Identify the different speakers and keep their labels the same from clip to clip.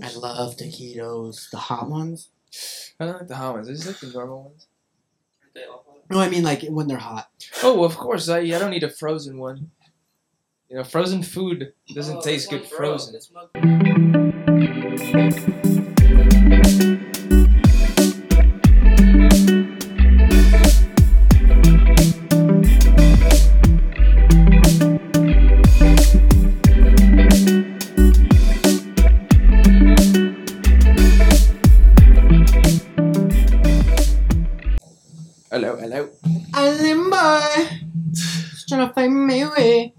Speaker 1: I love taquitos, the hot ones.
Speaker 2: I don't like the hot ones. I just like the normal ones.
Speaker 1: No, I mean like when they're hot.
Speaker 2: Oh, well, of course. I, I don't need a frozen one. You know, frozen food
Speaker 3: Oh,
Speaker 2: doesn't
Speaker 1: Oh,
Speaker 2: taste good frozen. Hello, hello.
Speaker 1: Island boy, just trying to find my way.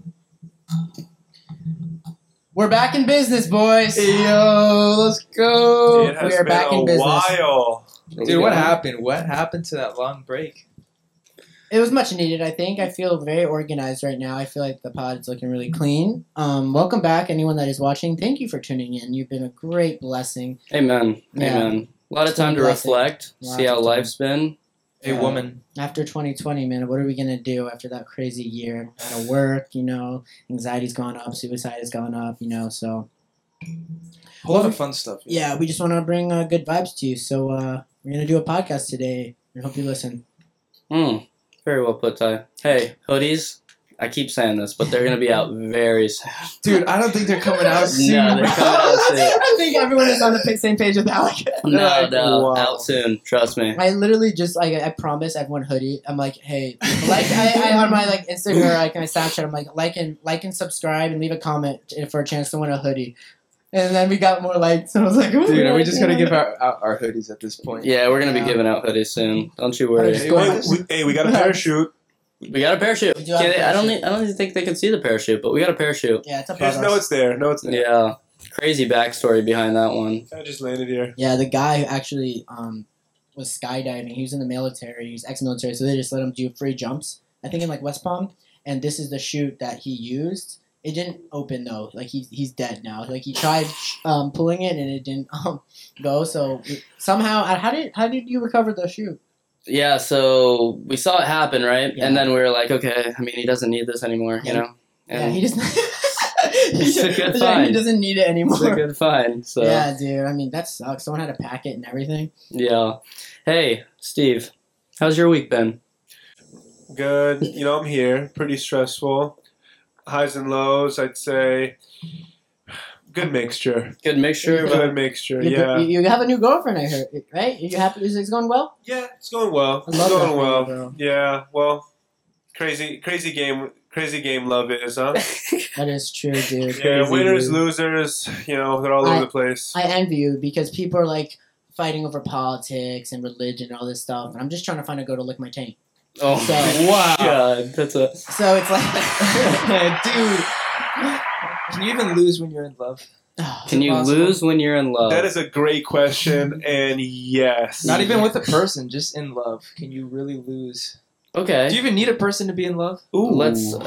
Speaker 1: We're back in business, boys.
Speaker 2: Yo, let's go.
Speaker 4: It has
Speaker 1: we are
Speaker 4: been
Speaker 1: back
Speaker 4: a
Speaker 1: in business.
Speaker 4: while.
Speaker 2: Dude, what happened? What happened to that long break?
Speaker 1: It was much needed, I think. I feel very organized right now. I feel like the pod is looking really clean. Um, welcome back, anyone that is watching. Thank you for tuning in. You've been a great blessing.
Speaker 5: Amen.
Speaker 1: Yeah.
Speaker 5: Amen. A lot of
Speaker 1: It's been
Speaker 5: time to
Speaker 1: blessing.
Speaker 5: reflect,
Speaker 1: Lots
Speaker 5: see
Speaker 1: of
Speaker 5: how
Speaker 1: time.
Speaker 5: life's been.
Speaker 2: Hey,
Speaker 1: Yeah.
Speaker 2: woman.
Speaker 1: After 2020, man, what are we gonna do after that crazy year? Out of work, you know, anxiety's gone up, suicide has gone up, you know. So
Speaker 2: A lot of fun stuff.
Speaker 1: yeah, we just want to bring uh, good vibes to you. So uh, we're gonna do a podcast today. I hope you listen.
Speaker 5: Mm, very well put, Ty. Hey, hoodies. I keep saying this, but they're going to be out very soon.
Speaker 2: Dude, I don't think they're coming out soon.
Speaker 5: No, they're coming out soon.
Speaker 1: I think everyone is on the pa- same page with Alec.
Speaker 5: No,
Speaker 2: Like,
Speaker 5: no,
Speaker 2: wow.
Speaker 5: out soon. Trust me.
Speaker 1: I literally just like I promise everyone hoodie. I'm like, hey, like I, I on my like Instagram, like my Snapchat. I'm like, like and like and subscribe and leave a comment for a chance to win a hoodie. And then we got more likes, and I was like, "Ooh,
Speaker 2: Dude, are we just gonna
Speaker 1: yeah."
Speaker 2: give our, out our hoodies at this point?
Speaker 5: Yeah, we're going to
Speaker 1: Yeah.
Speaker 5: be giving out hoodies soon. Don't you
Speaker 1: Hey,
Speaker 5: worry.
Speaker 4: Hey,
Speaker 1: go
Speaker 4: wait,
Speaker 1: ahead.
Speaker 4: we, hey, we got a parachute.
Speaker 5: We got a parachute.
Speaker 1: We do have a
Speaker 5: Can they- I don't
Speaker 1: parachute.
Speaker 5: need, I don't even think they can see the parachute, but we got a parachute.
Speaker 1: Yeah, it's a
Speaker 4: Yes, no,
Speaker 1: no,
Speaker 4: it's there. No, it's there.
Speaker 5: Yeah. Crazy backstory behind that one.
Speaker 4: I just landed here.
Speaker 1: Yeah, the guy who actually um was skydiving. He was in the military. He was ex-military, so they just let him do free jumps. I think in like West Palm. And this is the chute that he used. It didn't open though. Like he's he's dead now. Like he tried um, pulling it and it didn't um, go. So it- somehow, uh, how did how did you recover the chute?
Speaker 5: Yeah, so we saw it happen, right?
Speaker 1: Yeah.
Speaker 5: And then we were like, okay, I mean, he doesn't need this anymore, you
Speaker 1: Yeah.
Speaker 5: know?
Speaker 1: yeah, he
Speaker 5: And
Speaker 1: just.
Speaker 5: It's a good find.
Speaker 1: He doesn't need it
Speaker 5: it's a
Speaker 1: anymore.
Speaker 5: good find. So.
Speaker 1: Yeah, dude. I mean, that sucks. Someone had to pack it and everything.
Speaker 5: Yeah. Hey, Steve, how's your week been?
Speaker 4: Good. You know, I'm here. Pretty stressful. Highs and lows, I'd say. Good mixture.
Speaker 5: Good mixture.
Speaker 1: Yeah.
Speaker 5: But
Speaker 4: Good mixture.
Speaker 1: You-
Speaker 4: Yeah.
Speaker 1: You, you have a new girlfriend, I heard, right? You happy? Is it going well?
Speaker 4: Yeah, it's going well.
Speaker 1: I
Speaker 4: It's
Speaker 1: love that
Speaker 4: going
Speaker 1: for you,
Speaker 4: well.
Speaker 1: bro.
Speaker 4: Yeah. Well, crazy, crazy game. Crazy game. Love is, huh?
Speaker 1: That is true, dude.
Speaker 4: yeah.
Speaker 5: Crazy
Speaker 4: Winners,
Speaker 5: game.
Speaker 4: losers. You know, they're all
Speaker 1: I-
Speaker 4: over the place.
Speaker 1: I envy you because people are like fighting over politics and religion and all this stuff, and I'm just trying to find a go to lick my tank.
Speaker 5: oh,
Speaker 1: So-
Speaker 5: wow. God, that's a.
Speaker 1: So it's like,
Speaker 2: Dude, can you even lose when you're in love?
Speaker 5: Can you
Speaker 2: Impossible.
Speaker 5: lose when you're in love?
Speaker 4: That is a great question, and yes.
Speaker 2: Not even with a person, just in love. Can you really lose?
Speaker 5: okay.
Speaker 2: Do you even need a person to be in love?
Speaker 4: Ooh.
Speaker 5: Let's. Uh,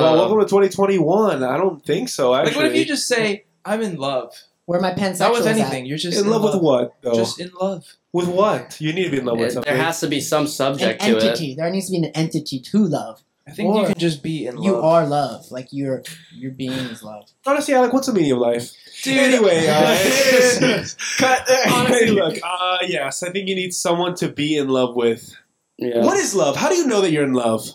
Speaker 4: well, welcome to 2021. I don't think so. Actually,
Speaker 2: Like, what if you just say, "I'm in love"?
Speaker 1: where my pen
Speaker 2: Not
Speaker 1: sexual
Speaker 2: with
Speaker 1: is at?
Speaker 2: anything. You're just
Speaker 4: in love with what though?
Speaker 2: Just in love.
Speaker 4: with what? You need to be in love with
Speaker 5: it-
Speaker 4: something.
Speaker 5: there has to be some
Speaker 1: An
Speaker 5: subject to it.
Speaker 1: entity. There needs to be an entity to love.
Speaker 2: I think
Speaker 1: Or-
Speaker 2: you can just be in love.
Speaker 1: You are love. Like your your being is love.
Speaker 4: Honestly, Alec, what's the meaning of life?
Speaker 2: Dude,
Speaker 4: anyway, uh,
Speaker 2: cut.
Speaker 4: honestly, look. Uh, yes, I think you need someone to be in love with.
Speaker 5: Yeah.
Speaker 4: What is love? How do you know that you're in love?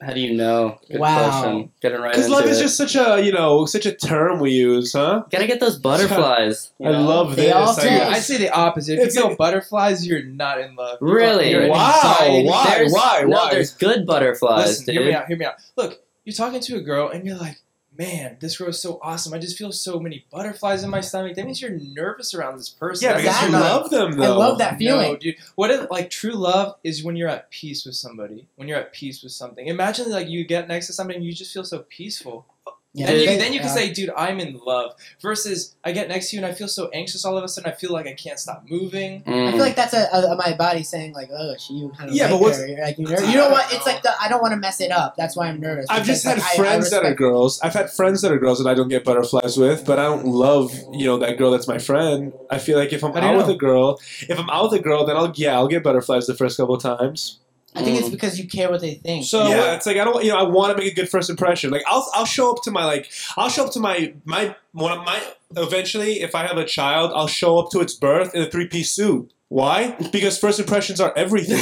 Speaker 5: How do you know? Good
Speaker 1: Wow.
Speaker 5: question. Getting right
Speaker 4: Because
Speaker 5: into
Speaker 4: love is
Speaker 5: it.
Speaker 4: just such a you know such a term we use, huh?
Speaker 5: Gotta get those butterflies. you
Speaker 4: I
Speaker 5: know?
Speaker 4: love
Speaker 1: They
Speaker 4: this.
Speaker 1: all
Speaker 4: I
Speaker 1: say-
Speaker 2: Dude,
Speaker 4: guess.
Speaker 2: I say the opposite. If
Speaker 4: It's
Speaker 2: you know
Speaker 4: like-
Speaker 2: butterflies, you're not in love.
Speaker 5: Really?
Speaker 2: You're an
Speaker 4: Wow,
Speaker 2: anxiety-
Speaker 4: wow. Why,
Speaker 5: There's-
Speaker 4: why,
Speaker 5: No,
Speaker 4: why?
Speaker 5: there's good butterflies,
Speaker 2: Listen,
Speaker 5: dude.
Speaker 2: hear me out. Hear me out. Look, you're talking to a girl and you're like, man, this girl is so awesome. I just feel so many butterflies in my stomach. That means you're nervous around this person.
Speaker 4: yeah,
Speaker 2: That's
Speaker 4: because you
Speaker 1: Exactly.
Speaker 2: not-
Speaker 4: love them though.
Speaker 1: I love that
Speaker 2: No,
Speaker 1: feeling.
Speaker 2: dude. What if like true love is when you're at peace with somebody? When you're at peace with something. Imagine like you get next to somebody and you just feel so peaceful.
Speaker 1: Yeah.
Speaker 2: and uh, you,
Speaker 5: dude.
Speaker 2: then you can
Speaker 1: Yeah.
Speaker 2: say, dude, I'm in love. Versus I get next to you and I feel so anxious all of a sudden. I feel like I can't stop moving.
Speaker 1: I
Speaker 5: Mm.
Speaker 1: feel like that's a, a, a- my body saying like, oh, she, you kind of
Speaker 4: Yeah,
Speaker 1: like
Speaker 4: but what's-
Speaker 1: her. You're like, you're nervous. you know what? It's like the I don't want to mess it up. That's why I'm nervous.
Speaker 4: I've
Speaker 1: Because,
Speaker 4: just had
Speaker 1: like, I- I
Speaker 4: friends that are
Speaker 1: respect-
Speaker 4: girls. I've had friends that are girls that I don't get butterflies with, but I don't love, you know, that girl that's my friend. I feel like if I'm
Speaker 2: How do you
Speaker 4: out with
Speaker 2: know?
Speaker 4: a girl, if I'm out with a girl, then I'll yeah, I'll get butterflies the first couple of times.
Speaker 1: I think it's
Speaker 5: Mm.
Speaker 1: because you care what they think.
Speaker 2: So-
Speaker 4: yeah, it's like I don't, you know, I want to make a good first impression. Like I'll, I'll show up to my like, I'll show up to my my one of my. Eventually, if I have a child, I'll show up to its birth in a three piece suit. Why? Because first impressions are everything.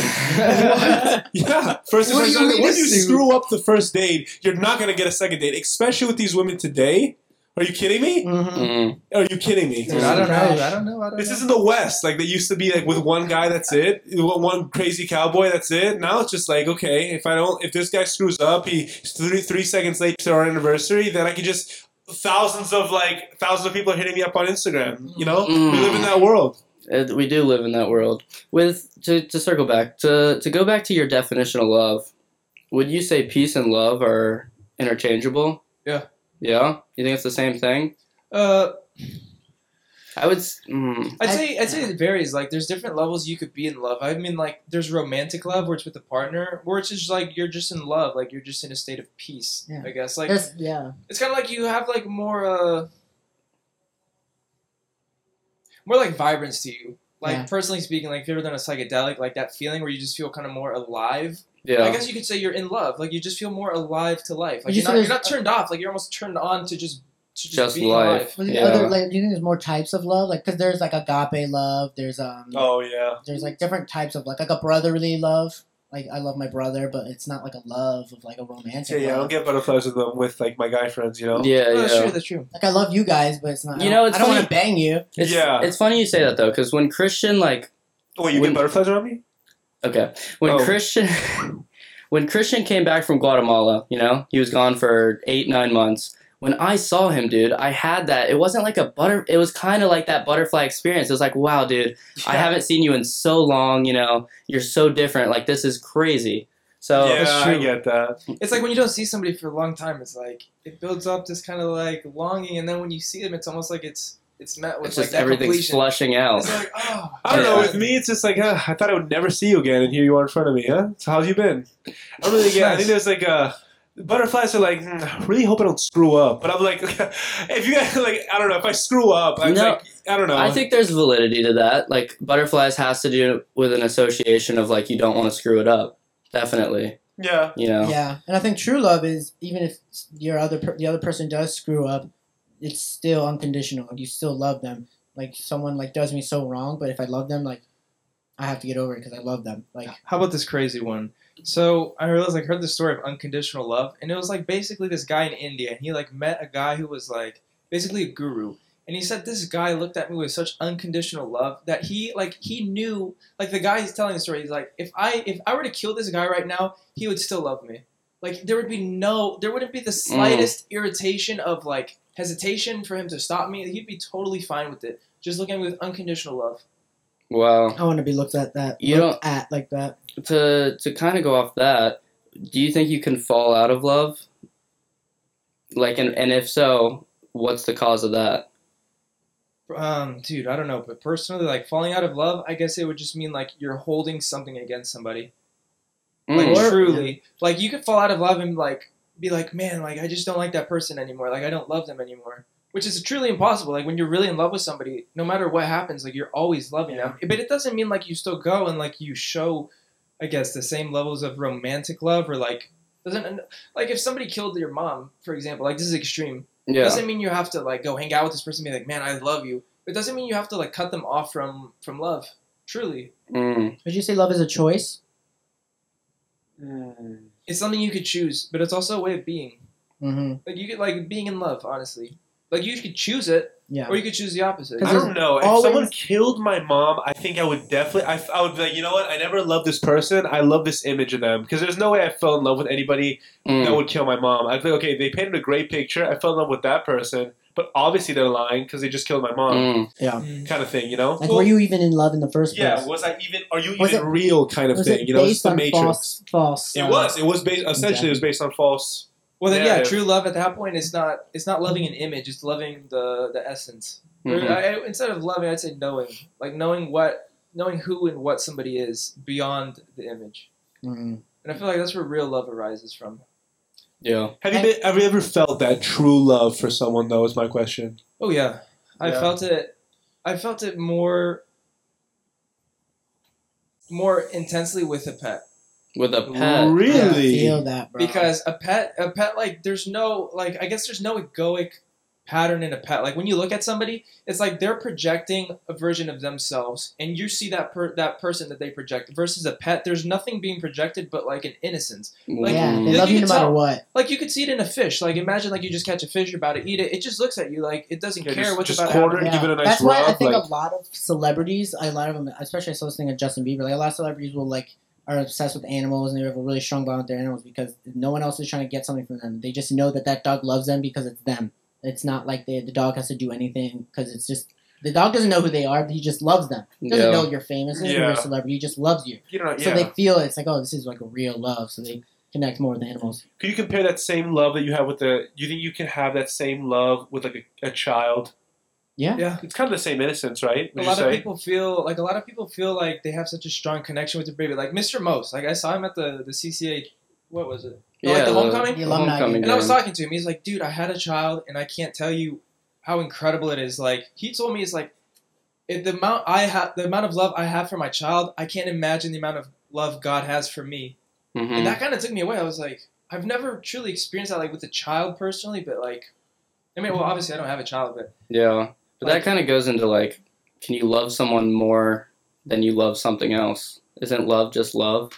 Speaker 4: Yeah, first
Speaker 2: What do you
Speaker 4: impression.
Speaker 2: mean,
Speaker 4: When
Speaker 2: a
Speaker 4: you
Speaker 2: suit?
Speaker 4: screw up the first date, you're not gonna get a second date, especially with these women today. Are you kidding me?
Speaker 1: Mhm.
Speaker 5: Mm.
Speaker 4: Are you kidding me?
Speaker 2: Dude, I don't know. I don't know. I don't
Speaker 4: This
Speaker 2: know.
Speaker 4: isn't the West. Like they used to be, like with one guy, that's it. One one crazy cowboy, that's it. Now it's just like, okay, if I don't, if this guy screws up, he three three seconds late to our anniversary, then I can just thousands of like thousands of people are hitting me up on Instagram. You know, we live in that world.
Speaker 5: Uh, we do live in that world. With to, to circle back to to go back to your definition of love, would you say peace and love are interchangeable?
Speaker 2: Yeah.
Speaker 5: Yeah. You think it's the same thing?
Speaker 2: Uh,
Speaker 5: I would. s- Mm,
Speaker 2: I'd
Speaker 1: I-
Speaker 2: say I'd say it varies. Like, there's different levels you could be in love. I mean, like, there's romantic love where it's with a partner, where it's just like you're just in love, like you're just in a state of peace.
Speaker 1: Yeah.
Speaker 2: I guess. Like,
Speaker 1: There's- yeah.
Speaker 2: it's kind of like you have like more uh, more like vibrance to you. Like
Speaker 1: Yeah.
Speaker 2: personally speaking, like if you've ever done a psychedelic, like that feeling where you just feel kind of more alive.
Speaker 5: yeah.
Speaker 2: I guess you could say you're in love. Like you just feel more alive to life. Like
Speaker 1: You
Speaker 2: you're
Speaker 1: said
Speaker 2: not, you're
Speaker 1: there's-
Speaker 2: not turned off. Like you're almost turned on to just to just,
Speaker 5: Just
Speaker 2: being alive.
Speaker 5: life.
Speaker 1: Are there
Speaker 5: Yeah.
Speaker 1: Other, like, do you think there's more types of love? Like, cause there's like agape love. There's um.
Speaker 4: Oh yeah,
Speaker 1: There's like different types of like like a brotherly love. Like I love my brother, but it's not like a love of like a romantic.
Speaker 4: yeah. I don't
Speaker 1: love.
Speaker 4: get butterflies with them with like my guy friends. You know.
Speaker 5: yeah.
Speaker 2: Oh,
Speaker 5: Yeah.
Speaker 2: that's true. That's true.
Speaker 1: Like I love you guys, but it's not.
Speaker 5: You
Speaker 1: I
Speaker 5: know,
Speaker 1: don't-
Speaker 5: it's
Speaker 1: I don't
Speaker 5: funny-
Speaker 1: want to bang you.
Speaker 5: It's,
Speaker 4: Yeah.
Speaker 5: It's funny you say that though, because when Christian like
Speaker 4: Oh, you
Speaker 5: When-
Speaker 4: get butterflies around me?
Speaker 5: okay, when
Speaker 4: Oh.
Speaker 5: Christian when Christian came back from Guatemala, you know, he was gone for eight nine months. When I saw him, dude, I had that. It wasn't like a butter. It was kind of like that butterfly experience. It was like, wow, dude, I haven't seen you in so long. You know, you're so different. Like this is crazy. So
Speaker 4: yeah,
Speaker 2: that's true.
Speaker 4: I get that.
Speaker 2: It's like when you don't see somebody for a long time, it's like it builds up this kind of like longing, and then when you see them, it's almost like it's it's met with
Speaker 5: it's
Speaker 2: like
Speaker 5: just
Speaker 2: that
Speaker 5: everything's
Speaker 2: completion.
Speaker 5: flushing out.
Speaker 2: It's like oh,
Speaker 4: I don't know.
Speaker 5: Yeah.
Speaker 4: With me, it's just like uh, I thought I would never see you again, and here you are in front of me. Huh? So how's you been? I really get. I think there's like uh Butterflies are like, "Hmm, I really hope I don't screw up. But I'm like, if you guys, like, I don't know, if I screw up, I'm
Speaker 5: No.
Speaker 4: like, I don't know.
Speaker 5: I think there's validity to that. Like butterflies has to do with an association of like you don't want to screw it up. Definitely,
Speaker 4: yeah,
Speaker 5: you know.
Speaker 1: Yeah, and I think true love is even if your other per- the other person does screw up, it's still unconditional. You still love them. Like someone like does me so wrong, but if I love them, like I have to get over it because I love them. Like
Speaker 2: How about this crazy one? So I realized I heard the story of unconditional love, and it was like basically this guy in India, and he like met a guy who was like basically a guru, and he said this guy looked at me with such unconditional love that he like he knew like the guy he's telling the story. He's like, if I if I were to kill this guy right now, he would still love me. Like there would be no, there wouldn't be the slightest irritation of like hesitation for him to stop me. He'd be totally fine with it. Just looking at me with unconditional love.
Speaker 5: Wow.
Speaker 1: I want to be looked at that
Speaker 5: You
Speaker 1: looked at like that.
Speaker 5: To to kind of go off that, do you think you can fall out of love? Like, and and if so, what's the cause of that?
Speaker 2: Um, dude, I don't know, but personally, like falling out of love, I guess it would just mean like you're holding something against somebody. Like
Speaker 5: Mm.
Speaker 1: Or-
Speaker 2: truly, like you could fall out of love and like be like, man, like I just don't like that person anymore. Like I don't love them anymore, which is truly impossible. Like when you're really in love with somebody, no matter what happens, like you're always loving them. But it doesn't mean like you still go and like you show, I guess, the same levels of romantic love or like doesn't like if somebody killed your mom, for example. Like this is extreme. It
Speaker 5: yeah.
Speaker 2: doesn't mean you have to like go hang out with this person and be like, man, I love you. It doesn't mean you have to like cut them off from from love. Truly,
Speaker 5: Mm.
Speaker 1: Would you say love is a choice?
Speaker 2: it's something you could choose, but it's also a way of being.
Speaker 1: Mm-hmm.
Speaker 2: Like you could like being in love, honestly. Like you could choose it,
Speaker 1: Yeah.
Speaker 2: or you could choose the opposite.
Speaker 4: I don't know. If
Speaker 1: Always-
Speaker 4: someone killed my mom, I think I would definitely. I, I would be like, you know what? I never loved this person. I love this image of them because there's no way I fell in love with anybody that
Speaker 5: Mm.
Speaker 4: would kill my mom. I'd be like, okay, they painted a great picture. I fell in love with that person, but obviously they're lying because they just killed my mom,
Speaker 5: Mm.
Speaker 2: Mm.
Speaker 4: kind of thing, you know?
Speaker 1: Like, were you even in love in the first place?
Speaker 4: yeah, was I even? Are you
Speaker 1: Was
Speaker 4: even
Speaker 1: it-
Speaker 4: real? Kind of
Speaker 1: was
Speaker 4: thing,
Speaker 1: it
Speaker 4: you know? It's
Speaker 1: based
Speaker 4: the
Speaker 1: on
Speaker 4: Matrix.
Speaker 1: false? False.
Speaker 4: It
Speaker 1: uh,
Speaker 4: was. It was based. Essentially,
Speaker 1: Exactly.
Speaker 4: it was based on false.
Speaker 2: Well then, yeah,
Speaker 4: Yeah.
Speaker 2: true love at that point is not it's not loving an image; it's loving the the essence. Or, uh,
Speaker 5: Mhm.
Speaker 2: I, I- instead of loving, I'd say knowing, like knowing what knowing who and what somebody is beyond the image.
Speaker 1: mm.
Speaker 2: And I feel like that's where real love arises from.
Speaker 5: Yeah.
Speaker 4: Have you been? Have you ever felt that true love for someone? Though is my question.
Speaker 2: Oh yeah, I
Speaker 4: Yeah.
Speaker 2: felt it. I felt it more, more intensely with a pet.
Speaker 5: with a pet.
Speaker 1: I
Speaker 4: Really?
Speaker 1: feel that, bro.
Speaker 2: because a pet a pet like there's no like i guess there's no egoic pattern in a pet like when you look at somebody it's like they're projecting a version of themselves and you see that per- that person that they project versus a pet there's nothing being projected but like an innocence like,
Speaker 1: yeah,
Speaker 5: Mm.
Speaker 1: they
Speaker 2: like
Speaker 1: love
Speaker 2: you
Speaker 1: you no
Speaker 2: can
Speaker 1: matter
Speaker 2: tell-
Speaker 1: what.
Speaker 2: like you could see it in a fish like imagine like you just catch a fish you're about to eat it it just looks at you like it doesn't
Speaker 4: Yeah,
Speaker 2: care
Speaker 4: just-
Speaker 2: what's
Speaker 4: just
Speaker 2: about to
Speaker 4: quarter
Speaker 2: happen.
Speaker 4: Give it a nice
Speaker 1: That's why I
Speaker 4: rub,
Speaker 1: think
Speaker 4: like-
Speaker 1: a lot of celebrities, a lot of them, especially I saw this thing of Justin Bieber. Like a lot of celebrities will like are obsessed with animals and they have a really strong bond with their animals because no one else is trying to get something from them. They just know that that dog loves them because it's them. It's not like the the dog has to do anything because it's just the dog doesn't know who they are. But he just loves them. He doesn't
Speaker 5: Yeah.
Speaker 1: know you're famous and you're
Speaker 4: Yeah.
Speaker 1: a celebrity. He just loves you.
Speaker 4: You know, yeah.
Speaker 1: So they feel it's like oh, this is like a real love. So they connect more with animals.
Speaker 4: Could you compare that same love that you have with the? You think you can have that same love with like a, a child?
Speaker 1: Yeah.
Speaker 2: Yeah.
Speaker 4: It's kind of the same innocence, right?
Speaker 2: a
Speaker 4: Would you
Speaker 2: lot of
Speaker 4: say?
Speaker 2: people feel like a lot of people feel like they have such a strong connection with their baby like mr most like i saw him at the the cca what was it Oh,
Speaker 5: Uh,
Speaker 2: like the homecoming?
Speaker 1: The alumni game.
Speaker 2: And I was
Speaker 5: game.
Speaker 2: talking to him. He's like, dude, I had a child, and I can't tell you how incredible it is. Like he told me, it's like if the amount I have, the amount of love I have for my child, I can't imagine the amount of love God has for me.
Speaker 4: Mm.
Speaker 5: Mhm.
Speaker 2: And that kind of took me away. I was like, I've never truly experienced that, like with a child personally, but like, I mean, well, obviously I don't have a child, but
Speaker 5: Yeah. But
Speaker 2: Like-
Speaker 5: that kind of goes into like, can you love someone more than you love something else? Isn't love just love?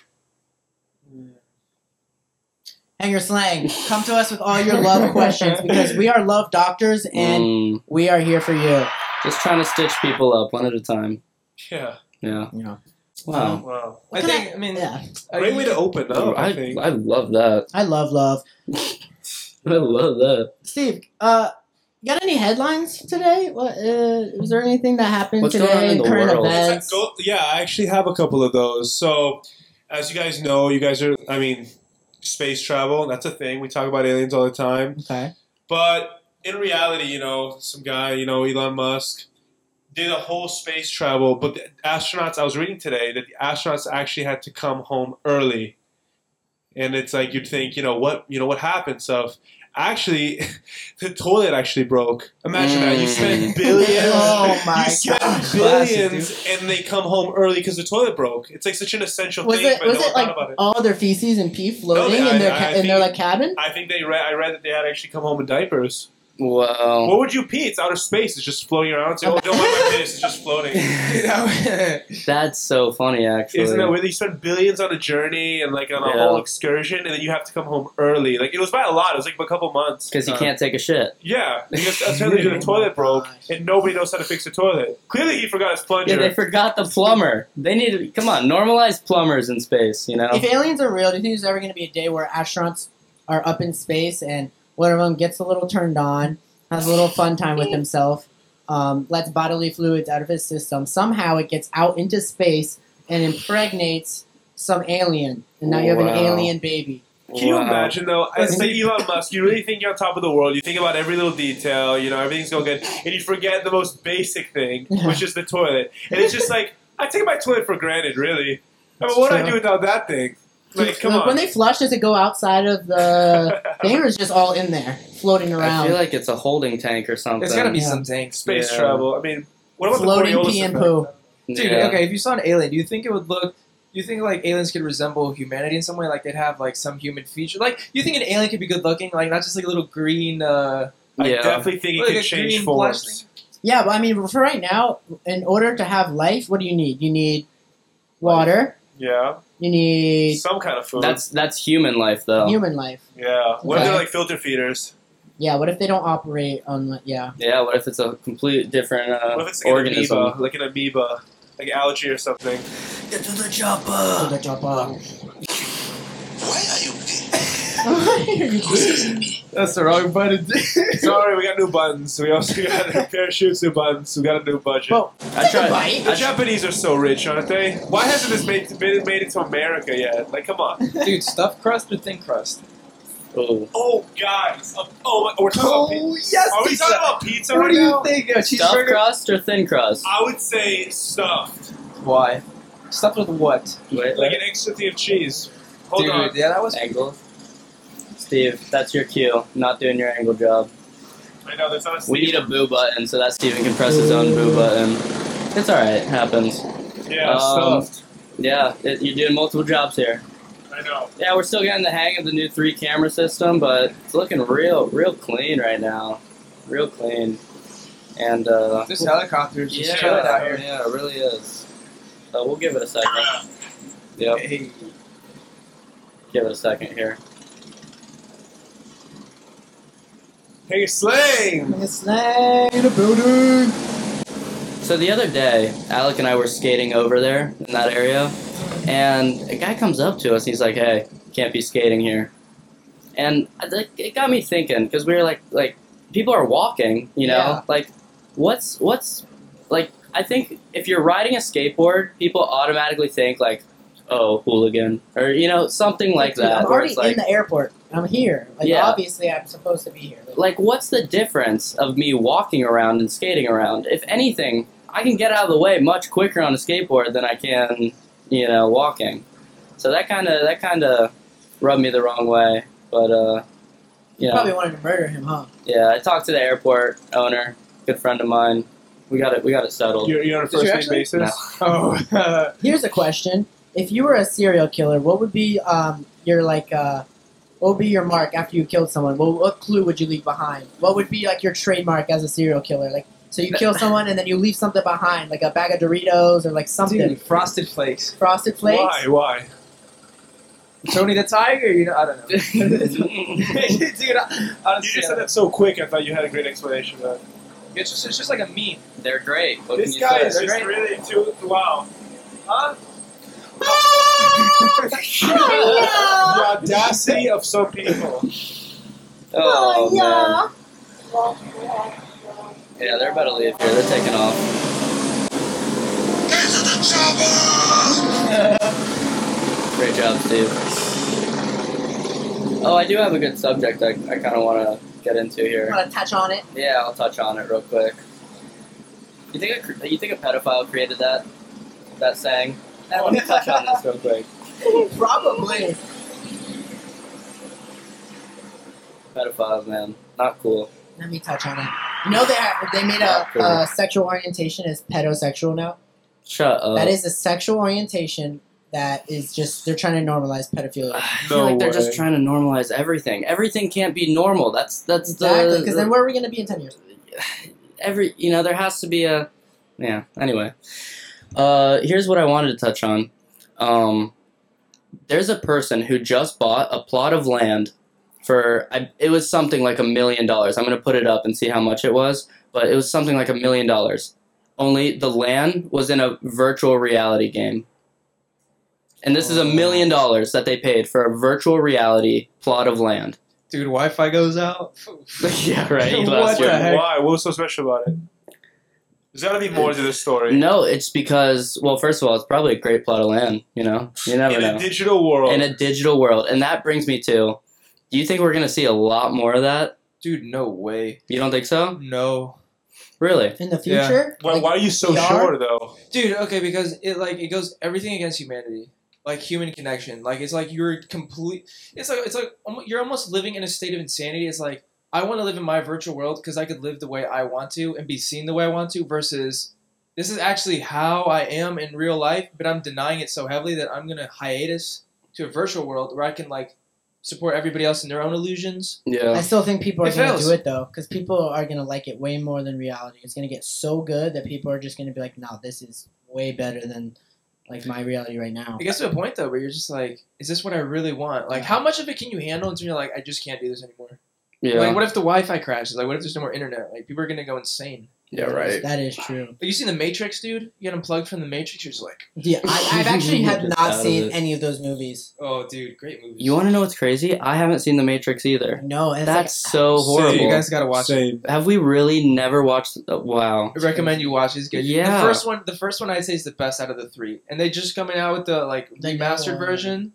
Speaker 1: Hanger slang. Come to us with all your love questions because we are love doctors and
Speaker 5: Mm,
Speaker 1: we are here for you.
Speaker 5: just trying to stitch people up one at a time.
Speaker 4: Yeah.
Speaker 5: Yeah.
Speaker 1: Yeah.
Speaker 5: Wow.
Speaker 4: Wow.
Speaker 1: What
Speaker 2: I
Speaker 1: can
Speaker 2: think, I, mean,
Speaker 1: Yeah,
Speaker 2: I-
Speaker 4: Great way to open up. I,
Speaker 5: I,
Speaker 4: think.
Speaker 5: I love that.
Speaker 1: I love love.
Speaker 5: I love that.
Speaker 1: Steve, uh, you got any headlines today? What uh, was there anything that happened
Speaker 5: What's
Speaker 1: today?
Speaker 5: going on in the
Speaker 1: current
Speaker 5: world?
Speaker 4: It's like
Speaker 1: events.
Speaker 4: go- yeah, I actually have a couple of those. So, as you guys know, you guys are, I mean, space travel, that's a thing. We talk about aliens all the time.
Speaker 1: Okay.
Speaker 4: But in reality, you know, some guy, you know, Elon Musk, did a whole space travel. But the astronauts, I was reading today that the astronauts actually had to come home early. And it's like you'd think, you know, what, you know, what happened? So, actually, the toilet actually broke. Imagine that. You
Speaker 5: Mm.
Speaker 4: spent billions.
Speaker 1: Oh my
Speaker 4: you spent
Speaker 1: God.
Speaker 4: billions, and they come home early because the toilet broke. It's like such an essential
Speaker 1: Was
Speaker 4: thing,
Speaker 1: it
Speaker 4: but
Speaker 1: was
Speaker 4: no one
Speaker 1: it
Speaker 4: thought
Speaker 1: like
Speaker 4: about it.
Speaker 1: all their feces and pee floating
Speaker 4: I-
Speaker 1: in their
Speaker 4: I
Speaker 1: ca- in
Speaker 4: think-
Speaker 1: their like cabin?
Speaker 4: I think they read. I read that they had actually come home in diapers.
Speaker 5: Wow.
Speaker 4: What would you pee? It's outer space. It's just floating around. It's like, oh, don't mind my piss. It's just floating.
Speaker 2: you know,
Speaker 5: That's so funny, actually.
Speaker 4: Isn't that weird? You spend billions on a journey and like on a
Speaker 5: Yeah.
Speaker 4: whole excursion, and then you have to come home early. Like it was by a lot. It was like a couple months.
Speaker 5: Because you
Speaker 4: Uh,
Speaker 5: can't take a shit.
Speaker 4: Yeah, because apparently
Speaker 5: Oh
Speaker 4: the toilet broke, and nobody knows how to fix the toilet. Clearly, he forgot his plunger.
Speaker 5: Yeah, they forgot the plumber. They need to come on, normalize plumbers in space. You know.
Speaker 1: If aliens are real, do you think there's ever going to be a day where astronauts are up in space and one of them gets a little turned on, has a little fun time with himself, um, lets bodily fluids out of his system? Somehow it gets out into space and impregnates some alien, and now you have an
Speaker 5: Wow.
Speaker 1: alien baby.
Speaker 4: Can you
Speaker 5: Wow.
Speaker 4: imagine though? As
Speaker 1: Listen.
Speaker 4: like Elon Musk, you really think you're on top of the world. You think about every little detail. You know everything's going good, and you forget the most basic thing, which is the toilet. And it's just like I take my toilet for granted, really. I mean,
Speaker 2: That's
Speaker 4: what do I
Speaker 2: true.
Speaker 4: do without that thing? Like, come
Speaker 1: Like, When
Speaker 4: on.
Speaker 1: they uh, flush, does it go outside of the thing, or is it just all in there, floating
Speaker 5: I
Speaker 1: around,
Speaker 5: feel like it's a holding tank or something.
Speaker 2: it's gotta be
Speaker 1: Yeah.
Speaker 2: some tanks.
Speaker 4: Space
Speaker 5: Yeah.
Speaker 4: travel. I mean, what about
Speaker 1: floating
Speaker 4: the Coriolis
Speaker 1: pee and
Speaker 4: effect?
Speaker 1: poo?
Speaker 2: Dude,
Speaker 5: Yeah.
Speaker 2: okay, if you saw an alien, do you think it would look? Do you think like aliens could resemble humanity in some way? Like they'd have like some human feature. Like you think an alien could be good looking? Like not just like a little green. uh
Speaker 4: I
Speaker 5: Yeah.
Speaker 4: definitely think it
Speaker 2: Like
Speaker 4: could
Speaker 2: a
Speaker 4: change
Speaker 2: green
Speaker 4: forms.
Speaker 1: Yeah, but I mean, for right now, in order to have life, what do you need? You need water.
Speaker 4: Yeah,
Speaker 1: You need
Speaker 4: some kind of food.
Speaker 5: That's that's human life though.
Speaker 1: human life.
Speaker 4: yeah. What if
Speaker 1: Okay.
Speaker 4: they're like filter feeders?
Speaker 1: Yeah. What if they don't operate on? Yeah.
Speaker 5: Yeah, what if it's a complete different uh,
Speaker 4: What if it's like
Speaker 5: organism?
Speaker 4: an amoeba, like an amoeba, like algae or something?
Speaker 6: Get to the
Speaker 1: So
Speaker 6: chopper.
Speaker 1: they drop off.
Speaker 6: Why are you
Speaker 2: That's the wrong button.
Speaker 4: Sorry, we got new buttons. We also got new parachutes, new buttons. We got a new budget.
Speaker 1: Well,
Speaker 5: I
Speaker 1: Take a
Speaker 5: tried.
Speaker 1: bite.
Speaker 4: the Japanese are so rich, aren't they? Why hasn't this made, made, made it to America yet? Like, come on.
Speaker 2: Dude, stuffed crust or thin crust?
Speaker 5: Oh.
Speaker 4: Oh, God. Oh, my, we're talking about pizza.
Speaker 2: yes,
Speaker 4: Are we
Speaker 2: pizza.
Speaker 4: talking about pizza
Speaker 2: What
Speaker 4: right
Speaker 2: do you
Speaker 4: now?
Speaker 2: think? A
Speaker 5: Stuffed
Speaker 2: cheeseburger?
Speaker 5: crust or thin crust?
Speaker 4: I would say stuffed.
Speaker 2: Why? Stuffed with what?
Speaker 5: Wait,
Speaker 4: Like an extra thing of cheese. Hold
Speaker 2: Dude,
Speaker 4: on.
Speaker 2: yeah, that was.
Speaker 5: angle. Steve, that's your cue. Not doing your angle job.
Speaker 4: Right now, there's not a
Speaker 5: We need a boo button so that Steven can press his own boo button. It's alright, happens.
Speaker 4: Yeah,
Speaker 5: Um,
Speaker 4: stuffed.
Speaker 5: Yeah, it, you're doing multiple jobs here.
Speaker 4: I
Speaker 7: I know.
Speaker 5: Yeah, we're still getting the hang of the new three camera system, but it's looking real, real clean right now. Real clean. And, uh.
Speaker 2: This helicopter is um, just
Speaker 5: yeah,
Speaker 2: chilling out here.
Speaker 5: Yeah, it really is. So we'll give it a second.
Speaker 7: Yeah.
Speaker 5: Yep,
Speaker 2: Hey,
Speaker 5: give it a second here.
Speaker 4: Hey, slang.
Speaker 1: It's like a building.
Speaker 5: So the other day, Alec and I were skating over there in that area, and a guy comes up to us. He's like, "Hey, can't be skating here," and I- like, it got me thinking because we were like, like people are walking, you know,
Speaker 1: Yeah.
Speaker 5: like what's what's like I think if you're riding a skateboard, people automatically think like, "Oh, hooligan," or you know, something like
Speaker 1: Dude,
Speaker 5: that.
Speaker 1: I'm
Speaker 5: where
Speaker 1: already
Speaker 5: it's like,
Speaker 1: in the airport. I'm here. Like
Speaker 5: Yeah.
Speaker 1: obviously, I'm supposed to be here. Like,
Speaker 5: like what's the difference of me walking around and skating around if anything i can get out of the way much quicker on a skateboard than i can you know walking so that kind of that kind of rubbed me the wrong way but uh you
Speaker 1: you
Speaker 5: know
Speaker 1: probably wanted to murder him, huh?
Speaker 5: yeah i talked to the airport owner good friend of mine we got it we got it settled
Speaker 4: You're, you're on a
Speaker 2: Did you
Speaker 4: first name
Speaker 2: actually-
Speaker 4: basis.
Speaker 5: No.
Speaker 2: oh,
Speaker 1: Here's a question: If you were a serial killer, what would be um your like uh what would be your mark after you killed someone? What, what clue would you leave behind? What would be like your trademark as a serial killer? Like so, you kill someone and then you leave something behind, like a bag of Doritos or like something.
Speaker 2: dude, Frosted Flakes.
Speaker 1: Frosted flakes.
Speaker 4: Why? Why?
Speaker 2: Tony the Tiger, you know, I don't know.
Speaker 5: yeah
Speaker 2: Dude, I-
Speaker 4: You
Speaker 2: honestly,
Speaker 4: just
Speaker 2: I
Speaker 4: said
Speaker 2: don't know.
Speaker 4: that so quick. I thought you had a great explanation. But
Speaker 2: it's just, it's just like a meme.
Speaker 5: they're great what
Speaker 4: this
Speaker 5: can you
Speaker 4: guy
Speaker 5: say
Speaker 4: is
Speaker 2: They're
Speaker 4: just
Speaker 2: great.
Speaker 4: really too. Wow.
Speaker 2: Huh?
Speaker 4: The audacity of some people.
Speaker 5: oh man yeah they're about to leave here they're taking off
Speaker 6: Get to the chopper!
Speaker 5: Great job, Steve. Oh, I do have a good subject I, I kind of want to get into here.
Speaker 1: Want to touch on it?
Speaker 5: Yeah, I'll touch on it real quick. You think a, cr- you think a pedophile created that that saying? I want to touch on this real quick.
Speaker 1: Probably.
Speaker 5: Pedophiles, man, not cool.
Speaker 1: Let me touch on it. You know they have, they made a, a sexual orientation is pedosexual now.
Speaker 5: Shut up.
Speaker 1: That is a sexual orientation that is just they're trying to normalize pedophilia.
Speaker 5: I feel
Speaker 4: No
Speaker 5: like they're
Speaker 4: way.
Speaker 5: just trying to normalize everything. Everything can't be normal. That's that's
Speaker 1: Exactly,
Speaker 5: the
Speaker 1: because then where are we going to be in ten years?
Speaker 5: every you know there has to be a yeah anyway uh here's what i wanted to touch on um there's a person who just bought a plot of land for I, it was something like a million dollars i'm gonna put it up and see how much it was but it was something like a million dollars only the land was in a virtual reality game and this is a million dollars that they paid for a virtual reality plot of land
Speaker 2: Dude, Wi Fi goes out.
Speaker 5: yeah right you
Speaker 2: What
Speaker 5: lost
Speaker 2: the
Speaker 5: your-
Speaker 2: heck?
Speaker 4: Why? What was so special about it? There's got to be more to this story.
Speaker 5: No, it's because well, first of all, it's probably a great plot of land. You know, you never
Speaker 4: In a
Speaker 5: know.
Speaker 4: digital world.
Speaker 5: In a digital world, and that brings me to: Do you think we're gonna see a lot more of that?
Speaker 2: Dude, no way.
Speaker 5: You don't think so?
Speaker 2: No.
Speaker 5: Really?
Speaker 1: In the
Speaker 2: Yeah.
Speaker 1: future?
Speaker 4: why,
Speaker 1: Like,
Speaker 4: why are you so
Speaker 1: VR?
Speaker 4: sure, though?
Speaker 2: Dude, okay, because it like it goes everything against humanity. Like human connection. Like it's like you're complete it's like it's like almo- you're almost living in a state of insanity. It's like I want to live in my virtual world because I could live the way I want to and be seen the way I want to versus this is actually how I am in real life, but I'm denying it so heavily that I'm going to hiatus to a virtual world where I can like support everybody else in their own illusions.
Speaker 1: I
Speaker 5: Yeah.
Speaker 1: still think people are
Speaker 2: It
Speaker 1: going to
Speaker 2: fails.
Speaker 1: do it though, because people are going to like it way more than reality. It's going to get so good that people are just going to be like, "No, this is way better than like my reality right now."
Speaker 2: It gets to a point though where you're just like, is this what I really want? Like, how much of it can you handle until you're like, I just can't do this anymore?
Speaker 5: Yeah.
Speaker 2: Like, what if the Wi-Fi crashes? Like, what if there's no more internet? Like, people are gonna go insane.
Speaker 5: yeah.
Speaker 1: That is-
Speaker 5: Right.
Speaker 1: That is true.
Speaker 2: But you seen the Matrix, dude? You get unplugged from the Matrix. You're just like,
Speaker 1: Yeah, I, I've actually have
Speaker 5: Just out
Speaker 1: not
Speaker 5: of
Speaker 1: seen
Speaker 5: it.
Speaker 1: any of those movies.
Speaker 2: oh, dude, great movie.
Speaker 5: You want to know what's crazy? I haven't seen The Matrix either.
Speaker 1: No, and it's
Speaker 5: That's so
Speaker 4: Same.
Speaker 5: horrible.
Speaker 2: You guys gotta watch it.
Speaker 4: Same.
Speaker 5: Have we really never watched? uh, wow.
Speaker 2: I recommend you watch these. Good.
Speaker 5: Yeah.
Speaker 2: The first one, the first one I'd say is the best out of the three, and they just coming out with the like
Speaker 1: The new
Speaker 2: remastered
Speaker 1: one.
Speaker 2: version.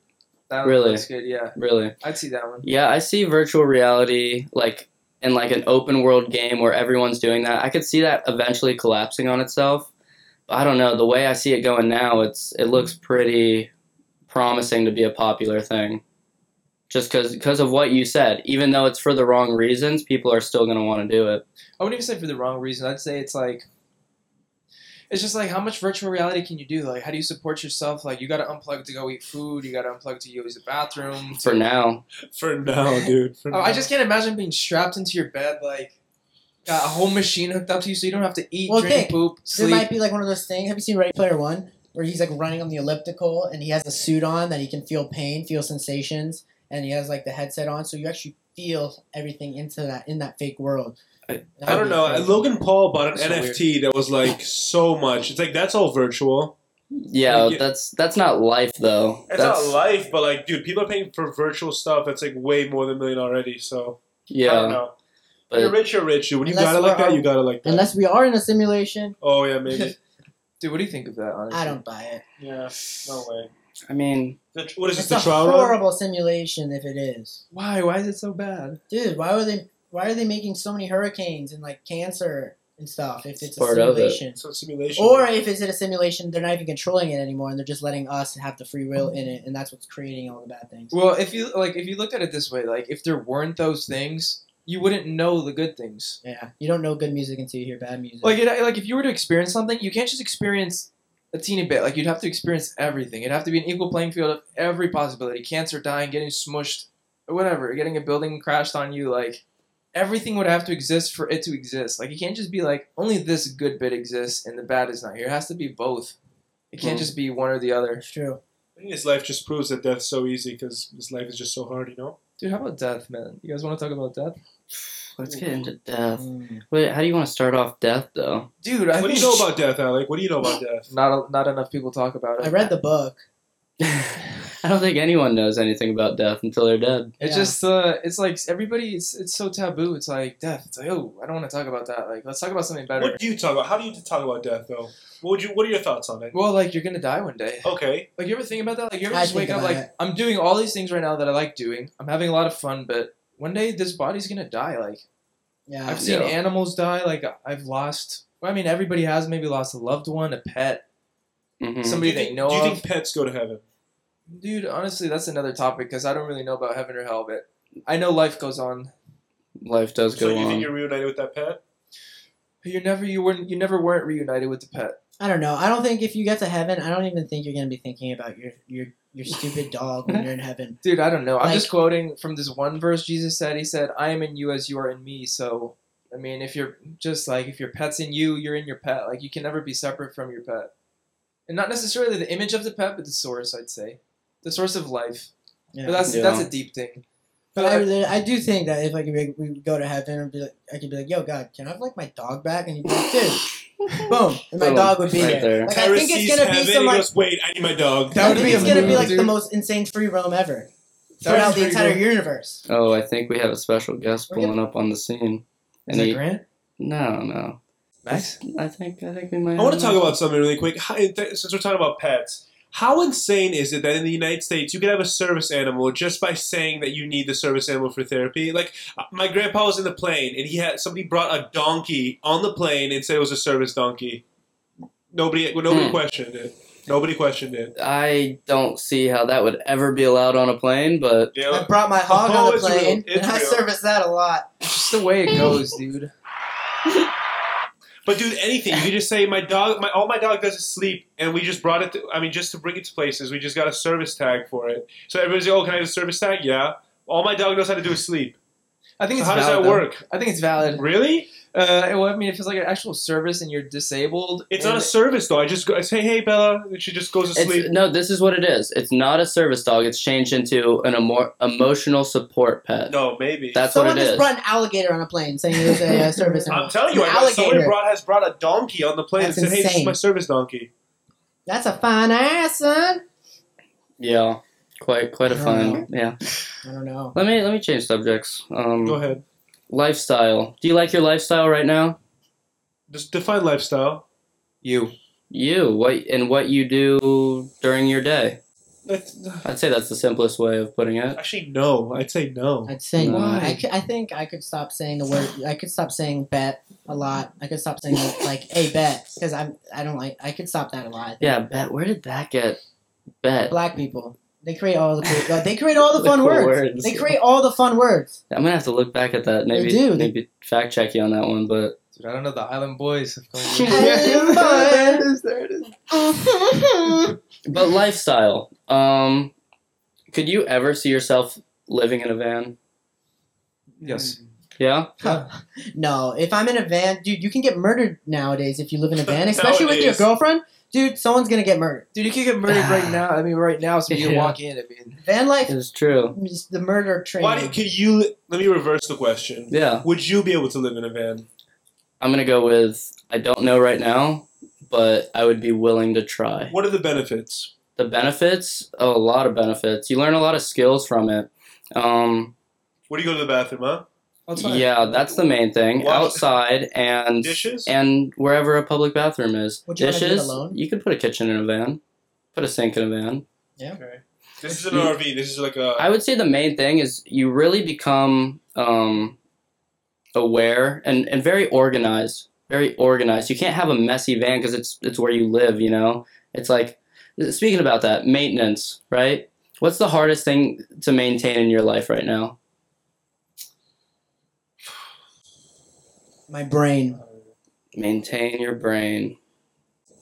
Speaker 2: That
Speaker 5: Really?
Speaker 2: That's good. Yeah,
Speaker 5: Really.
Speaker 2: I'd see that one.
Speaker 5: Yeah, I see virtual reality like in like an open world game where everyone's doing that. I could see that eventually collapsing on itself. I don't know. The way I see it going now, it's it looks pretty promising to be a popular thing. Just because of what you said, even though it's for the wrong reasons, people are still going to want to do it.
Speaker 2: I wouldn't even say for the wrong reason. I'd say it's like. it's just like how much virtual reality can you do? Like, how do you support yourself? Like, you got to unplug to go eat food. You got to unplug to use the bathroom.
Speaker 5: for now.
Speaker 4: For now, dude. For
Speaker 2: Oh, I
Speaker 4: now.
Speaker 2: just can't imagine being strapped into your bed like got a whole machine hooked up to you, so you don't have to eat,
Speaker 1: Well,
Speaker 2: drink,
Speaker 1: think,
Speaker 2: poop,
Speaker 1: It
Speaker 2: sleep.
Speaker 1: might be like one of those things. Have you seen Ready Player One, where he's like running on the elliptical and he has a suit on that he can feel pain, feel sensations, and he has like the headset on, so you actually feel everything into that in that fake world.
Speaker 5: I-
Speaker 1: That
Speaker 4: I
Speaker 1: would
Speaker 4: don't
Speaker 1: be
Speaker 4: know.
Speaker 1: crazy.
Speaker 4: Logan Paul bought an
Speaker 2: So
Speaker 4: NFT that was like so much. It's like that's all virtual.
Speaker 5: Yeah,
Speaker 4: Like, yeah.
Speaker 5: that's that's not life though.
Speaker 4: It's
Speaker 5: that's
Speaker 4: not life, but like, dude, people are paying for virtual stuff that's like way more than a million already. So I don't
Speaker 5: yeah,
Speaker 4: know. When you're
Speaker 5: but
Speaker 4: rich, you're rich. Dude. When you
Speaker 1: Unless
Speaker 4: got it
Speaker 1: we're
Speaker 4: like that,
Speaker 1: all-
Speaker 4: you got it like that.
Speaker 1: Unless we are in a simulation,
Speaker 4: oh yeah, maybe.
Speaker 2: Dude, what do you think of that? Honestly?
Speaker 1: I don't buy it.
Speaker 4: yeah, no way.
Speaker 5: I mean,
Speaker 4: The, what is
Speaker 1: It's
Speaker 4: this?
Speaker 1: a
Speaker 4: The trial run?
Speaker 1: horrible simulation if it is.
Speaker 2: Why? Why is it so bad?
Speaker 1: Dude, why are they why are they making so many hurricanes and like cancer and stuff if it's a
Speaker 5: Part of it.
Speaker 1: simulation?
Speaker 4: It's a simulation.
Speaker 1: Or if it's in a simulation, they're not even controlling it anymore, and they're just letting us have the free will in it, and that's what's creating all the bad things.
Speaker 2: Well, if you like, if you looked at it this way, like if there weren't those things, you wouldn't know the good things.
Speaker 1: Yeah, you don't know good music until you hear bad music.
Speaker 2: Like, it, like if you were to experience something, you can't just experience a teeny bit. Like you'd have to experience everything. It'd have to be an equal playing field of every possibility: cancer, dying, getting smushed, whatever, getting a building crashed on you. Like everything would have to exist for it to exist. Like you can't just be like only this good bit exists and the bad is not here. It has to be both. It can't
Speaker 4: Mm-hmm.
Speaker 5: Mhm.
Speaker 2: just be one or the other.
Speaker 1: it's true.
Speaker 4: I think this life just proves that death's so easy because this life is just so hard, you know.
Speaker 2: Dude, how about death, man? You guys want to talk about death?
Speaker 5: let's get into death.
Speaker 1: Mm.
Speaker 5: Wait, how do you want to start off death though?
Speaker 2: Dude, I
Speaker 4: What do
Speaker 2: think
Speaker 4: you know about death, Alec? What do you know about death?
Speaker 2: Not not enough people talk about it.
Speaker 1: I read the book.
Speaker 5: I don't think anyone knows anything about death until they're dead.
Speaker 2: It's
Speaker 1: Yeah.
Speaker 2: just uh, it's like everybody. It's, it's so taboo. It's like death. It's like oh, I don't want to talk about that. Like let's talk about something better.
Speaker 4: What do you talk about? How do you talk about death, though? What would you? What are your thoughts on it?
Speaker 2: Well, like you're gonna die one day.
Speaker 4: Okay,
Speaker 2: Like you ever think about that? Like you ever
Speaker 1: I
Speaker 2: just
Speaker 1: think
Speaker 2: wake up
Speaker 1: about
Speaker 2: like
Speaker 1: it.
Speaker 2: I'm doing all these things right now that I like doing. I'm having a lot of fun, but one day this body's gonna die. Like
Speaker 1: Yeah,
Speaker 2: I've seen
Speaker 5: Yeah.
Speaker 2: animals die. Like I've lost. Well, I mean, everybody has maybe lost a loved one, a pet,
Speaker 5: Mhm.
Speaker 2: somebody
Speaker 4: do you
Speaker 2: they
Speaker 4: think,
Speaker 2: know
Speaker 4: Do you
Speaker 2: of.
Speaker 4: think pets go to heaven?
Speaker 2: Dude, honestly, that's another topic because I don't really know about heaven or hell, but I know life goes on.
Speaker 5: Life does go
Speaker 4: So you think
Speaker 5: on.
Speaker 4: you're reunited with that pet?
Speaker 2: You never, you weren't, you never weren't reunited with the pet.
Speaker 1: I don't know. I don't think if you get to heaven, I don't even think you're gonna be thinking about your your your stupid dog when you're in heaven.
Speaker 2: Dude, I don't know. I'm
Speaker 1: Like-
Speaker 2: just quoting from this one verse Jesus said. He said, "I am in you as you are in me." So, I mean, if you're just like if your pet's in you, you're in your pet. Like you can never be separate from your pet, and not necessarily the image of the pet, but the source. I'd say, the source of life.
Speaker 1: Yeah.
Speaker 2: But that's
Speaker 5: Yeah.
Speaker 2: that's a deep thing.
Speaker 1: But I, really- I do think that if I could be, we would go to heaven and be like, I could be like, "Yo, God, can I have like my dog back?" And you'd be like, "Dude, boom!" And my
Speaker 5: Boom.
Speaker 1: dog would be
Speaker 5: Right there.
Speaker 1: there. Like, I think
Speaker 4: Terror sees
Speaker 1: it's gonna
Speaker 4: heaven
Speaker 1: be
Speaker 4: and
Speaker 1: some like
Speaker 4: goes, Wait, I need my dog.
Speaker 2: That
Speaker 1: I
Speaker 2: would
Speaker 1: think
Speaker 2: be
Speaker 1: it's gonna be
Speaker 2: amazing,
Speaker 1: like the
Speaker 2: dude.
Speaker 1: most insane free roam ever
Speaker 2: That would
Speaker 1: throughout
Speaker 2: be
Speaker 1: the
Speaker 2: pretty
Speaker 1: entire
Speaker 2: cool.
Speaker 1: universe.
Speaker 5: Oh, I think we have a special guest
Speaker 1: We're gonna-
Speaker 5: pulling up on the scene.
Speaker 2: Is
Speaker 5: And
Speaker 2: that
Speaker 5: he-
Speaker 2: Grant?
Speaker 5: No, no.
Speaker 2: Max?
Speaker 5: I think I think we might.
Speaker 4: I want to
Speaker 5: have
Speaker 4: talk
Speaker 5: him.
Speaker 4: about something really quick. How, eh, since we're talking about pets, how insane is it that in the United States you could have a service animal just by saying that you need the service animal for therapy? Like uh, my grandpa was in the plane and he had somebody brought a donkey on the plane and said it was a service donkey. Nobody, nobody
Speaker 5: Hmm.
Speaker 4: questioned it. Nobody questioned it.
Speaker 5: I don't see how that would ever be allowed on a plane, but
Speaker 4: Yeah.
Speaker 1: I brought my hog
Speaker 4: Oh,
Speaker 1: on the
Speaker 4: it's real.
Speaker 1: plane,
Speaker 4: It's
Speaker 1: and I
Speaker 4: real.
Speaker 1: service that a lot.
Speaker 2: Just the way it goes, dude.
Speaker 4: But dude, anything you could just say my dog, my all my dog does is sleep, and we just brought it. To, I mean, just to bring it to places, we just got a service tag for it. So everybody's like, "Oh, can I have a service tag?" Yeah. All my dog knows how to do is sleep.
Speaker 2: I think
Speaker 4: So
Speaker 2: it's
Speaker 4: how does
Speaker 2: valid,
Speaker 4: that
Speaker 2: though.
Speaker 4: work?
Speaker 2: I think it's valid.
Speaker 4: Really?
Speaker 2: Uh, well, I mean, if it's like an actual service and you're disabled,
Speaker 4: It's
Speaker 2: and-
Speaker 4: not a service though. I just go, I say, "Hey, Bella," and she just goes to
Speaker 5: it's
Speaker 4: sleep.
Speaker 5: no. This is what it is. It's not a service dog. It's changed into an emo- emotional support pet.
Speaker 4: No, maybe.
Speaker 5: That's
Speaker 1: Someone
Speaker 5: what it
Speaker 1: just
Speaker 5: is.
Speaker 1: brought an alligator on a plane saying it was a uh, service
Speaker 4: I'm
Speaker 1: animal.
Speaker 4: telling you, I
Speaker 1: An
Speaker 4: got, someone
Speaker 1: alligator.
Speaker 4: brought has brought a donkey on the plane
Speaker 1: That's
Speaker 4: and said, "Hey, this is
Speaker 1: insane.
Speaker 4: my service donkey."
Speaker 1: That's a fine ass, son.
Speaker 5: Yeah, quite quite a
Speaker 1: I don't
Speaker 5: fun.
Speaker 1: know.
Speaker 5: Yeah.
Speaker 1: I don't know.
Speaker 5: Let me let me change subjects. Um,
Speaker 4: Go ahead.
Speaker 5: Lifestyle. Do you like your lifestyle right now?
Speaker 4: Just define lifestyle.
Speaker 2: you.
Speaker 5: You what and what you do during your day.
Speaker 4: That's,
Speaker 5: I'd say that's the simplest way of putting it.
Speaker 4: actually, no. I'd say no.
Speaker 1: I'd say
Speaker 5: Why?
Speaker 1: I, cou- I think I could stop saying the word. I could stop saying bet a lot. I could stop saying like a bet because I'm I don't like. I could stop that a lot.
Speaker 5: Yeah, bet. Where did that get? Bet.
Speaker 1: Black people. They create all the cool, they create all the fun
Speaker 5: The cool
Speaker 1: words.
Speaker 5: words.
Speaker 1: They create all the fun words.
Speaker 5: I'm gonna have to look back at that. Maybe
Speaker 1: do. They-
Speaker 5: maybe fact check you on that one, but
Speaker 2: Dude, I don't know. The Island Boys have come.
Speaker 1: Island
Speaker 2: there it is. There it is.
Speaker 5: But lifestyle. Um, could you ever see yourself living in a van?
Speaker 2: Yes.
Speaker 5: Yeah.
Speaker 1: No, if I'm in a van, dude, you can get murdered nowadays if you live in a van, especially with your
Speaker 4: Nowadays.
Speaker 1: girlfriend. Dude, someone's gonna get murdered.
Speaker 2: Dude, you could get murdered right now. I mean, right now, so you
Speaker 5: Ah. Yeah.
Speaker 2: walk in. I mean,
Speaker 1: Van life,
Speaker 5: It's true.
Speaker 1: just the murder train.
Speaker 4: Why do, could you? Let me reverse the question.
Speaker 5: Yeah.
Speaker 4: Would you be able to live in a van?
Speaker 5: I'm gonna go with I don't know right now, but I would be willing to try.
Speaker 4: What are the benefits?
Speaker 5: The benefits, a lot of benefits. You learn a lot of skills from it. Um,
Speaker 4: Where do you go to the bathroom? Huh?
Speaker 2: outside.
Speaker 5: yeah, that's the main thing.
Speaker 4: Wash-
Speaker 5: Outside and
Speaker 4: Dishes.
Speaker 5: and wherever a public bathroom is.
Speaker 1: Would you wanna do it
Speaker 5: Dishes.
Speaker 1: alone?
Speaker 5: You could put a kitchen in a van. Put a sink in a van.
Speaker 2: Okay.
Speaker 4: This is an RV. This is like a.
Speaker 5: I would say the main thing is you really become um, aware and, and very organized. Very organized. You can't have a messy van because it's it's where you live. You know, it's like speaking about that maintenance, right? What's the hardest thing to maintain in your life right now?
Speaker 1: My brain.
Speaker 5: Maintain your brain.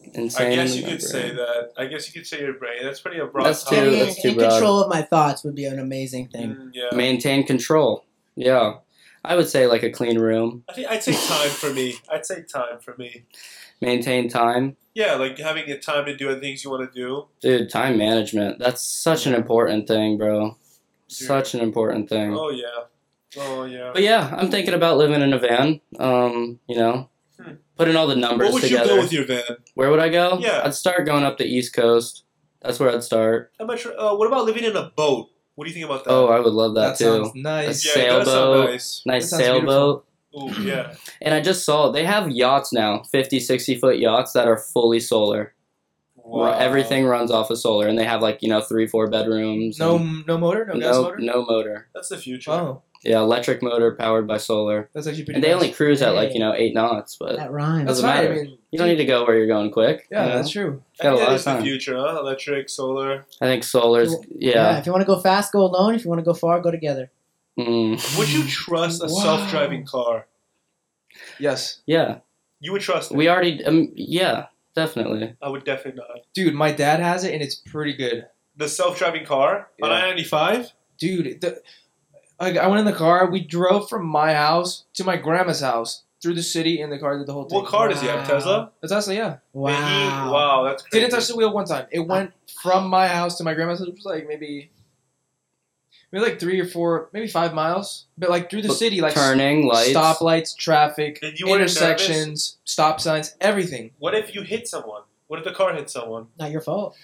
Speaker 4: I
Speaker 5: Insane
Speaker 4: guess
Speaker 5: in
Speaker 4: you
Speaker 5: my
Speaker 4: could say
Speaker 5: brain.
Speaker 4: that. I guess you could say your brain. That's pretty a broad
Speaker 5: That's
Speaker 2: Oh,
Speaker 5: too-
Speaker 4: topic.
Speaker 1: Being
Speaker 5: that's too
Speaker 1: in
Speaker 5: broad.
Speaker 1: control of my thoughts would be an amazing thing.
Speaker 4: Mm, yeah.
Speaker 5: Maintain control. Yeah, I would say like a clean room.
Speaker 4: I think I'd say time for me. I'd say time for me.
Speaker 5: Maintain time.
Speaker 4: Yeah, like having the time to do the things you want to do.
Speaker 5: Dude, time management. That's such an important thing, bro. Such an important thing.
Speaker 4: Oh yeah. Oh yeah.
Speaker 5: But yeah, I'm thinking about living in a van. Um, you know,
Speaker 4: Hmm.
Speaker 5: putting all the numbers
Speaker 4: Where would
Speaker 5: together.
Speaker 4: you go with your van?
Speaker 5: Where would I go?
Speaker 4: Yeah.
Speaker 5: I'd start going up the East Coast. That's where I'd start.
Speaker 4: How much? Uh, what about living in a boat? What do you think about that?
Speaker 5: Oh, I would love
Speaker 2: That
Speaker 5: that, too.
Speaker 2: sounds nice.
Speaker 4: yeah, it does sound
Speaker 5: sailboat.
Speaker 4: nice.
Speaker 5: Nice
Speaker 2: That sounds
Speaker 5: sailboat.
Speaker 4: Ooh, yeah.
Speaker 5: And I just saw they have yachts now, 50, 60 foot yachts that are fully solar. Where
Speaker 4: Wow.
Speaker 5: Everything runs off of solar, and they have like you know three, four bedrooms.
Speaker 2: No,
Speaker 5: and
Speaker 2: no motor, no, gas
Speaker 5: no,
Speaker 2: motor.
Speaker 5: no motor.
Speaker 4: That's the future.
Speaker 2: Oh,
Speaker 5: Yeah, electric motor powered by solar.
Speaker 2: that's actually pretty.
Speaker 5: And they
Speaker 2: nice.
Speaker 5: only cruise at like you know eight knots, but
Speaker 1: That rhymes.
Speaker 2: That's
Speaker 5: doesn't
Speaker 2: right. I
Speaker 5: matter.
Speaker 2: mean,
Speaker 5: You don't need to go where you're going quick.
Speaker 2: yeah,
Speaker 5: you know?
Speaker 2: that's true.
Speaker 4: I
Speaker 5: Got a lot
Speaker 4: think that
Speaker 5: of
Speaker 4: is the
Speaker 5: time.
Speaker 4: future, huh? Electric, solar.
Speaker 5: I think solar's
Speaker 1: Well,
Speaker 5: yeah.
Speaker 1: If you want to go fast, go alone. If you want to go far, go together.
Speaker 5: Mm,
Speaker 4: Would you trust a
Speaker 1: Wow.
Speaker 4: self-driving car?
Speaker 2: Yes,
Speaker 5: yeah.
Speaker 4: You would trust it.
Speaker 5: We already um, yeah, definitely.
Speaker 4: I would definitely not.
Speaker 2: dude, my dad has it, and it's pretty good.
Speaker 4: The self-driving car on
Speaker 2: Yeah.
Speaker 4: I-95.
Speaker 2: Dude, the, I, I went in the car. We drove from my house to my grandma's house through the city in the car. Did the whole thing.
Speaker 4: What car does he have?
Speaker 1: Wow.
Speaker 4: Tesla.
Speaker 2: It's honestly, yeah.
Speaker 1: Wow.
Speaker 4: He- wow, that's crazy.
Speaker 2: Didn't touch the wheel one time. It went from my house to my grandma's house, which was like maybe, maybe like three or four, maybe five miles, but like through the
Speaker 5: But
Speaker 2: city, like
Speaker 5: Turning lights.
Speaker 2: stoplights, traffic,
Speaker 4: And you weren't
Speaker 2: intersections, stop signs, everything.
Speaker 4: What if you hit someone? What if the car hit someone?
Speaker 1: Not your fault.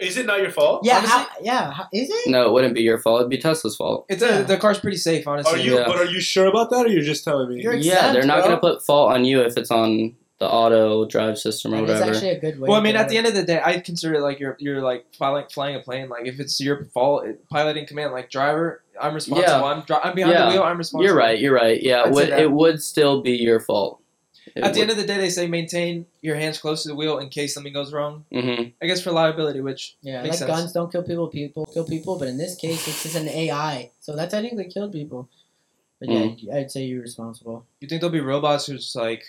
Speaker 4: Is it not your fault?
Speaker 1: Yeah.
Speaker 2: Honestly-
Speaker 1: How, yeah. How, is it?
Speaker 5: No, it wouldn't be your fault. It'd be Tesla's fault.
Speaker 2: It's a, the car's pretty safe, honestly.
Speaker 4: Are you?
Speaker 5: Yeah.
Speaker 4: But are you sure about that, or you're just telling me?
Speaker 1: You're
Speaker 5: yeah,
Speaker 1: exempt,
Speaker 5: they're not
Speaker 1: bro.
Speaker 5: gonna put fault on you if it's on the auto drive system or
Speaker 1: That is
Speaker 5: whatever.
Speaker 1: actually a good way.
Speaker 2: Well, I mean,
Speaker 1: to
Speaker 2: at the end of the day, I consider it like you're you're like flying flying a plane. Like if it's your fault, it, pilot in command, like driver, I'm responsible.
Speaker 5: Yeah.
Speaker 2: I'm, dri- I'm behind
Speaker 5: Yeah.
Speaker 2: the wheel. I'm responsible.
Speaker 5: you're right. You're right. Yeah,
Speaker 2: I'd
Speaker 5: it
Speaker 2: say
Speaker 5: would,
Speaker 2: that.
Speaker 5: it would still be your fault.
Speaker 2: At the end of the day, they say maintain your hands close to the wheel in case something goes wrong.
Speaker 5: hmm
Speaker 2: I guess for liability, which
Speaker 1: Yeah, like
Speaker 2: Makes sense.
Speaker 1: guns don't kill people, people kill people, but in this case, it's just an AI, so that technically killed people. But yeah,
Speaker 5: Mm.
Speaker 1: I'd say you're responsible.
Speaker 2: you think there'll be robots who's just like,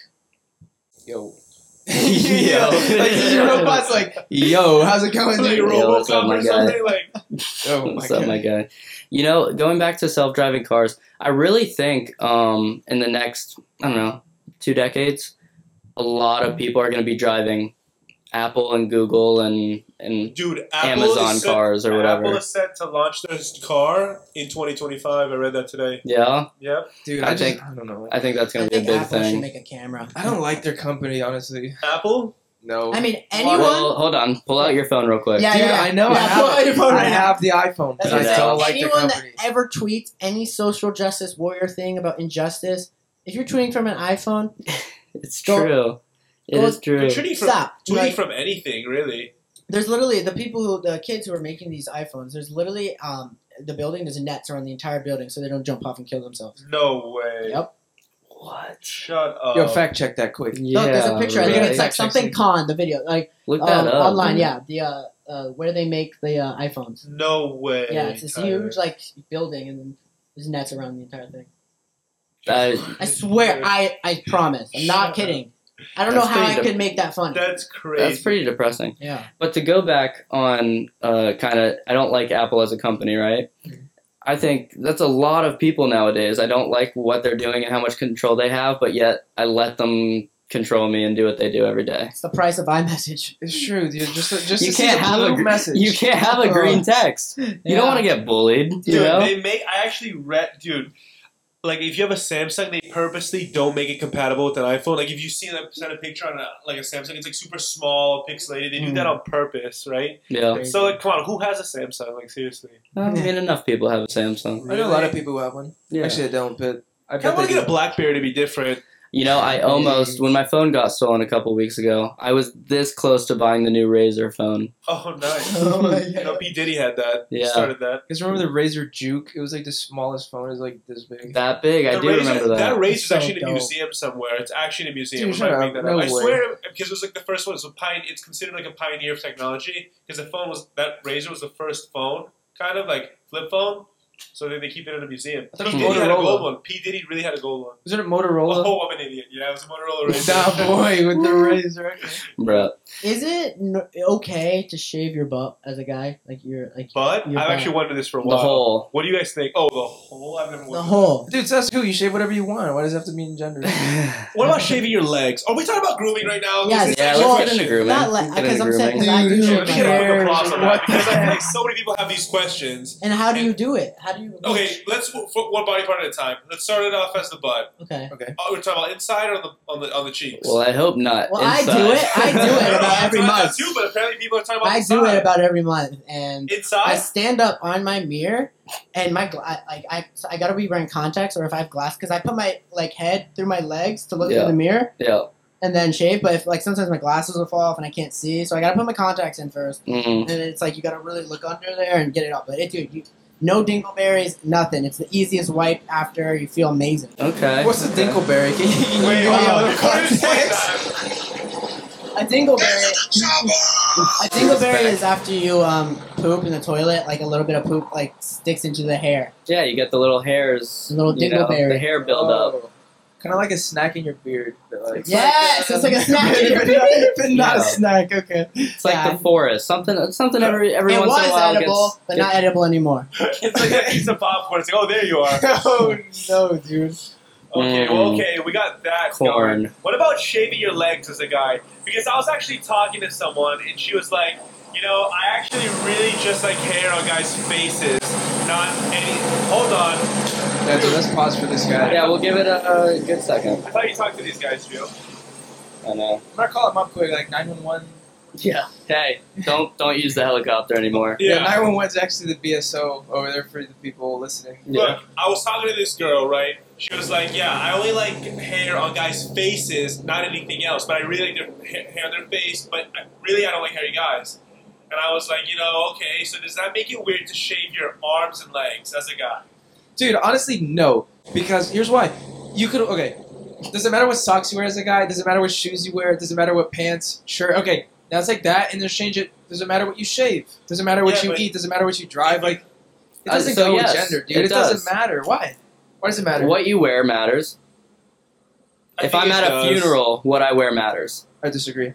Speaker 2: yo.
Speaker 5: Yo.
Speaker 2: like your robots like
Speaker 5: mm-hmm.
Speaker 2: yo how's it going
Speaker 4: Like
Speaker 2: dude?
Speaker 5: Yo, what's up,
Speaker 4: RoboCop
Speaker 5: my
Speaker 4: or
Speaker 5: guy?
Speaker 4: something like.
Speaker 2: oh my
Speaker 5: What's up,
Speaker 2: god
Speaker 5: my guy? You know, going back to self-driving cars, I really think um, in the next, I don't know, two decades, a lot of people are going to be driving Apple and Google and and
Speaker 4: Dude, Apple
Speaker 5: Amazon
Speaker 4: is set,
Speaker 5: cars or
Speaker 4: Apple
Speaker 5: whatever.
Speaker 4: is set to launch their car in 2025. I read that today.
Speaker 5: Yeah,
Speaker 4: Yep.
Speaker 2: dude
Speaker 5: I
Speaker 2: I, just,
Speaker 5: think-
Speaker 2: I don't know
Speaker 5: I think that's
Speaker 1: I
Speaker 5: going to be a
Speaker 1: think
Speaker 5: big
Speaker 1: Apple should
Speaker 5: thing.
Speaker 1: make a camera.
Speaker 2: I don't like their company honestly
Speaker 4: Apple.
Speaker 2: no
Speaker 1: I mean, anyone.
Speaker 5: Well, hold on, pull out your phone real quick.
Speaker 1: Yeah,
Speaker 2: Dude,
Speaker 1: yeah, yeah.
Speaker 2: I know. I
Speaker 1: Yeah,
Speaker 2: have,
Speaker 1: pull out your phone
Speaker 2: I
Speaker 1: right now.
Speaker 2: have the iPhone,
Speaker 1: That's
Speaker 2: but
Speaker 5: what
Speaker 2: I
Speaker 5: I'm
Speaker 2: don't
Speaker 5: saying.
Speaker 2: like the
Speaker 1: anyone that
Speaker 2: company.
Speaker 1: ever tweets any social justice warrior thing about injustice, if you're tweeting from an iPhone,
Speaker 5: It's
Speaker 1: Go-
Speaker 5: true. It
Speaker 1: go-
Speaker 5: is true.
Speaker 4: Tweeting from,
Speaker 1: stop.
Speaker 4: tweeting
Speaker 1: Like,
Speaker 4: from anything, really.
Speaker 1: There's literally the people who the kids who are making these iPhones. There's literally um the building. There's nets around the entire building, so they don't jump off and kill themselves.
Speaker 4: No way.
Speaker 1: Yep.
Speaker 5: What?
Speaker 4: Shut up.
Speaker 2: Yo, fact check that quick.
Speaker 5: Yeah,
Speaker 1: Look, there's a picture. I think
Speaker 5: right.
Speaker 1: it's like
Speaker 2: Fact
Speaker 1: something
Speaker 2: checking.
Speaker 1: con the video, like
Speaker 5: Look that
Speaker 1: um,
Speaker 5: up.
Speaker 1: online. Yeah, the uh, uh where they make the uh, iPhones.
Speaker 4: No way.
Speaker 1: Yeah, it's this
Speaker 4: Tyler.
Speaker 1: huge like building, and there's nets around the entire thing.
Speaker 5: Uh,
Speaker 1: I swear, I I promise. I'm not kidding. I don't know
Speaker 5: That's
Speaker 1: how I
Speaker 5: pretty
Speaker 1: could make that funny.
Speaker 7: That's crazy.
Speaker 5: that's pretty depressing.
Speaker 1: Yeah.
Speaker 5: But to go back on uh, kind of, I don't like Apple as a company, right? I think that's a lot of people nowadays. I don't like what they're doing and how much control they have, but yet I let them control me and do what they do every day.
Speaker 1: It's the price of iMessage.
Speaker 2: It's true, dude. Just a, just
Speaker 5: You
Speaker 2: to see
Speaker 5: can't
Speaker 2: the
Speaker 5: have a
Speaker 2: blue
Speaker 5: gr-
Speaker 2: message.
Speaker 5: You can't have a green text. You don't want to get bullied, you
Speaker 7: Dude,
Speaker 5: know?
Speaker 7: they make. I actually read, dude.
Speaker 4: like if you have a Samsung, they purposely don't make it compatible with an iPhone. Like if you see them send a picture on a, like a Samsung, it's like super small, pixelated. They do
Speaker 2: Hmm.
Speaker 4: that on purpose, right?
Speaker 5: Yeah.
Speaker 4: So like, come on, who has a Samsung? Like seriously,
Speaker 5: I mean, enough people have a Samsung.
Speaker 2: I know a lot of people who have one.
Speaker 5: Yeah.
Speaker 2: Actually, I don't, but I
Speaker 4: I
Speaker 2: bet
Speaker 4: want
Speaker 2: they
Speaker 4: to
Speaker 2: do.
Speaker 4: get a BlackBerry to be different.
Speaker 5: You know, I almost when my phone got stolen a couple weeks ago, I was this close to buying the new Razor phone.
Speaker 4: Oh, nice.
Speaker 1: Oh my
Speaker 4: You know,
Speaker 1: God.
Speaker 4: P Diddy had that.
Speaker 5: Yeah.
Speaker 4: started that.
Speaker 2: Because remember the Razor Juke? It was like the smallest phone. It was like this big.
Speaker 5: That big, I
Speaker 4: The
Speaker 5: do
Speaker 4: razor,
Speaker 5: remember that.
Speaker 4: razor's
Speaker 1: So
Speaker 4: actually in a
Speaker 1: dope.
Speaker 4: museum somewhere. It's actually in a museum.
Speaker 2: Dude,
Speaker 4: we
Speaker 2: shut
Speaker 4: might
Speaker 2: up.
Speaker 4: make that
Speaker 2: No
Speaker 4: up. I
Speaker 2: way.
Speaker 4: swear, because it was like the first one. So pine, it's considered like a pioneer of technology because the phone was that razor was the first phone, kind of like flip phone. So they, they keep it in a museum.
Speaker 2: I
Speaker 4: P
Speaker 2: thought it was
Speaker 4: Diddy had a
Speaker 2: Motorola.
Speaker 4: gold one. P Diddy really had a gold one.
Speaker 2: Was it a Motorola?
Speaker 4: Oh, I'm an idiot. Yeah, it was a Motorola razor.
Speaker 2: that boy with the razor.
Speaker 5: Bruh.
Speaker 1: Is it n- okay to shave your butt as a guy? Like you're like
Speaker 4: But
Speaker 1: You're
Speaker 4: I've
Speaker 1: back.
Speaker 4: actually wondered this for a
Speaker 5: The
Speaker 4: while.
Speaker 5: whole.
Speaker 4: What do you guys think? Oh, the whole. I've never
Speaker 1: the
Speaker 4: wondered
Speaker 1: whole.
Speaker 2: Dude, so that's cool. You shave whatever you want. Why does it have to mean gender?
Speaker 4: that. What about shaving your legs? Are we talking about grooming right now?
Speaker 1: Yes.
Speaker 4: This is
Speaker 5: Yeah,
Speaker 4: actually
Speaker 1: Well,
Speaker 5: let's
Speaker 4: my
Speaker 5: get into
Speaker 4: shit.
Speaker 5: grooming.
Speaker 1: Not
Speaker 5: Let's
Speaker 1: like
Speaker 5: get
Speaker 1: because
Speaker 5: into
Speaker 1: I'm saying
Speaker 5: grooming.
Speaker 1: because I do
Speaker 2: Dude,
Speaker 1: shave
Speaker 4: Let me get a round of
Speaker 1: my
Speaker 4: applause on that
Speaker 1: hair.
Speaker 4: because like, like, so many people have these questions.
Speaker 1: And how do you do it? How do you?
Speaker 4: Okay, let's for one body part at a time. Let's start it off as the butt.
Speaker 1: Okay.
Speaker 4: Oh, we're talking about inside or on the on the on the cheeks.
Speaker 5: Well, I hope not.
Speaker 1: Well, I
Speaker 5: Inside.
Speaker 1: do it. I do
Speaker 4: No, no,
Speaker 1: it about
Speaker 4: that's
Speaker 1: every
Speaker 4: what I
Speaker 1: month.
Speaker 4: thought Too, but apparently people are talking about
Speaker 1: I
Speaker 4: inside.
Speaker 1: do it about every month, and I
Speaker 4: inside.
Speaker 1: stand up on my mirror, and my gla- I- like I I gotta be wearing contacts or if I have glass because I put my like head through my legs to look
Speaker 5: Yeah.
Speaker 1: in the mirror
Speaker 5: Yeah.
Speaker 1: and then shave. But if like sometimes my glasses will fall off and I can't see, so I gotta put my contacts in first,
Speaker 5: Mm.
Speaker 1: and it's like you gotta really look under there and get it up. But it, dude, you, no dingleberries, nothing. It's the easiest wipe after. You feel amazing.
Speaker 5: Okay.
Speaker 2: What's a Dinkleberry? Can you-
Speaker 4: Wait,
Speaker 1: Wow.
Speaker 4: hold on.
Speaker 1: Wow.
Speaker 4: What is that?
Speaker 1: A dingleberry. A dingleberry is after you um, poop in the toilet, like a little bit of poop like sticks into the hair.
Speaker 5: Yeah, you get the little hairs.
Speaker 1: Little Oh,
Speaker 5: you know,
Speaker 1: dingleberry.
Speaker 5: the hair buildup.
Speaker 2: Kind of Oh. like a snack in your beard. But like, um,
Speaker 1: Yes, it's like a snack in your beard.
Speaker 2: but not
Speaker 5: Yeah.
Speaker 2: a snack. Okay.
Speaker 5: It's like
Speaker 1: Yeah.
Speaker 5: the forest. Something. Something every every
Speaker 1: it
Speaker 5: once
Speaker 1: was
Speaker 5: in a while
Speaker 1: edible,
Speaker 5: gets.
Speaker 1: but
Speaker 5: gets-
Speaker 1: not edible anymore.
Speaker 4: It's like a piece of popcorn. It's like, oh, there you are.
Speaker 2: oh no, dude.
Speaker 4: Okay, well, okay, we got that. going.
Speaker 5: Mm. corn.
Speaker 4: What about shaving your legs as a guy? Because I was actually talking to someone and she was like, you know, I actually really just like hair on guys' faces, not any. Hold on,
Speaker 2: Yeah, dude, let's pause for this guy.
Speaker 5: Yeah, we'll give it a, a good second.
Speaker 4: I thought you talked to these guys, Joe.
Speaker 5: I know.
Speaker 2: I'm gonna call him up quick, like 911.
Speaker 5: Yeah. Hey, don't don't use the helicopter anymore.
Speaker 2: Yeah, 911's actually the BSO over there for the people listening.
Speaker 5: Yeah.
Speaker 4: Look, I was talking to this girl, right? She was like, "Yeah, I only like hair on guys' faces, not anything else. But I really like their ha- hair on their face. But I, really, I don't like hairy guys." And I was like, "You know, okay. So does that make it weird to shave your arms and legs as a guy?"
Speaker 2: Dude, honestly, no. Because here's why. You could okay. Doesn't matter what socks you wear as a guy. Doesn't matter what shoes you wear. Doesn't matter what pants, shirt. Okay, now it's like that, and just change it. Doesn't matter what you shave. Doesn't matter what
Speaker 4: Yeah,
Speaker 2: you
Speaker 4: but-
Speaker 2: eat. Doesn't matter what you drive. Like it
Speaker 5: Uh,
Speaker 2: doesn't
Speaker 5: so
Speaker 2: go
Speaker 5: yes,
Speaker 2: with gender, dude.
Speaker 5: it
Speaker 2: It,
Speaker 5: does.
Speaker 2: doesn't matter. Why? Why does it matter?
Speaker 5: What you wear matters.
Speaker 4: I
Speaker 5: if
Speaker 4: think
Speaker 5: I'm
Speaker 4: it
Speaker 5: at a
Speaker 4: does.
Speaker 5: funeral, what I wear matters.
Speaker 2: I disagree.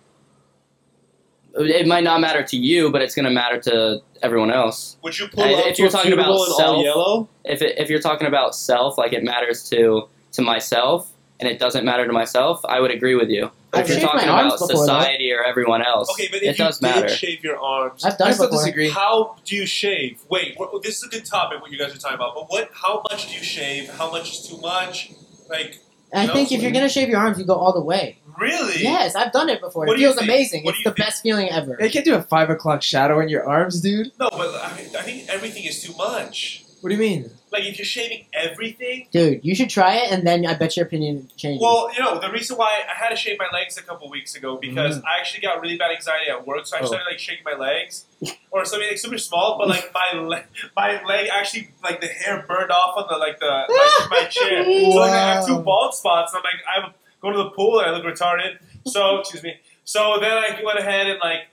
Speaker 5: It might not matter to you, but it's gonna matter to everyone else.
Speaker 4: would you pull
Speaker 5: Hey,
Speaker 4: up
Speaker 5: if
Speaker 4: to
Speaker 5: you're
Speaker 4: a
Speaker 5: talking about
Speaker 4: funeral in all
Speaker 5: self-
Speaker 4: yellow?
Speaker 5: if it, if you're talking about self, like it matters to to myself, and it doesn't matter to myself, I would agree with you. But
Speaker 1: I've
Speaker 5: if you're
Speaker 1: shaved
Speaker 5: talking
Speaker 1: my arms
Speaker 5: about
Speaker 1: before, though.
Speaker 5: society or everyone else,
Speaker 4: Okay, but if
Speaker 5: it
Speaker 4: you
Speaker 5: does
Speaker 4: did
Speaker 5: matter.
Speaker 4: shave your arms,
Speaker 1: I've done
Speaker 2: I
Speaker 1: it
Speaker 2: still
Speaker 1: before.
Speaker 2: disagree.
Speaker 4: how do you shave? Wait, wh- this is a good topic. What you guys are talking about, but what? How much do you shave? How much is too much? Like
Speaker 1: I think if you're gonna shave your arms, you go all the way.
Speaker 4: really?
Speaker 1: Yes, I've done it before.
Speaker 4: What
Speaker 1: it
Speaker 4: do you
Speaker 1: feels
Speaker 4: think?
Speaker 1: amazing.
Speaker 4: What
Speaker 1: it's
Speaker 4: do
Speaker 1: the
Speaker 4: you think?
Speaker 1: best feeling ever.
Speaker 2: They can't do a five o'clock shadow in your arms, dude.
Speaker 4: No, but I, I think everything is too much.
Speaker 2: What do you mean?
Speaker 4: Like if you're shaving everything.
Speaker 1: Dude, you should try it, and then I bet your opinion changes.
Speaker 4: Well, you know the reason why I had to shave my legs a couple weeks ago because
Speaker 1: Mm-hmm.
Speaker 4: I actually got really bad anxiety at work, so I
Speaker 2: Oh.
Speaker 4: started like shaking my legs, or something like super small, but like my le- my leg actually like the hair burned off on the like the my, my chair. So like I have
Speaker 1: Wow.
Speaker 4: two bald spots, and I'm like I go to the pool and I look retarded. So excuse me. So then I went ahead and like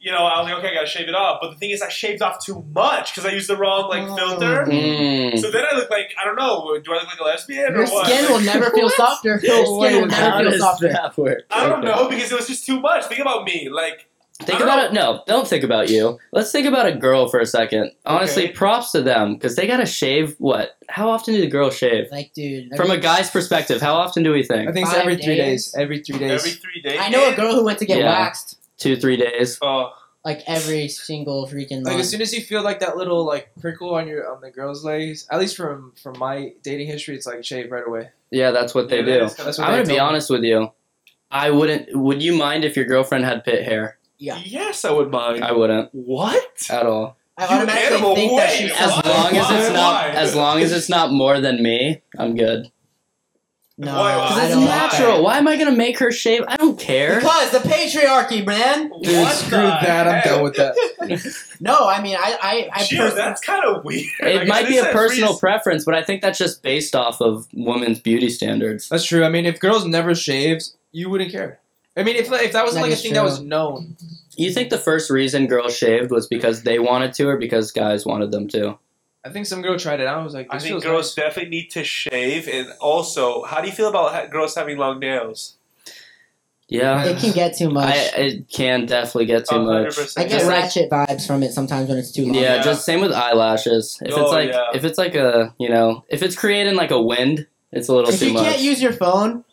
Speaker 4: you know, I was like, okay, I gotta shave it off. But the thing is, I shaved off too much because I used the wrong like
Speaker 1: Oh.
Speaker 4: filter.
Speaker 5: Mm.
Speaker 4: So then I look like I don't know. Do I look like a lesbian
Speaker 1: Your
Speaker 4: or what?
Speaker 1: skin will never feel
Speaker 5: What?
Speaker 1: softer. Your skin will
Speaker 5: How
Speaker 1: never feel
Speaker 5: does
Speaker 1: softer.
Speaker 5: that work?
Speaker 4: I don't
Speaker 5: Okay.
Speaker 4: know because it was just too much. Think about me, like
Speaker 5: Think
Speaker 4: I don't
Speaker 5: about it. No, don't think about you. Let's think about a girl for a second. Honestly,
Speaker 4: Okay.
Speaker 5: props to them because they gotta shave. What? How often do the girls shave?
Speaker 1: Like, dude.
Speaker 5: From a
Speaker 1: every-
Speaker 5: guy's perspective, how often do we
Speaker 2: I
Speaker 5: think?
Speaker 2: think it's
Speaker 1: Five
Speaker 2: every three
Speaker 1: days.
Speaker 2: days. Every three days.
Speaker 4: every three days.
Speaker 1: I know a girl who went to get
Speaker 5: Yeah.
Speaker 1: waxed
Speaker 5: Two, three days.
Speaker 4: Oh,
Speaker 1: like every single freaking
Speaker 2: like as
Speaker 1: month.
Speaker 2: soon as you feel like that little like prickle on your on the girl's legs, at least from from my dating history, it's like shave right away.
Speaker 5: Yeah, that's what they
Speaker 4: yeah,
Speaker 5: do.
Speaker 4: that is kinda-
Speaker 2: That's what
Speaker 5: I'm
Speaker 2: they
Speaker 5: gonna be
Speaker 2: tell me.
Speaker 5: honest with you. I wouldn't. Would you mind if your girlfriend had pit hair?
Speaker 1: Yeah.
Speaker 8: Yes, I would mind.
Speaker 5: I wouldn't
Speaker 8: what?
Speaker 5: at all.
Speaker 1: I
Speaker 4: You
Speaker 1: automatically
Speaker 4: animal,
Speaker 1: think that
Speaker 4: wait,
Speaker 1: she's
Speaker 5: As
Speaker 4: Why?
Speaker 5: long as it's
Speaker 4: Why?
Speaker 5: not,
Speaker 4: Why?
Speaker 5: as long as it's not more than me, I'm good.
Speaker 1: No,
Speaker 4: Why?
Speaker 1: Uh, I
Speaker 5: 'Cause
Speaker 4: Why?
Speaker 5: it's
Speaker 1: don't like
Speaker 5: natural.
Speaker 1: that.
Speaker 5: Why am I gonna make her shave? I don't care.
Speaker 1: Because the patriarchy, man.
Speaker 4: What
Speaker 2: Dude, screw
Speaker 4: the
Speaker 2: that. I'm
Speaker 4: heck?
Speaker 2: done with that.
Speaker 1: No, I mean, I, I, I
Speaker 4: Dude,
Speaker 1: pers-
Speaker 4: that's kind of weird.
Speaker 5: It
Speaker 4: Like,
Speaker 5: might
Speaker 4: is
Speaker 5: be
Speaker 4: this
Speaker 5: a
Speaker 4: that
Speaker 5: personal
Speaker 4: freeze-
Speaker 5: preference, but I think that's just based off of women's beauty standards.
Speaker 2: That's true. I mean, if girls never shaved, you wouldn't care. I mean, if if that
Speaker 1: That
Speaker 2: wasn't like a
Speaker 1: is
Speaker 2: thing that
Speaker 1: true.
Speaker 2: was known,
Speaker 5: You think the first reason girls shaved was because they wanted to or because guys wanted them to?
Speaker 2: I think some girl tried it out. and was like,
Speaker 8: I
Speaker 2: this
Speaker 8: think
Speaker 2: feels
Speaker 8: girls-
Speaker 4: definitely need to shave
Speaker 8: And also, how do you feel about ha- girls having long nails?
Speaker 5: Yeah.
Speaker 1: it can get too much.
Speaker 5: I,
Speaker 1: I,
Speaker 5: it can definitely get too much.
Speaker 4: 100%.
Speaker 1: get
Speaker 5: just like-
Speaker 1: ratchet vibes from it sometimes when it's too long.
Speaker 5: Oh, Yeah,
Speaker 4: Yeah.
Speaker 5: just same with eyelashes. If
Speaker 4: Oh,
Speaker 5: it's like
Speaker 4: yeah.
Speaker 5: if it's like a you know if it's creating like a wind, it's a little
Speaker 1: if
Speaker 5: too
Speaker 1: you
Speaker 5: much.
Speaker 1: can't use your phone,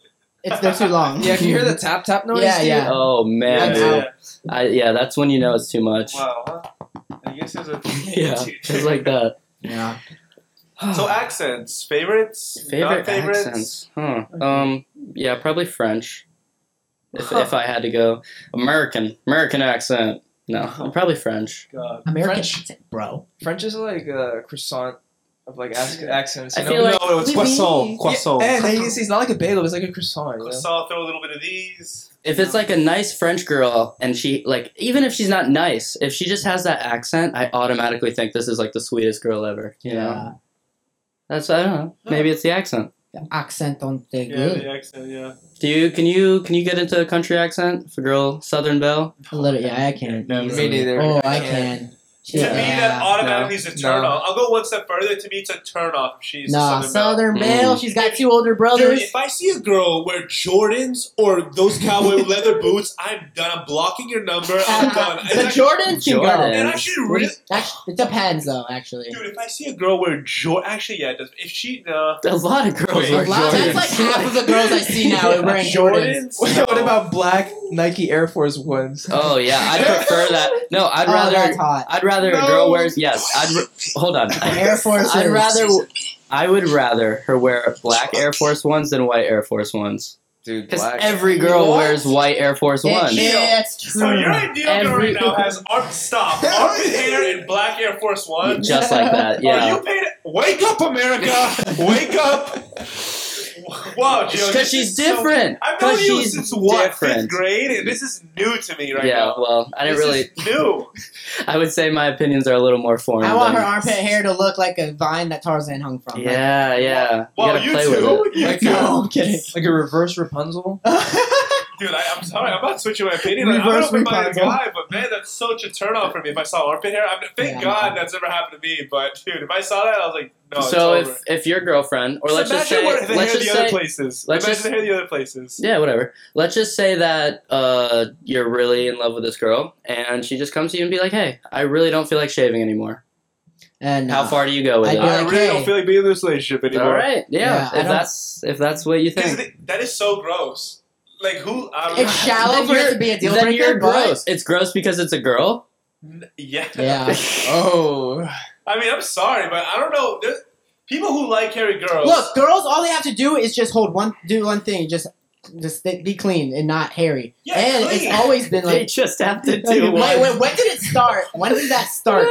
Speaker 1: it's they're too long.
Speaker 2: nice. Yeah, if you hear the tap tap noise,
Speaker 1: Yeah,
Speaker 2: dude,
Speaker 1: yeah.
Speaker 5: oh man,
Speaker 1: I'm
Speaker 5: dude.
Speaker 1: out.
Speaker 4: yeah.
Speaker 5: I, yeah, that's when you know it's too much.
Speaker 4: Wow. huh? I guess there's a
Speaker 5: Yeah, it's like that.
Speaker 1: Yeah.
Speaker 4: So accents, favorites,
Speaker 5: favorite
Speaker 4: non-favorites?
Speaker 5: accents? Huh. Um, yeah, probably French. If, if I had to go American, American accent. No, probably French.
Speaker 4: God.
Speaker 1: American
Speaker 2: French.
Speaker 1: accent, bro.
Speaker 2: French is like a croissant of like ac- accents.
Speaker 5: I
Speaker 2: You know?
Speaker 5: feel like- oh,
Speaker 8: no, it's
Speaker 1: Oui, oui.
Speaker 8: croissant. Croissant.
Speaker 2: Yeah, and it's, it's not like a bagel. It's like a croissant. You know?
Speaker 4: Croissant, throw a little bit of these.
Speaker 5: If it's like a nice French girl and she like even if she's not nice, if she just has that accent, I automatically think this is like the sweetest girl ever. You know, that's I don't know. Maybe it's the accent.
Speaker 1: The accent on the
Speaker 4: Yeah,
Speaker 1: good.
Speaker 4: the accent, yeah.
Speaker 5: Do you can you can you get into a country accent? If a girl Southern Belle,
Speaker 1: A little, yeah, I can.
Speaker 2: No, me
Speaker 1: easily.
Speaker 2: neither.
Speaker 1: Oh, I
Speaker 2: I
Speaker 1: can.
Speaker 4: To me, that
Speaker 1: Yeah.
Speaker 4: automatically is a turn
Speaker 2: no.
Speaker 4: off. I'll go one step further. To me, it's a turn off if she's
Speaker 1: Nah,
Speaker 4: Southern. Belle.
Speaker 1: Southern
Speaker 5: Mm.
Speaker 1: male. She's got two older
Speaker 8: Dude,
Speaker 1: brothers.
Speaker 8: if I see a girl wear Jordans or those cowboy leather boots, I'm done. I'm blocking your number. I'm done.
Speaker 1: the
Speaker 8: And I-
Speaker 1: Jordans can
Speaker 5: Jordan.
Speaker 1: go.
Speaker 8: and I should
Speaker 1: What
Speaker 8: really,
Speaker 1: is- actu- It depends, though. Actually,
Speaker 8: dude.
Speaker 4: If I see a girl wear Jordans, actually, yeah, it does. If she, nah.
Speaker 5: a lot of girls
Speaker 8: Wait,
Speaker 5: are
Speaker 1: A lot-
Speaker 5: Jordans.
Speaker 1: that's like half of the girls I see now are wearing Jordans.
Speaker 4: Jordans.
Speaker 2: what about black Nike Air Force ones?
Speaker 5: Oh yeah, I'd prefer that. No, I'd
Speaker 1: oh,
Speaker 5: rather
Speaker 1: that's hot.
Speaker 5: I'd rather a girl wears yes. I'd r- hold on.
Speaker 1: Air Force.
Speaker 5: I'd rather I would rather her wear black Air Force ones than white Air Force ones
Speaker 2: Dude,
Speaker 5: because every girl
Speaker 1: What?
Speaker 5: wears white Air Force ones.
Speaker 1: It's true.
Speaker 4: So your ideal girl
Speaker 5: Every-
Speaker 4: right now has arm stop, armpit hair, and black Air Force One.
Speaker 5: Just like that,
Speaker 4: Are
Speaker 5: yeah.
Speaker 4: you paid?
Speaker 8: Wake up, America! Wake up!
Speaker 4: Wow, Joe.
Speaker 5: Because she's different.
Speaker 4: I've known
Speaker 5: Because
Speaker 4: you
Speaker 5: she's
Speaker 4: since what fifth
Speaker 5: different.
Speaker 4: grade, and this is new to me right
Speaker 5: Yeah,
Speaker 4: now.
Speaker 5: well, I didn't
Speaker 4: This
Speaker 5: really.
Speaker 4: is new.
Speaker 5: I would say my opinions are a little more foreign.
Speaker 1: I want
Speaker 5: than-
Speaker 1: her armpit hair to look like a vine that Tarzan hung from.
Speaker 5: Yeah, yeah. You
Speaker 4: Wow,
Speaker 5: gotta
Speaker 4: you
Speaker 5: play with
Speaker 4: too.
Speaker 5: it.
Speaker 4: You
Speaker 2: Like,
Speaker 4: too.
Speaker 1: No, I'm kidding.
Speaker 2: like a reverse Rapunzel.
Speaker 4: Dude, I, I'm sorry. I'm not switching my opinion. Like, I'm an
Speaker 1: Reverse
Speaker 4: open-minded
Speaker 1: Rapunzel.
Speaker 4: guy, but man, that's such a turnoff for me. If I saw armpit hair, I mean, thank
Speaker 1: Yeah,
Speaker 4: God
Speaker 1: no.
Speaker 4: that's never happened to me. But dude, if I saw that, I was like, no.
Speaker 5: so
Speaker 4: Oh, it's
Speaker 5: if if your girlfriend, or
Speaker 4: over.
Speaker 5: let's
Speaker 4: Just
Speaker 5: just
Speaker 4: imagine
Speaker 5: say,
Speaker 4: what the
Speaker 5: let's
Speaker 4: hair
Speaker 5: just
Speaker 4: the
Speaker 5: say,
Speaker 4: other places.
Speaker 5: let's
Speaker 4: imagine
Speaker 5: just-
Speaker 4: the hair the other places.
Speaker 5: Yeah, whatever. Let's just say that uh, you're really in love with this girl, and she just comes to you and be like, "Hey, I really don't feel like shaving anymore.
Speaker 1: And uh,
Speaker 5: How far do you go with
Speaker 1: I
Speaker 5: it?"
Speaker 1: do
Speaker 4: I
Speaker 1: like,
Speaker 4: really
Speaker 1: hey.
Speaker 4: don't feel like being in this relationship
Speaker 5: All
Speaker 4: anymore.
Speaker 5: right,
Speaker 1: Yeah,
Speaker 5: yeah.
Speaker 1: I
Speaker 5: if
Speaker 1: don't-
Speaker 5: that's if that's what you
Speaker 4: Because
Speaker 5: think,
Speaker 4: th- that is so gross. Like who? I don't
Speaker 1: It's shallow
Speaker 5: Then
Speaker 1: for it
Speaker 5: you're-
Speaker 1: to be a deal
Speaker 5: then
Speaker 1: breaker,
Speaker 5: you're
Speaker 1: but-
Speaker 5: gross. It's gross because it's a girl.
Speaker 4: N- Yeah.
Speaker 1: Yeah.
Speaker 2: Oh,
Speaker 4: I mean, I'm sorry, but I don't know. There's people who like hairy girls.
Speaker 1: Look, girls, all they have to do is just hold one, do one thing, just, just th- be clean and not hairy.
Speaker 4: Yeah,
Speaker 1: and
Speaker 4: clean.
Speaker 1: it's always been
Speaker 5: They
Speaker 1: like.
Speaker 5: just have to
Speaker 1: Like,
Speaker 5: do
Speaker 1: wait,
Speaker 5: one.
Speaker 1: wait, when did it start? When did that start?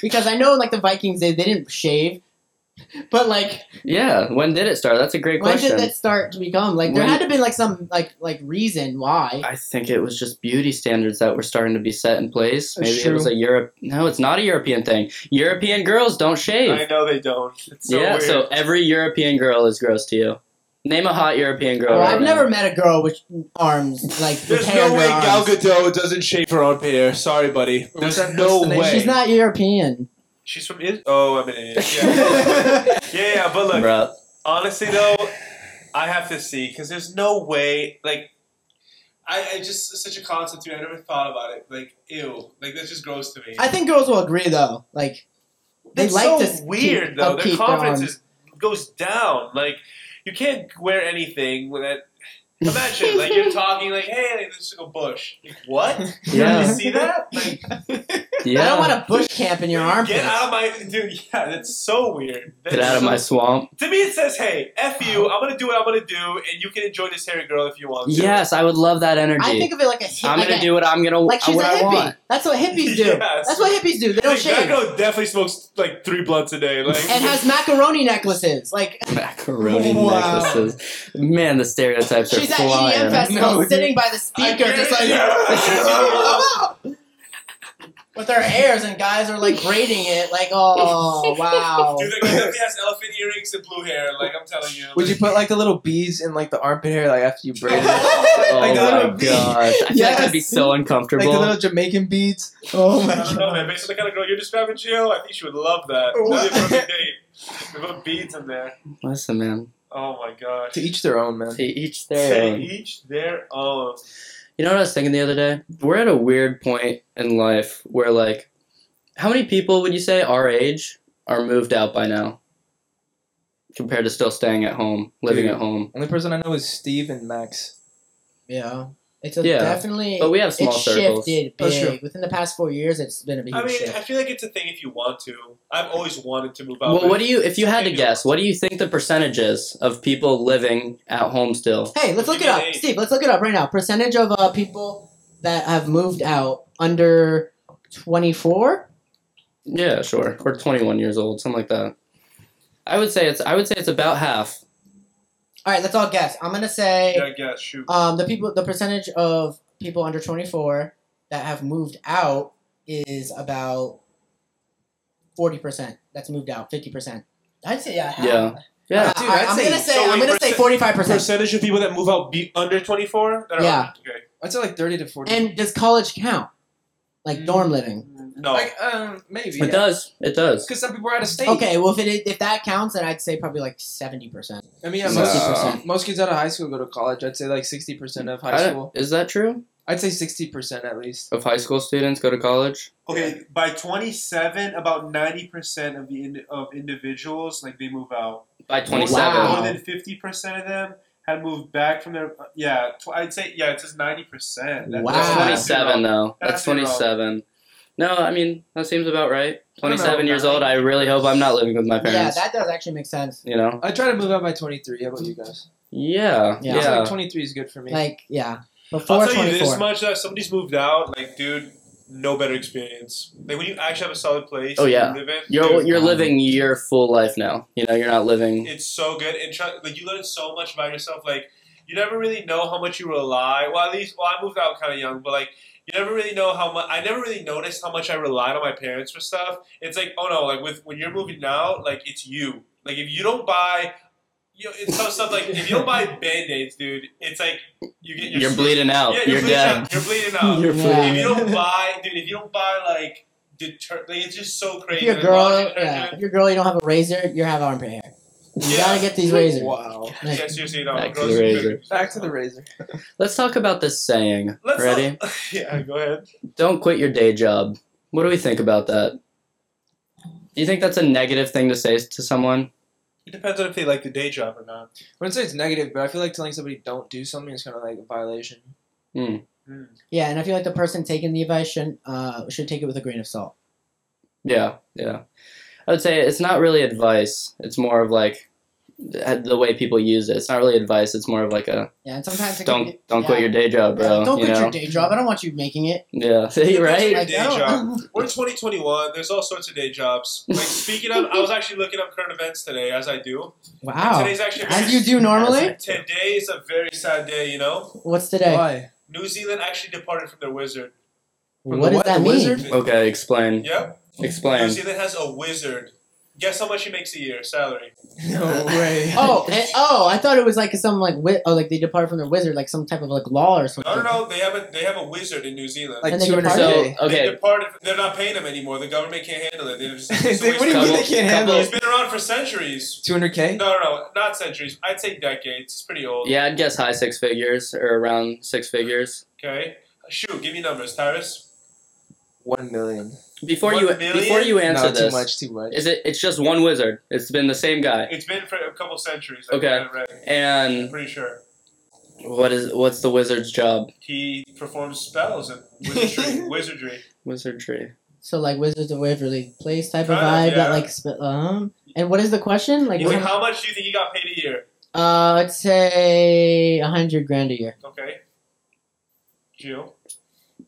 Speaker 1: Because I know, like the Vikings, they, they didn't shave, but like
Speaker 5: Yeah, when did it start? That's a great
Speaker 1: when
Speaker 5: question.
Speaker 1: did that start to become? Like there
Speaker 5: When-
Speaker 1: had to be like some like like reason why.
Speaker 5: I think it was just beauty standards that were starting to be set in place.
Speaker 2: That's
Speaker 5: Maybe it was
Speaker 2: true.
Speaker 5: a Europe. No, it's not a European thing. European girls don't shave.
Speaker 4: I know they don't. It's so
Speaker 5: yeah,
Speaker 4: weird.
Speaker 5: so every European girl is gross to you. Name a hot European girl.
Speaker 1: Well,
Speaker 5: right
Speaker 1: Oh, I've
Speaker 5: now.
Speaker 1: never met a girl with arms like
Speaker 9: There's
Speaker 1: with hair
Speaker 9: no
Speaker 1: in
Speaker 9: way
Speaker 1: her
Speaker 9: Gal
Speaker 1: arms.
Speaker 9: Gadot doesn't shave her armpit hair. Sorry, buddy. There's
Speaker 2: What's that-
Speaker 9: no
Speaker 2: what's the name?
Speaker 9: way.
Speaker 1: She's not European.
Speaker 4: She's from Israel.
Speaker 9: Oh, I'm an idiot.
Speaker 4: Yeah. yeah, yeah, but look,
Speaker 5: Bruh.
Speaker 4: honestly though, I have to see because there's no way. Like, I, I just it's such a concept to me. I never thought about it. Like, ew, like that's just gross to me.
Speaker 1: I think girls will agree though. Like they
Speaker 4: That's
Speaker 1: like
Speaker 4: so
Speaker 1: to
Speaker 4: weird
Speaker 1: keep,
Speaker 4: though. Their
Speaker 1: upkeep
Speaker 4: confidence
Speaker 1: arms.
Speaker 4: is, goes down. Like, you can't wear anything with that. Imagine, like you're talking, like, "Hey, like, this is a bush." Like, what? Did you
Speaker 5: Yeah.
Speaker 4: see that? Like,
Speaker 5: Yeah.
Speaker 1: I don't want a bush camp in your armpit.
Speaker 4: Get out of my dude. Yeah, that's so weird. That's
Speaker 5: Get out of
Speaker 4: so-
Speaker 5: my swamp.
Speaker 4: To me, it says, "Hey, f you. I'm gonna do what I'm gonna do, and you can enjoy this hairy girl if you want." to.
Speaker 5: Yes, I would love that energy.
Speaker 1: I think of it like a hip,
Speaker 5: I'm
Speaker 1: like
Speaker 5: gonna
Speaker 1: a-
Speaker 5: do what I'm gonna
Speaker 1: like she's a
Speaker 5: what I
Speaker 1: hippie.
Speaker 5: want.
Speaker 1: That's what hippies do.
Speaker 4: Yes.
Speaker 1: That's what hippies do. They don't
Speaker 9: Like,
Speaker 1: shave and
Speaker 9: Gal Gadot definitely smokes like three blunts a day. Like
Speaker 1: has macaroni necklaces. Like
Speaker 5: Macaroni
Speaker 1: Wow.
Speaker 5: necklaces. Man, the stereotypes
Speaker 1: she's E
Speaker 5: are
Speaker 1: at
Speaker 5: flying.
Speaker 1: EDM festival,
Speaker 2: No, dude.
Speaker 1: sitting by the
Speaker 4: I
Speaker 1: speaker, just like
Speaker 4: guarantee
Speaker 1: with her hairs, and guys are like braiding it. Like, oh wow.
Speaker 4: Dude, that guy definitely has elephant earrings and blue hair. Like I'm telling you.
Speaker 2: Would you put like the little bees in like the armpit hair like after you braid it?
Speaker 5: Oh
Speaker 2: Like the little
Speaker 5: my
Speaker 2: bee.
Speaker 5: gosh. I feel like
Speaker 2: Yes.
Speaker 5: that'd be so
Speaker 2: Like the
Speaker 5: uncomfortable.
Speaker 2: little Jamaican beads.
Speaker 1: Oh
Speaker 4: I don't know, man. Based on the kind of girl you're describing, Gio, I think she would love that. That'd be a perfect date. We put beads in there.
Speaker 5: Listen, man.
Speaker 4: Oh my gosh.
Speaker 2: To each their own, man.
Speaker 5: To each
Speaker 4: They
Speaker 5: their own.
Speaker 4: each their own.
Speaker 5: You know what I was thinking the other day? We're at a weird point in life where, like, how many people would you say our age are moved out by now? Compared to still staying at home, living
Speaker 2: Dude.
Speaker 5: at home.
Speaker 2: Only person I know is Steve and Max.
Speaker 1: Yeah, it's a
Speaker 5: Yeah.
Speaker 1: definitely.
Speaker 5: But we have small
Speaker 1: it's
Speaker 5: circles.
Speaker 1: shifted
Speaker 2: That's true.
Speaker 1: big within the past four years. It's been a big
Speaker 4: Oh, I mean,
Speaker 1: shift.
Speaker 4: I feel like it's a thing if you want to. I've always wanted to move out.
Speaker 5: Well,
Speaker 4: but
Speaker 5: what do you, if you had to
Speaker 4: Maybe-
Speaker 5: guess, what do you think the percentage is of people living at home still?
Speaker 1: Hey, let's look it up,
Speaker 4: Hey.
Speaker 1: Steve. Let's look it up right now. Percentage of uh, people that have moved out under twenty four.
Speaker 5: Yeah, sure. Or 21 years old, something like that. I would say it's, I would say it's about half.
Speaker 1: All right, let's all guess. I'm gonna say
Speaker 4: Yeah, I guess. Shoot.
Speaker 1: um, the people, the percentage of people under twenty four that have moved out is about forty percent. That's moved out. Fifty percent. I'd say yeah. half.
Speaker 5: Yeah. Yeah.
Speaker 1: Uh,
Speaker 2: Dude,
Speaker 1: I,
Speaker 2: I'd
Speaker 1: am
Speaker 2: say-
Speaker 1: gonna say
Speaker 4: so
Speaker 1: I'm
Speaker 4: wait,
Speaker 1: gonna say
Speaker 4: percent-
Speaker 1: forty five percent.
Speaker 9: percentage of people that move out be under 24
Speaker 4: That are-
Speaker 1: yeah.
Speaker 4: Okay.
Speaker 2: I'd say like thirty to forty.
Speaker 1: And does college count? Like
Speaker 2: Mm.
Speaker 1: dorm living?
Speaker 4: No.
Speaker 2: like um maybe.
Speaker 5: It does. It does.
Speaker 2: Because some people are out of state.
Speaker 1: Okay, well if it is- if that counts, then I'd say probably like seventy percent.
Speaker 2: I mean, yeah,
Speaker 5: So-
Speaker 2: most, most kids out of high school go to college. I'd say like sixty percent of
Speaker 5: I
Speaker 2: high
Speaker 5: don't-
Speaker 2: school.
Speaker 5: is that true?
Speaker 2: I'd say sixty percent at least.
Speaker 5: Of high school students go to college?
Speaker 4: Okay, by 27, about 90% of the ind- of individuals like they move out.
Speaker 5: By 27.
Speaker 1: Wow.
Speaker 4: More than 50% of them had moved back from their yeah, tw- I'd say yeah, it says 90%. That-
Speaker 1: Wow.
Speaker 5: That's
Speaker 1: Ah.
Speaker 4: that's too
Speaker 5: 27,
Speaker 4: low.
Speaker 5: though. That's
Speaker 4: That's too low.
Speaker 5: 27. No, I mean, that seems about right.
Speaker 2: I don't know,
Speaker 5: 27 years
Speaker 2: man.
Speaker 5: old, I really hope I'm not living with my
Speaker 1: Yeah,
Speaker 5: parents.
Speaker 1: that does actually make sense.
Speaker 5: you know?
Speaker 2: I try to move out by twenty three. How about you guys?
Speaker 1: Yeah.
Speaker 5: Yeah. Yeah.
Speaker 2: I feel like twenty three is good for me.
Speaker 1: Like yeah, before
Speaker 4: I'll tell
Speaker 1: twenty
Speaker 4: you this
Speaker 1: four.
Speaker 4: much: that if somebody's moved out, like, dude, no better experience. Like when you actually have a solid place,
Speaker 5: Oh,
Speaker 4: you
Speaker 5: yeah.
Speaker 4: live in,
Speaker 5: You're,
Speaker 4: dude,
Speaker 5: you're
Speaker 1: Um,
Speaker 5: living your full life now. You know, you're not living.
Speaker 4: it's so good. And try, like you learn so much about yourself. Like you never really know how much you rely. Well, at least, well, I moved out kind of young, but like you never really know how much. I never really noticed how much I relied on my parents for stuff. It's like, oh no, like with when you're moving out, like it's you. Like if you don't buy. You know, it's so stuff like if you don't buy band aids, dude, it's like you get your
Speaker 5: You're bleeding out.
Speaker 4: Yeah,
Speaker 5: you're
Speaker 4: bleeding
Speaker 5: dead.
Speaker 4: out. You're bleeding out.
Speaker 5: You're
Speaker 1: Yeah.
Speaker 5: bleeding.
Speaker 4: If you don't buy, dude, if you don't buy like deter, like it's just so
Speaker 1: If
Speaker 4: crazy.
Speaker 1: you're a
Speaker 4: Like,
Speaker 1: girl,
Speaker 4: watching her
Speaker 1: yeah,
Speaker 4: do
Speaker 1: if you're a girl, you don't have a razor, you have armpit hair. You
Speaker 4: Yeah.
Speaker 1: gotta get these razors.
Speaker 2: wow.
Speaker 4: it.
Speaker 1: Like,
Speaker 4: Yeah, seriously, no.
Speaker 5: Back to
Speaker 4: girls
Speaker 5: the
Speaker 4: are
Speaker 5: razor.
Speaker 4: good.
Speaker 2: Back to the razor.
Speaker 5: Let's talk about this saying.
Speaker 4: Let's
Speaker 5: Ready?
Speaker 4: yeah, go ahead.
Speaker 5: Don't quit your day job. What do we think about that? Do you think that's a negative thing to say to someone?
Speaker 4: It depends on if they like the day job or not.
Speaker 2: I wouldn't say it's negative, but I feel like telling somebody don't do something is kind of like a violation.
Speaker 1: yeah, and I feel like the person taking the advice shouldn't uh, should take it with a grain of salt.
Speaker 5: Yeah, yeah. I would say it's not really advice. It's more of like th- the way people use it. It's not really advice. It's more of like a
Speaker 1: Yeah, and sometimes it can be,
Speaker 5: don't don't quit
Speaker 1: yeah.
Speaker 5: your day job,
Speaker 1: Yeah,
Speaker 5: bro.
Speaker 1: don't
Speaker 5: you
Speaker 1: quit
Speaker 5: know?
Speaker 1: your day job. I don't want you making it.
Speaker 5: Yeah, See, right.
Speaker 1: Like,
Speaker 4: Day
Speaker 1: I don't-
Speaker 4: job. We're in 2021. There's all sorts of day jobs. Like speaking of, I was actually looking up current events today, as I do. And
Speaker 1: Wow.
Speaker 4: Today's actually a very-
Speaker 1: As you do normally.
Speaker 4: Today is a very sad day. You know,
Speaker 1: What's today?
Speaker 2: Why?
Speaker 4: New Zealand actually departed from their wizard.
Speaker 1: What does
Speaker 2: What,
Speaker 1: that
Speaker 2: the
Speaker 1: mean?
Speaker 2: wizard?
Speaker 5: Okay, explain.
Speaker 4: Yep. New
Speaker 5: Explain.
Speaker 4: Zealand has a wizard. Guess how much he makes a year salary?
Speaker 2: No way.
Speaker 1: Oh, eh, oh! I thought it was like some like wi- oh like they depart from their wizard like some type of like law or something.
Speaker 4: No, no, no. They have a they have a wizard in New Zealand.
Speaker 2: like
Speaker 1: And then
Speaker 2: two
Speaker 1: you
Speaker 2: hundred
Speaker 1: park
Speaker 5: So
Speaker 2: k.
Speaker 4: They
Speaker 5: okay,
Speaker 4: departed, they're not paying him anymore. The government can't handle it. They just,
Speaker 2: What
Speaker 4: it's a
Speaker 2: do you
Speaker 4: waste of
Speaker 2: mean
Speaker 4: money.
Speaker 2: they can't
Speaker 5: Couple-
Speaker 2: handle
Speaker 4: He's been around for centuries.
Speaker 2: two hundred
Speaker 4: No,
Speaker 2: k?
Speaker 4: no, no, not centuries. I'd say decades. It's pretty old.
Speaker 5: yeah, I'd guess high six figures or around six figures.
Speaker 4: Okay. Shoot, give me numbers, Tyrus.
Speaker 2: One million.
Speaker 5: Before
Speaker 4: One
Speaker 5: you
Speaker 4: million?
Speaker 5: before you answer
Speaker 2: no, too
Speaker 5: this,
Speaker 2: much. Too much.
Speaker 5: is it? It's just one wizard. It's been the same guy.
Speaker 4: It's been for a couple centuries. I
Speaker 5: Okay.
Speaker 4: got it right. I'm
Speaker 5: And
Speaker 4: pretty sure
Speaker 5: what is what's the wizard's job?
Speaker 4: he performs spells and wizardry. wizardry.
Speaker 5: Wizardry.
Speaker 1: So like Wizards of Waverly Place type of
Speaker 4: Kind
Speaker 1: vibe
Speaker 4: of,
Speaker 1: that
Speaker 4: yeah.
Speaker 1: like sp- um. And what is the question? Like,
Speaker 4: He's like,
Speaker 1: what-
Speaker 4: how much do you think he got paid a year?
Speaker 1: uh, I'd say a hundred grand a year.
Speaker 4: Okay. Gio.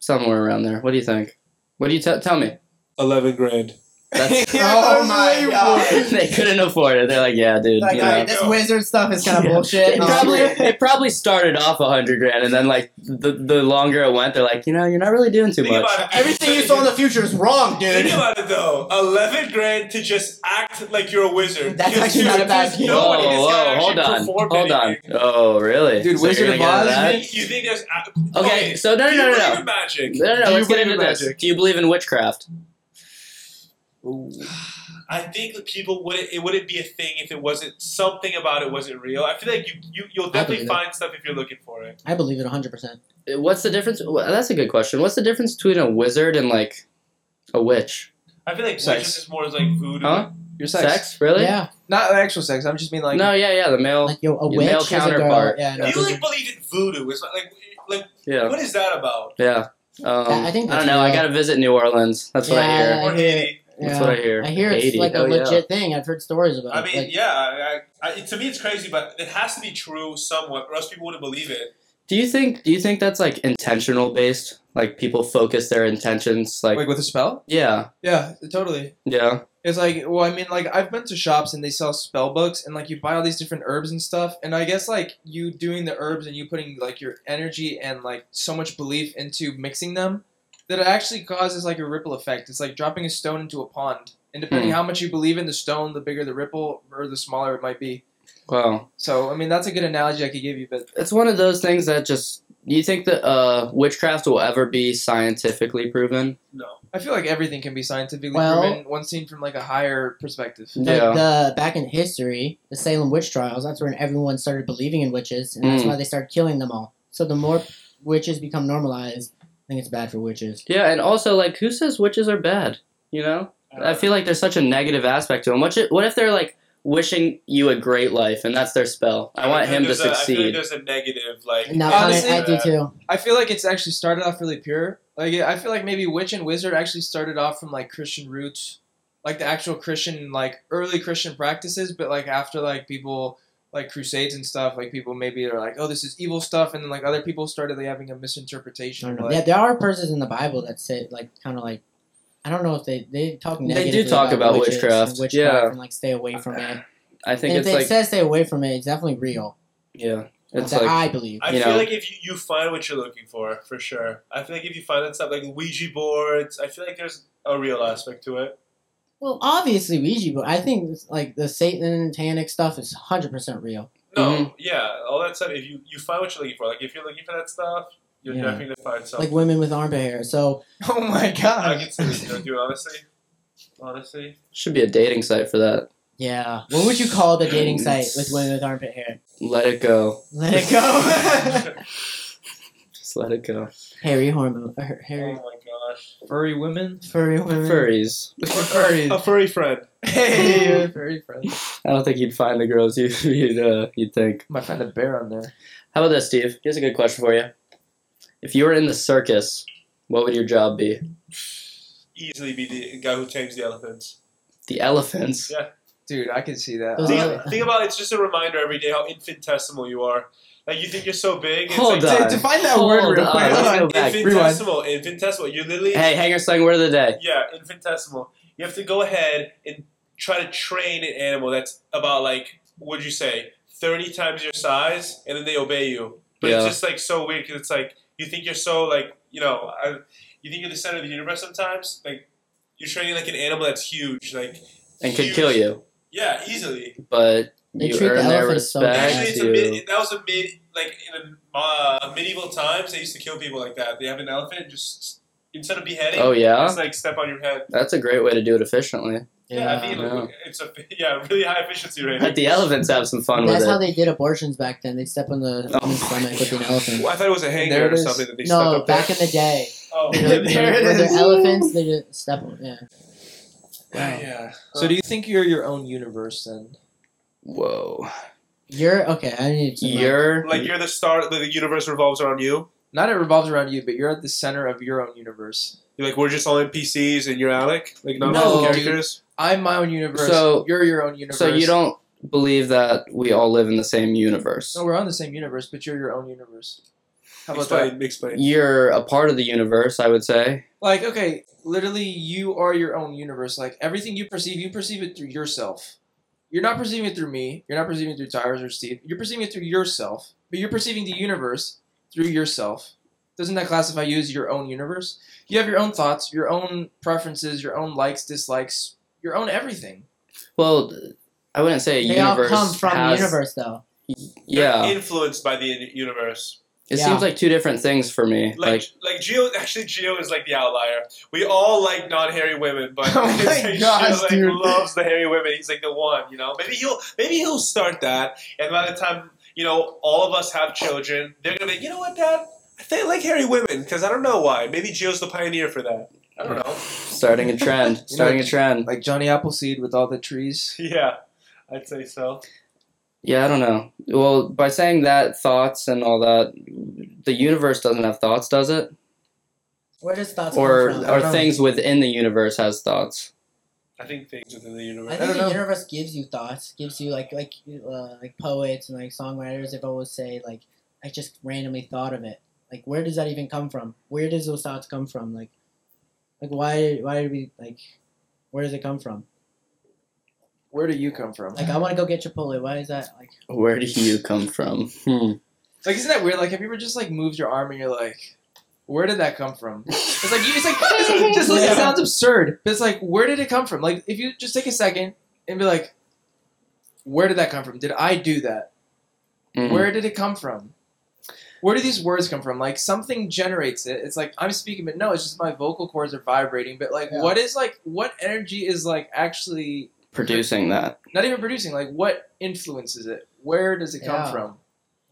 Speaker 5: Somewhere around there. What do you think? What do you tell tell me?
Speaker 10: Eleven grand.
Speaker 5: That's,
Speaker 2: Oh my God.
Speaker 5: they couldn't afford it. They're like, yeah, dude.
Speaker 1: Like,
Speaker 5: you
Speaker 1: all
Speaker 5: know.
Speaker 1: right, this wizard stuff is kind of
Speaker 5: Yeah.
Speaker 1: bullshit. um,
Speaker 5: It probably it probably started off a hundred grand, and then like the the longer it went, they're like, you know, you're not really doing too much.
Speaker 4: Think about it. dude.
Speaker 1: Everything you saw in the future is wrong, dude.
Speaker 4: Think about it though. Eleven grand to just act like you're a wizard.
Speaker 1: That's
Speaker 4: Because
Speaker 1: actually
Speaker 4: dude,
Speaker 1: not a bad
Speaker 4: there's
Speaker 1: deal.
Speaker 4: No one in
Speaker 5: whoa,
Speaker 4: this
Speaker 5: whoa,
Speaker 4: guy
Speaker 5: hold
Speaker 4: actually
Speaker 5: on,
Speaker 4: performed
Speaker 5: hold on.
Speaker 4: anything.
Speaker 5: Oh, really?
Speaker 2: Dude,
Speaker 5: So you're
Speaker 2: Wizard of
Speaker 5: gonna
Speaker 2: Oz,
Speaker 5: get
Speaker 4: You
Speaker 5: that?
Speaker 4: think, you think there's a-
Speaker 5: Okay, so no, no,
Speaker 4: do
Speaker 5: no,
Speaker 4: you
Speaker 5: no,
Speaker 4: believe
Speaker 5: no.
Speaker 4: in magic?
Speaker 5: No, no, no.
Speaker 2: Do you
Speaker 5: Let's get
Speaker 2: believe
Speaker 5: into
Speaker 2: in
Speaker 5: this.
Speaker 2: magic?
Speaker 5: Do you believe in witchcraft?
Speaker 4: I think that people wouldn't. It wouldn't be a thing if it wasn't something about it wasn't real. I feel like you, you you'll definitely
Speaker 1: believe it.
Speaker 4: find stuff if you're looking for it.
Speaker 1: I believe it hundred percent.
Speaker 5: Uh, What's the difference? Well, that's a good question. What's the difference between a wizard and like a witch?
Speaker 4: I feel like
Speaker 2: Sex.
Speaker 4: witches is more like voodoo.
Speaker 5: Huh?
Speaker 2: Your sex.
Speaker 5: Sex, really?
Speaker 1: Yeah,
Speaker 2: Not actual sex. I'm just mean like.
Speaker 5: no, yeah, yeah. The male.
Speaker 1: like yo, a
Speaker 5: Your
Speaker 1: witch
Speaker 5: male
Speaker 1: is a girl.
Speaker 5: counterpart.
Speaker 1: Yeah, no,
Speaker 4: You
Speaker 1: wizard-
Speaker 4: like believe in voodoo? It's like like, like
Speaker 5: yeah,
Speaker 4: what is that about?
Speaker 5: yeah. Um,
Speaker 1: I
Speaker 5: I,
Speaker 1: think
Speaker 5: don't
Speaker 1: that's
Speaker 5: know. I
Speaker 1: real.
Speaker 5: gotta visit New Orleans. That's what I
Speaker 1: Yeah.
Speaker 5: hear.
Speaker 1: I
Speaker 4: Or
Speaker 1: hear it.
Speaker 4: Haiti?
Speaker 5: That's
Speaker 1: yeah.
Speaker 5: what I hear.
Speaker 1: I hear it's
Speaker 5: 80.
Speaker 1: like a
Speaker 5: Hell yeah.
Speaker 1: legit thing. I've heard stories about.
Speaker 4: I
Speaker 1: it.
Speaker 4: mean,
Speaker 1: like,
Speaker 4: yeah. I, I, I, to me, it's crazy, but it has to be true somewhat, or else people wouldn't believe it.
Speaker 5: Do you think? Do you think that's like intentional based? Like people focus their intentions. Like,
Speaker 2: Like with a spell?
Speaker 5: yeah,
Speaker 2: Yeah, totally.
Speaker 5: yeah.
Speaker 2: It's like, well, I mean, like I've been to shops and they sell spell books, and like you buy all these different herbs and stuff. And I guess like you doing the herbs and you putting like your energy and like so much belief into mixing them that it actually causes like a ripple effect. It's like dropping a stone into a pond, and depending
Speaker 1: Hmm.
Speaker 2: how much you believe in the stone, the bigger the ripple or the smaller it might be.
Speaker 5: Wow.
Speaker 2: So I mean, that's a good analogy I could give you, but
Speaker 5: It's one of those things that just. Do you think that uh, witchcraft will ever be scientifically proven?
Speaker 4: No.
Speaker 2: I feel like everything can be scientifically
Speaker 1: Well-
Speaker 2: proven once seen from like a higher perspective.
Speaker 1: Like
Speaker 5: Yeah.
Speaker 1: the uh, back in history, the Salem witch trials. That's when everyone started believing in witches, and that's
Speaker 5: Mm.
Speaker 1: why they started killing them all. So the more witches become normalized, I think it's bad for witches.
Speaker 5: Yeah, and also like, who says witches are bad? You know, I feel like there's such a negative aspect to them. What, if- what if they're like wishing you a great life, and that's their spell? I want
Speaker 4: feel
Speaker 5: him to
Speaker 4: there's a- I feel like
Speaker 5: succeed.
Speaker 4: there's a negative, like
Speaker 1: No,
Speaker 2: Honestly,
Speaker 1: I, I
Speaker 5: uh,
Speaker 1: do too.
Speaker 2: I feel like it's actually started off really pure. Like I feel like maybe witch and wizard actually started off from like Christian roots, like the actual Christian, like early Christian practices. But like after like people like crusades and stuff, like people maybe are like, oh, this is evil stuff, and then like other people started like having a
Speaker 1: I
Speaker 2: misinterpretation.
Speaker 1: don't
Speaker 2: of,
Speaker 1: know.
Speaker 2: like,
Speaker 1: Yeah, there are verses in the Bible that say like kind of like I don't know if they they talk.
Speaker 5: They do
Speaker 1: negatively
Speaker 5: talk about
Speaker 1: witches
Speaker 5: witchcraft,
Speaker 1: and witchcraft
Speaker 5: yeah.
Speaker 1: and like stay away from it.
Speaker 5: I think
Speaker 1: And if
Speaker 5: it's
Speaker 1: they
Speaker 5: like,
Speaker 1: says stay away from it, it's definitely real.
Speaker 5: yeah, it's
Speaker 1: that
Speaker 5: like
Speaker 1: I believe.
Speaker 4: I
Speaker 5: you
Speaker 4: feel
Speaker 5: know.
Speaker 4: like if you, you find what you're looking for, for sure. I feel like if you find that stuff like Ouija boards, I feel like there's a real aspect to it.
Speaker 1: Well, obviously Ouija, but I think like the Satan Tannic stuff is hundred percent real.
Speaker 4: No,
Speaker 5: Mhm.
Speaker 4: yeah, all that stuff. If you you find what you're looking for, like if you're looking for that stuff, you're
Speaker 1: Yeah.
Speaker 4: definitely gonna find something.
Speaker 1: Like women with armpit hair. So
Speaker 2: oh my
Speaker 4: I
Speaker 2: god!
Speaker 4: can see this. Don't you honestly? Honestly,
Speaker 5: should be a dating site for that.
Speaker 1: yeah, what would you call the dating site with women with armpit hair?
Speaker 5: Let it go.
Speaker 1: Let it go.
Speaker 5: Just let it go.
Speaker 1: hairy hormone. er,
Speaker 4: oh my
Speaker 1: Hairy
Speaker 4: gosh,
Speaker 2: Furry women.
Speaker 1: furry women.
Speaker 5: Furries.
Speaker 2: Furry.
Speaker 4: a furry friend.
Speaker 2: Hey, you're a furry friend.
Speaker 5: I don't think you'd find the girls you, you'd uh, you'd think.
Speaker 2: Might find a bear on there.
Speaker 5: How about this, Steve? Here's a good question for you. If you were in the circus, what would your job be?
Speaker 4: Easily be the guy who tames the elephants.
Speaker 5: The elephants.
Speaker 2: Dude, I can see that. Uh,
Speaker 1: Those
Speaker 4: Think,
Speaker 1: are-
Speaker 4: think about it, it's just a reminder every day how infinitesimal you are. Like you think you're so big. It's
Speaker 5: Hold
Speaker 4: like,
Speaker 5: on.
Speaker 2: to, to find that
Speaker 5: Hold
Speaker 2: word real
Speaker 5: on.
Speaker 2: quick.
Speaker 5: Let's
Speaker 2: hold on.
Speaker 5: go back.
Speaker 4: Infinitesimal, infinitesimal. You literally
Speaker 5: Hey, hanger slang word of the day.
Speaker 4: Yeah, infinitesimal. You have to go ahead and try to train an animal that's about like what'd you say, thirty times your size, and then they obey you. But it's
Speaker 5: Yeah.
Speaker 4: just like so weird because it's like you think you're so like you know I, you think you're the center of the universe sometimes. Like you're training like an animal that's huge. Like
Speaker 5: and could
Speaker 7: huge-
Speaker 5: kill you,
Speaker 7: Yeah, easily.
Speaker 5: but
Speaker 1: They
Speaker 5: you
Speaker 1: treat the
Speaker 5: earn their
Speaker 1: elephants so
Speaker 5: respect.
Speaker 7: Actually, it's a
Speaker 5: you,
Speaker 7: mid, that was a mid, like in the, uh, medieval times, they used to kill people like that. They have an elephant, just instead of beheading,
Speaker 5: oh yeah,
Speaker 7: just like step on your head.
Speaker 5: that's a great way to do it efficiently.
Speaker 7: Yeah, I mean,
Speaker 5: Yeah.
Speaker 7: like, it's a yeah, really high efficiency rate.
Speaker 5: Let the elephants have some fun with
Speaker 1: That's
Speaker 5: it.
Speaker 1: how they did abortions back then. They step on the,
Speaker 5: Oh
Speaker 1: on the
Speaker 5: my
Speaker 1: stomach with an
Speaker 5: God.
Speaker 1: elephant.
Speaker 4: Well, I thought it was a
Speaker 2: There
Speaker 4: hanger
Speaker 2: it
Speaker 4: or
Speaker 2: is.
Speaker 4: something that they stuck
Speaker 1: No,
Speaker 4: up
Speaker 1: back
Speaker 4: there.
Speaker 1: in the day,
Speaker 7: Oh,
Speaker 1: you know,
Speaker 5: There
Speaker 1: with
Speaker 5: it
Speaker 1: their
Speaker 5: is.
Speaker 1: elephants, they just step on. Yeah, Wow.
Speaker 7: yeah.
Speaker 2: So do you think you're your own universe then?
Speaker 5: Whoa,
Speaker 1: you're okay. I need to.
Speaker 5: you're
Speaker 4: Like you're the star. The universe revolves around you.
Speaker 2: Not it revolves around you, but you're at the center of your own universe.
Speaker 4: You're like we're just all NPCs and you're Alec. Like not
Speaker 5: No,
Speaker 4: real
Speaker 5: dude.
Speaker 4: characters.
Speaker 2: I'm my own universe.
Speaker 5: So-
Speaker 2: you're your own universe.
Speaker 5: so you don't believe that we all live in the same universe.
Speaker 2: No, we're on the same universe, but you're your own universe. How about that?
Speaker 4: Explain. Explain.
Speaker 5: You're a part of the universe, I would say.
Speaker 2: Like, okay, literally, you are your own universe. Like, everything you perceive, you perceive it through yourself. You're not perceiving it through me. You're not perceiving it through Tyrus or Steve. You're perceiving it through yourself. But you're perceiving the universe through yourself. Doesn't that classify you as your own universe? You have your own thoughts, your own preferences, your own likes, dislikes, your own everything.
Speaker 5: Well, I wouldn't say a
Speaker 1: They all
Speaker 5: universe
Speaker 1: come from
Speaker 5: has-
Speaker 1: the universe, though.
Speaker 5: Yeah,
Speaker 7: You're influenced by the u- universe.
Speaker 5: it
Speaker 1: Yeah.
Speaker 5: seems like two different things for me.
Speaker 7: Like,
Speaker 5: Like,
Speaker 7: like, Geo, actually, Geo is like the outlier. We all like non-hairy women, but
Speaker 2: Oh my
Speaker 7: it's like
Speaker 2: gosh,
Speaker 7: Gio, like,
Speaker 2: dude.
Speaker 7: loves the hairy women. He's like the one, you know. Maybe he'll, maybe he'll start that, and by the time you know, all of us have children, they're gonna be, you know what, Dad?
Speaker 4: I think I like hairy women because I don't know why. Maybe Gio's the pioneer for that.
Speaker 7: I don't know.
Speaker 5: starting a trend, starting a trend.
Speaker 2: Like Johnny Appleseed with all the trees.
Speaker 7: Yeah, I'd say so.
Speaker 5: Yeah, I don't know. Well, by saying that, thoughts and all that, the universe doesn't have thoughts, does it?
Speaker 1: Where does thoughts
Speaker 5: Or
Speaker 1: come from?
Speaker 5: or
Speaker 2: know.
Speaker 5: things within the universe has thoughts.
Speaker 7: I think things within the
Speaker 1: I
Speaker 7: universe.
Speaker 1: think
Speaker 2: don't
Speaker 1: the
Speaker 2: know.
Speaker 1: universe gives you thoughts, gives you like like uh, like poets and like songwriters. They've always say like I just randomly thought of it. Like where does that even come from? Where does those thoughts come from? Like like why why did we like where does it come from?
Speaker 2: Where do you come from?
Speaker 1: Like I want to go get Chipotle. Why is that like?
Speaker 5: Where do you come from? Hmm.
Speaker 2: Like, isn't that weird? Like, have you ever just like moved your arm and you're like, where did that come from? It's like you just like it's just like it sounds absurd, but it's like where did it come from? Like if you just take a second and be like, where did that come from? Did I do that?
Speaker 5: Mhm.
Speaker 2: Where did it come from? Where do these words come from? Like something generates it. It's like I'm speaking, but no, it's just my vocal cords are vibrating. But like,
Speaker 1: Yeah.
Speaker 2: what is like what energy is like actually
Speaker 5: producing that?
Speaker 2: not even producing? Like what influences it? Where does it come
Speaker 1: Yeah.
Speaker 2: from?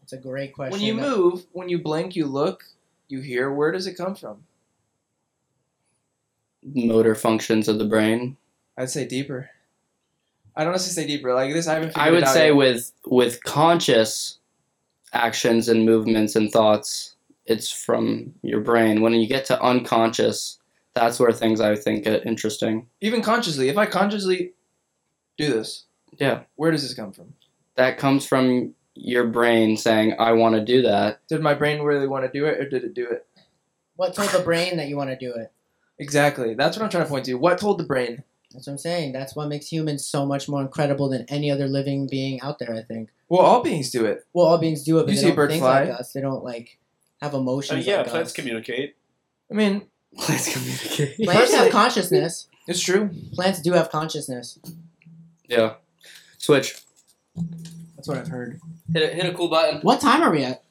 Speaker 1: It's a great question.
Speaker 2: When you
Speaker 1: that-
Speaker 2: move, when you blink, you look, you hear. Where does it come from?
Speaker 5: Motor functions of the brain.
Speaker 2: I'd say deeper. I don't necessarily say deeper like this. I haven't.
Speaker 5: I
Speaker 2: figured it
Speaker 5: would
Speaker 2: out
Speaker 5: say
Speaker 2: yet.
Speaker 5: with with conscious actions and movements and thoughts, it's from your brain. When you get to unconscious, that's where things I think get interesting.
Speaker 2: even consciously. If I consciously do this,
Speaker 5: Yeah.
Speaker 2: where does this come from?
Speaker 5: That comes from your brain saying, "I want to do that."
Speaker 2: Did my brain really want to do it, or did it do it?
Speaker 1: what told the brain that you want to do it?
Speaker 2: Exactly. That's what I'm trying to point to. What told the brain?
Speaker 1: That's what I'm saying. That's what makes humans so much more incredible than any other living being out there. I think.
Speaker 2: Well, all beings do it.
Speaker 1: Well, all beings do it, but
Speaker 2: You
Speaker 1: they
Speaker 2: see a
Speaker 1: don't
Speaker 2: bird
Speaker 1: think
Speaker 2: fly?
Speaker 1: like us. They don't like have
Speaker 7: I
Speaker 1: emotions.
Speaker 2: Uh,
Speaker 7: mean, Uh, yeah,
Speaker 1: like
Speaker 7: plants
Speaker 1: us.
Speaker 7: communicate.
Speaker 2: I mean,
Speaker 5: Let's communicate.
Speaker 1: Plants
Speaker 2: Personally-
Speaker 1: have consciousness.
Speaker 2: it's true.
Speaker 1: Plants do have consciousness.
Speaker 5: Yeah. Switch.
Speaker 1: That's what I've heard.
Speaker 5: Hit a, hit a cool button.
Speaker 1: What time are we at?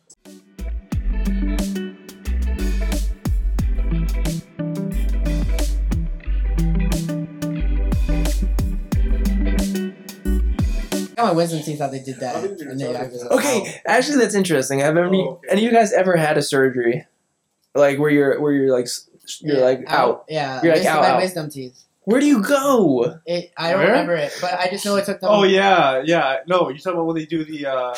Speaker 1: Oh, my Winston teeth thought they did that.
Speaker 4: I didn't even
Speaker 1: and they
Speaker 4: talk
Speaker 1: acted
Speaker 4: about
Speaker 1: like,
Speaker 2: Okay, actually, that's interesting. Have ever
Speaker 4: Oh, okay.
Speaker 2: any of you guys ever had a surgery, like where you're where you're like s- you're
Speaker 1: yeah,
Speaker 2: like out?
Speaker 1: Yeah,
Speaker 2: You're like,
Speaker 1: wisdom,
Speaker 2: ow,
Speaker 1: my
Speaker 2: ow.
Speaker 1: wisdom teeth.
Speaker 2: Where do you go?
Speaker 1: It, I don't
Speaker 7: Where?
Speaker 1: remember it, but I just know it took them.
Speaker 7: Oh yeah, yeah. No, you're talking about when they do the uh,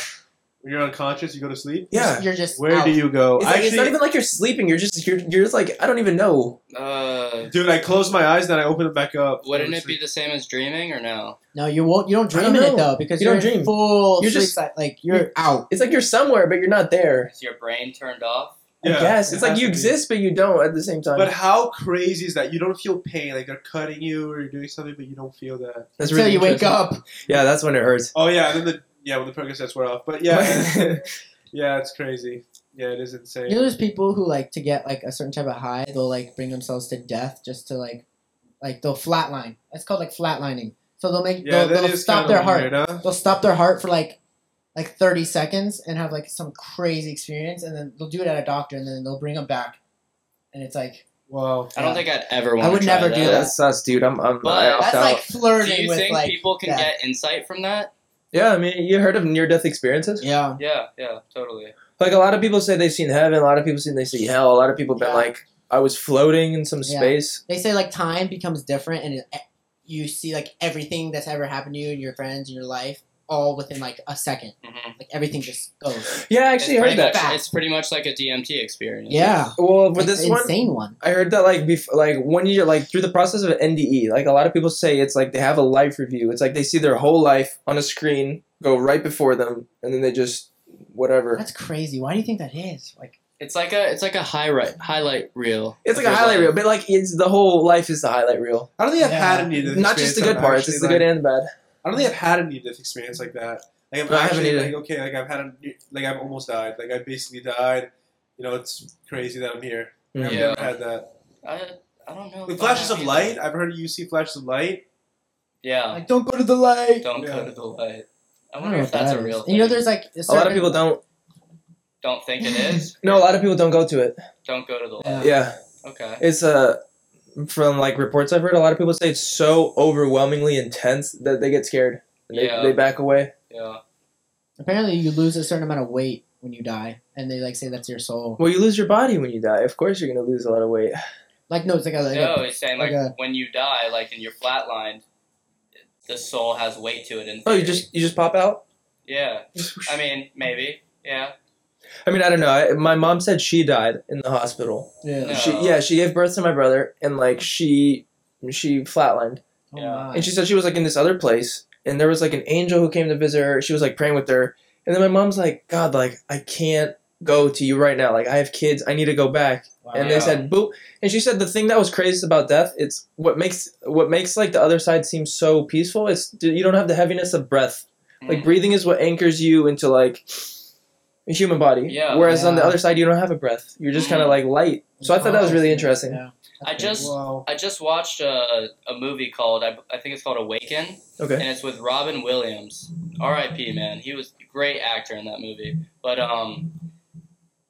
Speaker 7: when you're unconscious, you go to sleep.
Speaker 2: Yeah.
Speaker 1: You're just
Speaker 7: Where
Speaker 1: out.
Speaker 7: do you go?
Speaker 2: Oh. It's, like, it's not
Speaker 7: Actually,
Speaker 2: even like you're sleeping. You're just you're you're just like I don't even know.
Speaker 5: Uh,
Speaker 7: dude, I close my eyes, then I open it back up.
Speaker 5: wouldn't it be the same as dreaming or no?
Speaker 1: No, you won't. You don't
Speaker 2: I
Speaker 1: dream
Speaker 2: don't
Speaker 1: in it
Speaker 2: know.
Speaker 1: though, because
Speaker 2: You
Speaker 1: you are
Speaker 2: don't dream.
Speaker 1: in full.
Speaker 2: You're
Speaker 1: You're
Speaker 2: just-
Speaker 1: just like you're, out.
Speaker 2: It's like you're somewhere, but you're not there.
Speaker 5: Is your brain turned off?
Speaker 7: Yeah,
Speaker 2: I guess
Speaker 7: it
Speaker 2: it's like
Speaker 7: has
Speaker 2: you
Speaker 7: to be.
Speaker 2: exist, but you don't at the same time.
Speaker 7: But how crazy is that? You don't feel pain, like they're cutting you or you're doing something, but you don't feel that.
Speaker 2: that's
Speaker 1: Until you wake
Speaker 2: interesting.
Speaker 1: up.
Speaker 2: Yeah, that's when it hurts.
Speaker 7: Oh yeah, and then the yeah when the Percocets sets wear off. But yeah, yeah, it's crazy. Yeah, it is insane.
Speaker 1: You know, there's people who like to get like a certain type of high. They'll like bring themselves to death just to like, like they'll flatline. That's called like flatlining. So they'll make
Speaker 2: Yeah,
Speaker 1: they'll,
Speaker 2: that
Speaker 1: they'll
Speaker 2: is
Speaker 1: stop
Speaker 2: kinda
Speaker 1: their heart.
Speaker 2: weird, huh?
Speaker 1: They'll stop their heart for like like 30 seconds and have like some crazy experience, and then they'll do it at a doctor, and then they'll bring them back, and it's like
Speaker 2: Wow.
Speaker 3: I don't
Speaker 1: Yeah.
Speaker 3: think I'd ever want.
Speaker 1: would
Speaker 3: to try
Speaker 1: never
Speaker 3: that.
Speaker 1: do
Speaker 2: That sucks, dude. I'm. I'm
Speaker 3: But
Speaker 2: I opt
Speaker 1: that's
Speaker 2: out.
Speaker 1: like flirting
Speaker 3: Do you
Speaker 1: with
Speaker 3: think
Speaker 1: like
Speaker 3: people can
Speaker 1: yeah.
Speaker 3: get insight from that?
Speaker 2: Yeah, I mean, you heard of near-death experiences?
Speaker 1: yeah.
Speaker 3: Yeah, yeah, totally.
Speaker 2: Like a lot of people say they've seen heaven. A lot of people say they see hell. A lot of people
Speaker 1: Yeah.
Speaker 2: been like, I was floating in some
Speaker 1: Yeah.
Speaker 2: space.
Speaker 1: They say like time becomes different, and it, you see like everything that's ever happened to you and your friends and your life all within like a second.
Speaker 3: Mm-hmm.
Speaker 1: Like everything just goes.
Speaker 2: Yeah, I actually heard that.
Speaker 1: that.
Speaker 3: It's pretty much like a DMT experience.
Speaker 1: Yeah,
Speaker 2: Well, but
Speaker 1: like,
Speaker 2: this one,
Speaker 1: insane one.
Speaker 2: I heard that like bef- like when you're like through the process of an NDE, like a lot of people say it's like they have a life review. It's like they see their whole life on a screen go right before them, and then they just whatever.
Speaker 1: That's crazy. Why do you think that is? Like
Speaker 3: It's like a it's like a highlight highlight reel.
Speaker 2: It's like a
Speaker 3: Of your
Speaker 2: highlight
Speaker 3: life.
Speaker 2: reel, but like it's the whole life is the highlight reel.
Speaker 4: I don't think I've
Speaker 1: Yeah.
Speaker 4: had any of this.
Speaker 2: Not just the good parts, it's the good and the bad.
Speaker 4: I don't think I've had any of this experience like that. Like I'm
Speaker 2: No, I haven't
Speaker 4: actually
Speaker 2: either.
Speaker 4: like okay, like I've had a, like I've almost died. Like I basically died. You know, it's crazy that I'm here. I've
Speaker 2: Mm,
Speaker 3: Yeah.
Speaker 4: never had that.
Speaker 3: I, I don't know.
Speaker 4: The
Speaker 3: if
Speaker 4: flashes
Speaker 3: I'm
Speaker 4: of
Speaker 3: happy
Speaker 4: light.
Speaker 3: about-
Speaker 4: I've heard you see flashes of light.
Speaker 3: Yeah.
Speaker 1: like don't go to the light.
Speaker 3: Don't
Speaker 4: Yeah.
Speaker 3: go to the light. I
Speaker 1: I don't know
Speaker 3: wonder if
Speaker 1: what
Speaker 3: that's
Speaker 1: that
Speaker 3: a
Speaker 1: is.
Speaker 3: real.
Speaker 1: And you know,
Speaker 3: thing.
Speaker 1: there's like
Speaker 2: A lot of people don't.
Speaker 3: don't think it is.
Speaker 2: No, a lot of people don't go to it.
Speaker 3: Don't go to the
Speaker 1: Yeah.
Speaker 3: light.
Speaker 2: Yeah,
Speaker 3: Okay.
Speaker 2: it's uh, from like reports I've heard, a lot of people say it's so overwhelmingly intense that they get scared. They,
Speaker 3: Yeah.
Speaker 2: they back away.
Speaker 3: Yeah.
Speaker 1: Apparently, you lose a certain amount of weight when you die, and they like say that's your soul.
Speaker 2: Well, you lose your body when you die. Of course, you're gonna lose a lot of weight.
Speaker 1: Like no, it's like a like
Speaker 3: No,
Speaker 1: a,
Speaker 3: he's saying like
Speaker 1: like a-
Speaker 3: when you die, like in your flatline, the soul has weight to it. In
Speaker 2: Oh, you
Speaker 3: theory.
Speaker 2: just you just pop out.
Speaker 3: yeah. I mean, maybe. Yeah.
Speaker 2: I mean, I don't know. I, my mom said she died in the hospital.
Speaker 1: yeah. Oh,
Speaker 3: No.
Speaker 2: She yeah, she gave birth to my brother, and like she she flatlined,
Speaker 1: Oh
Speaker 3: Yeah.
Speaker 1: my.
Speaker 2: and she said she was like in this other place, and there was like an angel who came to visit her. She was like praying with her, and then my mom's like, God, like I can't go to you right now. Like I have kids, I need to go back.
Speaker 1: Wow.
Speaker 2: And they said boop. And she said the thing that was craziest about death, it's what makes what makes like the other side seem so peaceful. It's you don't have the heaviness of breath. Like
Speaker 3: Mm.
Speaker 2: breathing is what anchors you into like a human body.
Speaker 3: Yeah.
Speaker 2: Whereas on the
Speaker 1: Yeah.
Speaker 2: other side, you don't have a breath. You're just kind of
Speaker 4: Mm-hmm.
Speaker 2: like light. So I thought that was really interesting.
Speaker 1: Yeah.
Speaker 3: I just
Speaker 1: Whoa.
Speaker 3: I just watched a, a movie called I, I think it's called Awaken, and
Speaker 2: Okay.
Speaker 3: it's with Robin Williams. R.I.P. Man, he was a great actor in that movie. But um,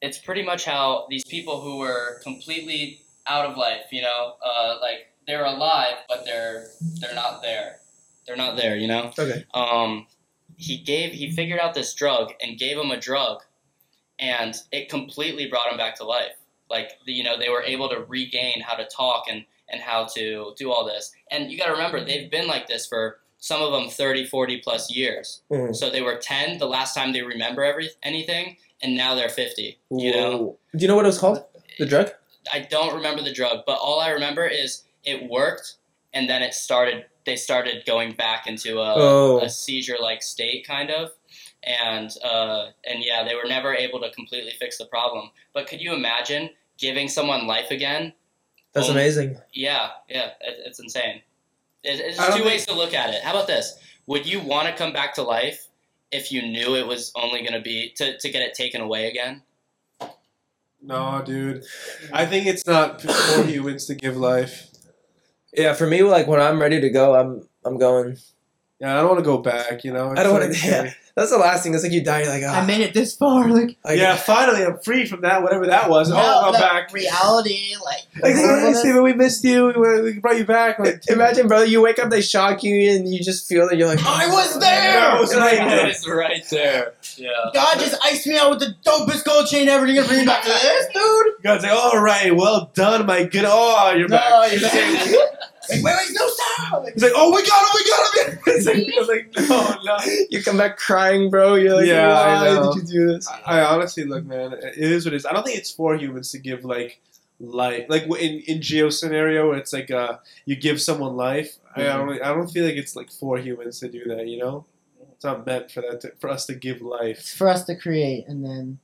Speaker 3: it's pretty much how these people who were completely out of life, you know, uh, like they're alive but they're they're not there, they're not there, you know.
Speaker 2: Okay.
Speaker 3: Um, he gave he figured out this drug and gave him a drug, and it completely brought him back to life. Like the- you know, they were able to regain how to talk and and how to do all this. And you got to remember, they've been like this for some of them 30, 40 plus years.
Speaker 2: Mhm.
Speaker 3: So they were 10 the last time they remember every anything, and now they're 50. You know,
Speaker 2: Whoa. Do you know what it was called? The drug?
Speaker 3: I don't remember the drug, but all I remember is it worked, and then it started. They started going back into a,
Speaker 2: Oh.
Speaker 3: a seizure-like state, kind of, and uh, and yeah, they were never able to completely fix the problem. But could you imagine giving someone life again?
Speaker 2: That's
Speaker 3: Oh.
Speaker 2: amazing.
Speaker 3: Yeah, yeah, it, it's insane. It, it's
Speaker 4: I
Speaker 3: just
Speaker 4: don't
Speaker 3: two ways to look at it. How about this? Would you want to come back to life if you knew it was only going to be to, to get it taken away again?
Speaker 4: No, dude. I think it's not for humans to give life.
Speaker 2: Yeah. For me, like when I'm ready to go, I'm I'm going.
Speaker 4: Yeah, I don't want to go back. You know,
Speaker 2: I don't
Speaker 4: It's
Speaker 2: wanna-
Speaker 4: like-
Speaker 2: That's the last thing. It's like you die. You're like ah.
Speaker 1: I made it this far. Like
Speaker 2: Like,
Speaker 4: yeah, finally, I'm free from that. Whatever that was.
Speaker 1: now
Speaker 4: oh, I'm
Speaker 1: the
Speaker 4: back.
Speaker 1: Reality, like,
Speaker 2: Like,
Speaker 4: Hey, Steven, we missed you. We- We brought you back. Like,
Speaker 2: Imagine, brother, you wake up, they shock you, and you just feel that you're like,
Speaker 1: I was there.
Speaker 4: I was right there.
Speaker 3: It's right there. Yeah.
Speaker 1: God just iced me out with the dopest gold chain ever. You're gonna bring me back to this, dude?
Speaker 4: God's like, all right, well done, my good. Oh, you're
Speaker 1: No,
Speaker 4: back.
Speaker 1: you're back. Like, wait, wait, no stop. Like,
Speaker 4: He's like, oh, we got him, we got him. It's like, I was like, no, no.
Speaker 2: you come back crying, bro. You're like,
Speaker 4: Yeah, I
Speaker 2: why
Speaker 4: know.
Speaker 2: did you do this?
Speaker 4: I, I honestly look, man. It is what it is. I don't think it's for humans to give like life, like in in Geo scenario, where it's like uh, you give someone life. I don't. I don't feel like it's like for humans to do that. You know, it's not meant for that to, for us to give life.
Speaker 1: it's for us to create, and then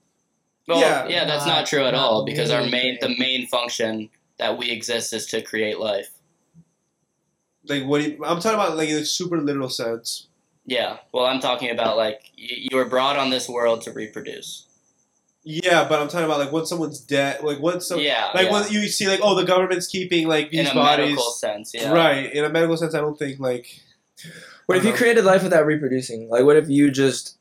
Speaker 3: Well,
Speaker 4: Yeah.
Speaker 3: yeah, that's not,
Speaker 1: Not-
Speaker 3: true at
Speaker 1: not
Speaker 3: all because our
Speaker 1: really
Speaker 3: main
Speaker 1: true.
Speaker 3: the main function that we exist is to create life.
Speaker 4: Like what do you, I'm talking about, like in a super literal sense.
Speaker 3: Yeah. Well, I'm talking about like you, you were brought on this world to reproduce.
Speaker 4: Yeah, but I'm talking about like once someone's dead, like once some,
Speaker 3: yeah.
Speaker 4: like
Speaker 3: yeah.
Speaker 4: when you see like oh the government's keeping like these
Speaker 3: in a
Speaker 4: bodies.
Speaker 3: medical sense. Yeah.
Speaker 4: Right. In a medical sense, I don't think like
Speaker 2: What if you
Speaker 4: Um,
Speaker 2: created life without reproducing? Like, what if you just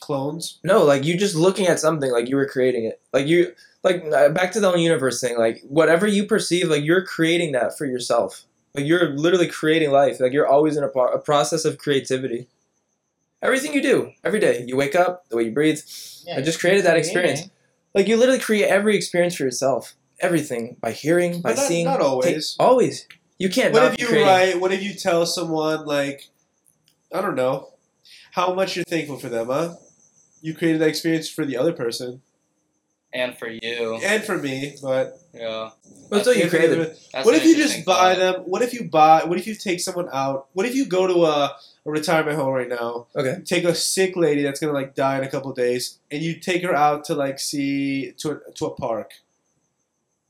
Speaker 4: Clones.
Speaker 2: no, like you just looking at something, like you were creating it, like you, like uh, back to the own universe thing, like whatever you perceive, like you're creating that for yourself. Like you're literally creating life. Like you're always in a, pro- a process of creativity. Everything you do, every day, you wake up, the way you breathe.
Speaker 1: Yeah,
Speaker 2: I just created that
Speaker 1: creating.
Speaker 2: experience. Like you literally create every experience for yourself. Everything by hearing, by
Speaker 4: But not,
Speaker 2: seeing.
Speaker 4: not always.
Speaker 2: Take- always. You can't.
Speaker 4: What
Speaker 2: not
Speaker 4: if
Speaker 2: be
Speaker 4: you
Speaker 2: creating.
Speaker 4: write? What if you tell someone like, I don't know, how much you're thankful for them, huh? You created that experience for the other person
Speaker 3: And for you,
Speaker 4: and for me, but
Speaker 3: yeah.
Speaker 2: That's what you created.
Speaker 3: That's
Speaker 4: what
Speaker 3: an
Speaker 4: if you
Speaker 3: interesting
Speaker 4: just buy
Speaker 3: thought.
Speaker 4: them? What if you buy? What if you take someone out? What if you go to a, a retirement home right now?
Speaker 2: Okay.
Speaker 4: Take a sick lady that's gonna like die in a couple of days, and you take her out to like see to a, to a park.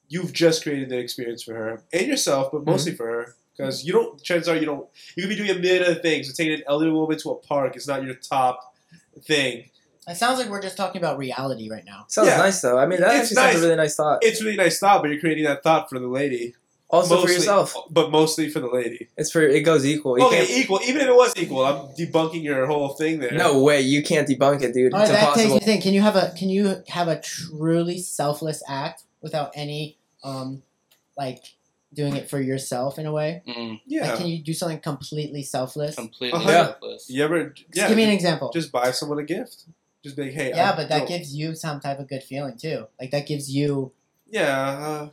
Speaker 4: You've just created the experience for her and yourself,
Speaker 2: Mm-hmm.
Speaker 4: but mostly for her because you don't. Chances are you don't. You could be doing a million other things. But taking an elderly woman to a park is not your top thing.
Speaker 1: It sounds like we're just talking about reality right now.
Speaker 2: Sounds
Speaker 4: Yeah.
Speaker 2: nice though. I mean, that
Speaker 4: It's
Speaker 2: actually
Speaker 4: nice.
Speaker 2: sounds a really nice thought.
Speaker 4: It's a really nice thought, but you're creating that thought for the lady.
Speaker 2: Also
Speaker 4: Mostly-
Speaker 2: for yourself.
Speaker 4: but mostly for the lady.
Speaker 2: It's for it goes equal. You
Speaker 4: Okay,
Speaker 2: can't,
Speaker 4: equal. Even if it was equal, I'm debunking your whole thing there.
Speaker 2: no way. You can't debunk it, dude.
Speaker 1: All right,
Speaker 2: it's
Speaker 1: Oh, that takes
Speaker 2: impossible.
Speaker 1: me to think. Can you have a can you have a truly selfless act without any um like doing it for yourself in a way?
Speaker 3: Mm,
Speaker 1: Like,
Speaker 4: Yeah.
Speaker 1: can you do something completely selfless?
Speaker 3: completely
Speaker 4: Uh-huh.
Speaker 2: Yeah.
Speaker 3: helpless.
Speaker 4: You ever? Yeah.
Speaker 1: Give me an example.
Speaker 4: Just buy someone a gift. Just be like, hey.
Speaker 1: yeah,
Speaker 4: I-
Speaker 1: but that
Speaker 4: no.
Speaker 1: gives you some type of good feeling too. Like that gives you.
Speaker 4: Yeah. Uh,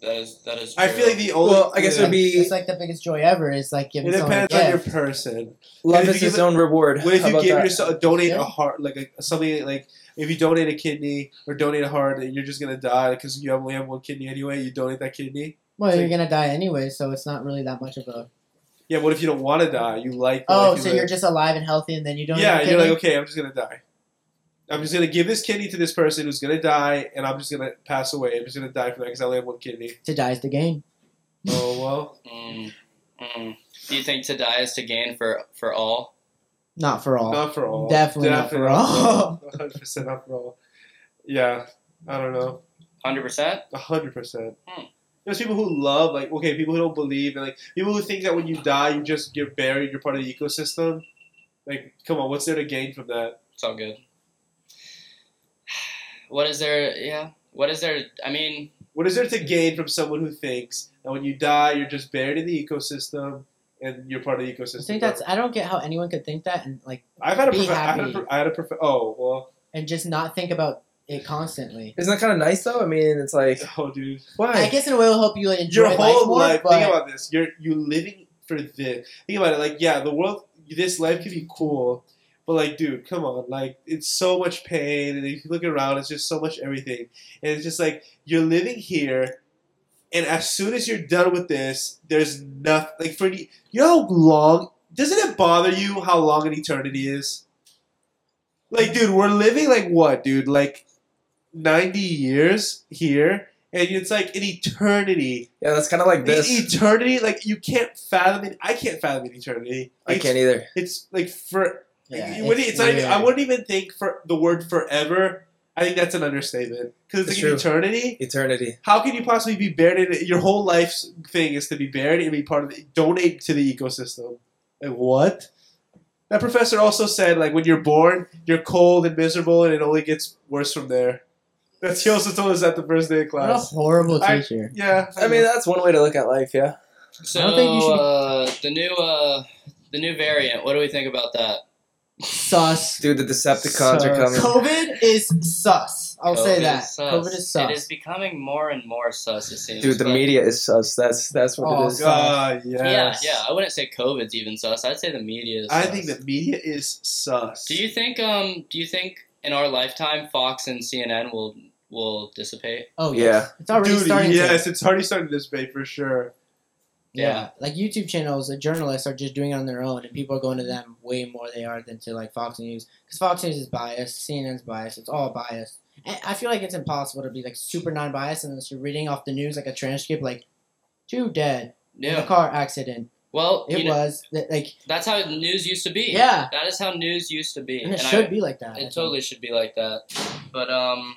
Speaker 3: That is that is. True.
Speaker 4: I feel like the only.
Speaker 2: Well, I guess it would be
Speaker 1: It's like the biggest joy ever is like
Speaker 4: It
Speaker 1: giving someone a
Speaker 4: depends
Speaker 1: gift.
Speaker 4: on your person.
Speaker 2: love
Speaker 4: if
Speaker 2: is
Speaker 4: you
Speaker 2: its
Speaker 4: give-
Speaker 2: own reward.
Speaker 4: What if
Speaker 2: How
Speaker 4: you
Speaker 2: about
Speaker 4: give
Speaker 2: that?
Speaker 4: yourself donate
Speaker 1: Yeah.
Speaker 4: a heart, like a, something like if you donate a kidney or donate a heart, you're just gonna die because you only have one kidney anyway. You donate that kidney.
Speaker 1: well,
Speaker 4: so-
Speaker 1: you're gonna die anyway, so it's not really that much of a.
Speaker 4: Yeah. What if you don't want to die? You like. the
Speaker 1: Oh,
Speaker 4: life you
Speaker 1: so
Speaker 4: live.
Speaker 1: you're just alive and healthy, and then you don't.
Speaker 4: yeah,
Speaker 1: have a
Speaker 4: you're like,
Speaker 1: kidney?
Speaker 4: okay, I'm just gonna die. I'm just gonna give this kidney to this person who's gonna die, and I'm just gonna pass away. I'm just gonna die from that because I only have one kidney.
Speaker 1: to die is the gain.
Speaker 4: Oh well,
Speaker 3: Mm, mm. Do you think to die is to gain for for all?
Speaker 1: Not for all.
Speaker 4: not for all.
Speaker 1: Definitely not for all.
Speaker 4: One hundred percent not for all. Yeah, I don't know.
Speaker 3: Hundred percent.
Speaker 4: A hundred percent.
Speaker 3: Hmm.
Speaker 4: There's people who love like okay, people who don't believe and like people who think that when you die you just get buried, you're part of the ecosystem. Like, come on, what's there to gain from that?
Speaker 3: It's all good. What is there? Yeah. What is there? I mean,
Speaker 4: What is there to gain from someone who thinks that when you die you're just buried in the ecosystem and you're part of the ecosystem?
Speaker 1: I think that's. I don't get how anyone could think that and like
Speaker 4: I've had a
Speaker 1: Be
Speaker 4: prof- I had a,
Speaker 1: happy.
Speaker 4: prof- I had a prof- oh well
Speaker 1: and just not think about it constantly.
Speaker 2: Isn't that kind of nice though? I mean, it's like
Speaker 4: oh dude
Speaker 1: I
Speaker 2: why?
Speaker 1: guess in a way it'll help you like, enjoy
Speaker 4: your whole
Speaker 1: life more.
Speaker 4: life
Speaker 1: but
Speaker 4: think about this you're you living for this think about it like yeah the world this life could be cool but like dude come on like it's so much pain and if you look around it's just so much everything and it's just like you're living here and as soon as you're done with this there's nothing like for the, you know how long doesn't it bother you how long an eternity is like dude we're living like what dude like 90 years here and it's like an eternity
Speaker 2: Yeah, that's kind of like
Speaker 4: An
Speaker 2: this.
Speaker 4: eternity like you can't fathom it i can't fathom an eternity
Speaker 2: I
Speaker 4: It's-
Speaker 2: can't e- either.
Speaker 4: it's like for
Speaker 1: Yeah,
Speaker 4: you wouldn't-
Speaker 1: it's
Speaker 4: it's, not even,
Speaker 1: weird.
Speaker 4: i wouldn't even think for the word forever i think that's an understatement because it's,
Speaker 2: It's
Speaker 4: like an eternity
Speaker 2: Eternity.
Speaker 4: how can you possibly be buried in it? your whole life's thing is to be buried and be part of the donate to the ecosystem like what that professor also said like when you're born you're cold and miserable and it only gets worse from there that's he also told us that the first day of
Speaker 1: What a
Speaker 4: class
Speaker 1: horrible
Speaker 4: I-
Speaker 1: teacher.
Speaker 4: yeah
Speaker 2: I mean, that's one way to look at life. Yeah.
Speaker 3: so
Speaker 1: don't think you should be-
Speaker 3: uh, the new uh, the new variant. What do we think about that?
Speaker 1: sus.
Speaker 2: Dude, the Decepticons are
Speaker 4: Sus.
Speaker 2: coming.
Speaker 1: COVID is sus. I'll say
Speaker 3: COVID
Speaker 1: that.
Speaker 3: is sus.
Speaker 1: COVID is sus.
Speaker 3: It is becoming more and more sus. It seems.
Speaker 2: Dude, the
Speaker 3: but-
Speaker 2: media is sus. That's that's what
Speaker 1: Oh,
Speaker 2: it is.
Speaker 1: God.
Speaker 4: god
Speaker 3: Yeah,
Speaker 4: Ah, yes.
Speaker 3: yeah. I wouldn't say COVID's even sus. I'd say the media. Is
Speaker 4: i
Speaker 3: sus.
Speaker 4: think the media is sus
Speaker 3: Do you think? Um. Do you think in our lifetime, Fox and CNN will will dissipate?
Speaker 1: Oh
Speaker 2: Yeah.
Speaker 1: yes. It's already
Speaker 4: Dude,
Speaker 1: starting. to.
Speaker 4: yes, it's already starting to dissipate for sure.
Speaker 1: Yeah.
Speaker 3: Yeah.
Speaker 1: Like YouTube channels, the journalists are just doing it on their own, and people are going to them way more they are than to like Fox News because Fox News is biased, CNN's biased, it's all biased. And I feel like it's impossible to be like super non-biased unless you're reading off the news like a transcript, like two dead in a
Speaker 3: Yeah.
Speaker 1: car accident.
Speaker 3: Well,
Speaker 1: It
Speaker 3: you know,
Speaker 1: was that like
Speaker 3: that's how news used to be.
Speaker 1: yeah,
Speaker 3: That is how news used to be.
Speaker 1: and it
Speaker 3: And I-
Speaker 1: should be like that. I
Speaker 3: It
Speaker 1: think.
Speaker 3: totally should be like that. But um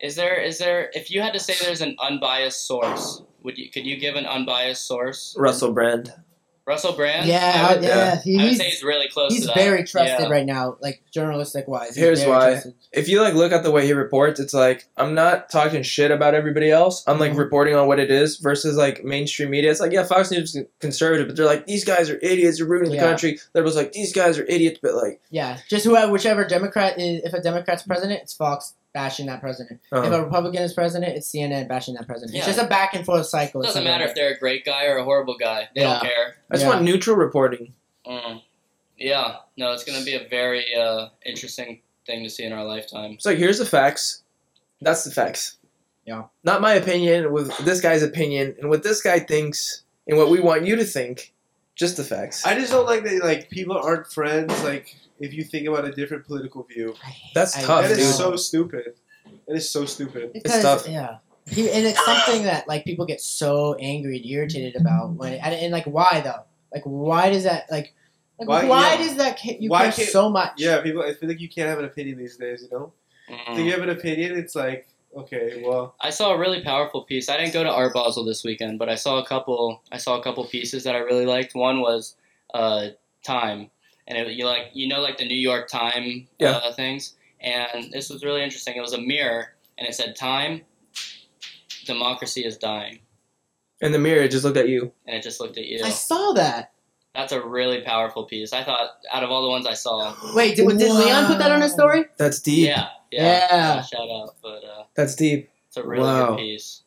Speaker 3: is there is there if you had to say there's an unbiased source, would you could you give an unbiased source?
Speaker 2: Russell Brand.
Speaker 5: Russell Brand.
Speaker 1: yeah,
Speaker 5: I
Speaker 1: I-
Speaker 5: would,
Speaker 1: yeah. he-
Speaker 5: I would
Speaker 1: he's
Speaker 5: say he's really close.
Speaker 1: he's
Speaker 5: to that.
Speaker 1: very trusted
Speaker 5: Yeah.
Speaker 1: right now, like journalistic wise.
Speaker 2: Here's why. if you like look at the way he reports, it's like I'm not talking shit about everybody else. I'm like
Speaker 1: Mhm.
Speaker 2: reporting on what it is versus like mainstream media. It's like yeah, Fox News is conservative, but they're like these guys are idiots. They're ruining the
Speaker 1: Yeah.
Speaker 2: country. Liberals are like these guys are idiots, but like
Speaker 1: Yeah, just whoever, whichever Democrat is, if a Democrat's president, it's Fox bashing that president. If
Speaker 2: uh,
Speaker 1: a Republican is president, it's CNN bashing that president.
Speaker 5: Yeah.
Speaker 1: It's just a back and forth cycle.
Speaker 5: It
Speaker 1: It's
Speaker 5: doesn't
Speaker 1: something
Speaker 5: matter if
Speaker 1: like
Speaker 5: they're a great guy or a horrible guy. They don't care.
Speaker 2: I just
Speaker 1: Yeah.
Speaker 2: want neutral reporting.
Speaker 5: Mm. Yeah. No, it's going to be a very uh, interesting thing to see in our lifetime.
Speaker 2: It's like here's the facts. That's the facts.
Speaker 1: Yeah.
Speaker 2: Not my opinion with this guy's opinion and what this guy thinks and what we want you to think. Just the facts.
Speaker 4: I just don't like that. Like people aren't friends. Like if you think about a different political view,
Speaker 1: I hate-
Speaker 2: That's
Speaker 1: I
Speaker 2: tough,
Speaker 4: that
Speaker 1: know.
Speaker 4: is
Speaker 2: dude.
Speaker 4: so stupid. That is so stupid.
Speaker 1: Because,
Speaker 2: tough.
Speaker 1: Yeah. He, and it's something that like people get so angry and irritated about when and, and like why though like why does that like like
Speaker 4: Why-
Speaker 1: why,
Speaker 4: yeah.
Speaker 1: does that ca- you
Speaker 4: Why
Speaker 1: care
Speaker 4: can't-
Speaker 1: so much
Speaker 4: Yeah, people. I feel like you can't have an opinion these days. You know,
Speaker 5: Mm.
Speaker 4: if you have an opinion, it's like okay, well,
Speaker 5: I saw a really powerful piece. I didn't go to Art Basel this weekend, but I saw a couple. I saw a couple pieces that I really liked. One was uh, Time, and it, you like you know like the New York Time
Speaker 2: Yeah.
Speaker 5: uh, things. And this was really interesting. It was a mirror, and it said, "Time, democracy is dying,"
Speaker 2: In the mirror, it just looked at you.
Speaker 5: and it just looked at you.
Speaker 1: I saw that
Speaker 5: That's a really powerful piece. I thought out of all the ones I saw,
Speaker 1: wait did, did Leon put that on his story
Speaker 2: That's deep.
Speaker 5: yeah, yeah,
Speaker 1: Yeah.
Speaker 5: shout out, but uh,
Speaker 2: That's deep.
Speaker 5: it's a really
Speaker 2: Wow.
Speaker 5: good piece.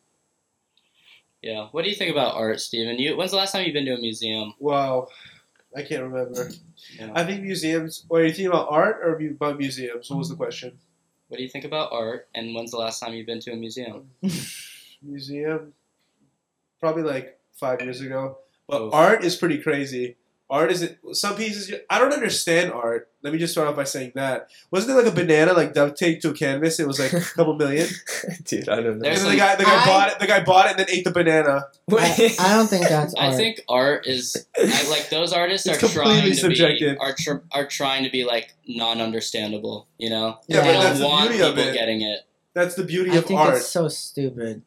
Speaker 5: Yeah, what do you think about art, Steven? You, when's the last time you've been to a museum?
Speaker 4: wow. I can't remember.
Speaker 5: Yeah.
Speaker 4: I think museums. Or are you thinking about art or mu- about museums? What was the question?
Speaker 5: What do you think about art, and when's the last time you've been to a museum?
Speaker 4: Museum, probably like five years ago. But
Speaker 5: Oof.
Speaker 4: art is pretty crazy. Art is some pieces. I don't understand art. Let me just start off by saying that wasn't it like a banana like duct taped to a canvas? It was like a couple million.
Speaker 2: Dude, I don't
Speaker 4: And
Speaker 5: There's
Speaker 4: then
Speaker 5: some-
Speaker 4: the guy, the guy
Speaker 1: I-
Speaker 4: bought it. The guy bought it and then ate the banana.
Speaker 1: I, I don't think that's
Speaker 5: I
Speaker 1: art.
Speaker 5: think art is I, like those artists
Speaker 4: It's
Speaker 5: are trying
Speaker 4: completely
Speaker 5: to
Speaker 4: subjective.
Speaker 5: be are tr- are trying to be like non-understandable. You know,
Speaker 4: Yeah,
Speaker 5: they
Speaker 4: but
Speaker 5: don't
Speaker 4: that's the
Speaker 5: want
Speaker 4: beauty of
Speaker 5: people
Speaker 4: it.
Speaker 5: getting it.
Speaker 4: That's the beauty
Speaker 1: I
Speaker 4: of
Speaker 1: think
Speaker 4: art.
Speaker 1: that's so stupid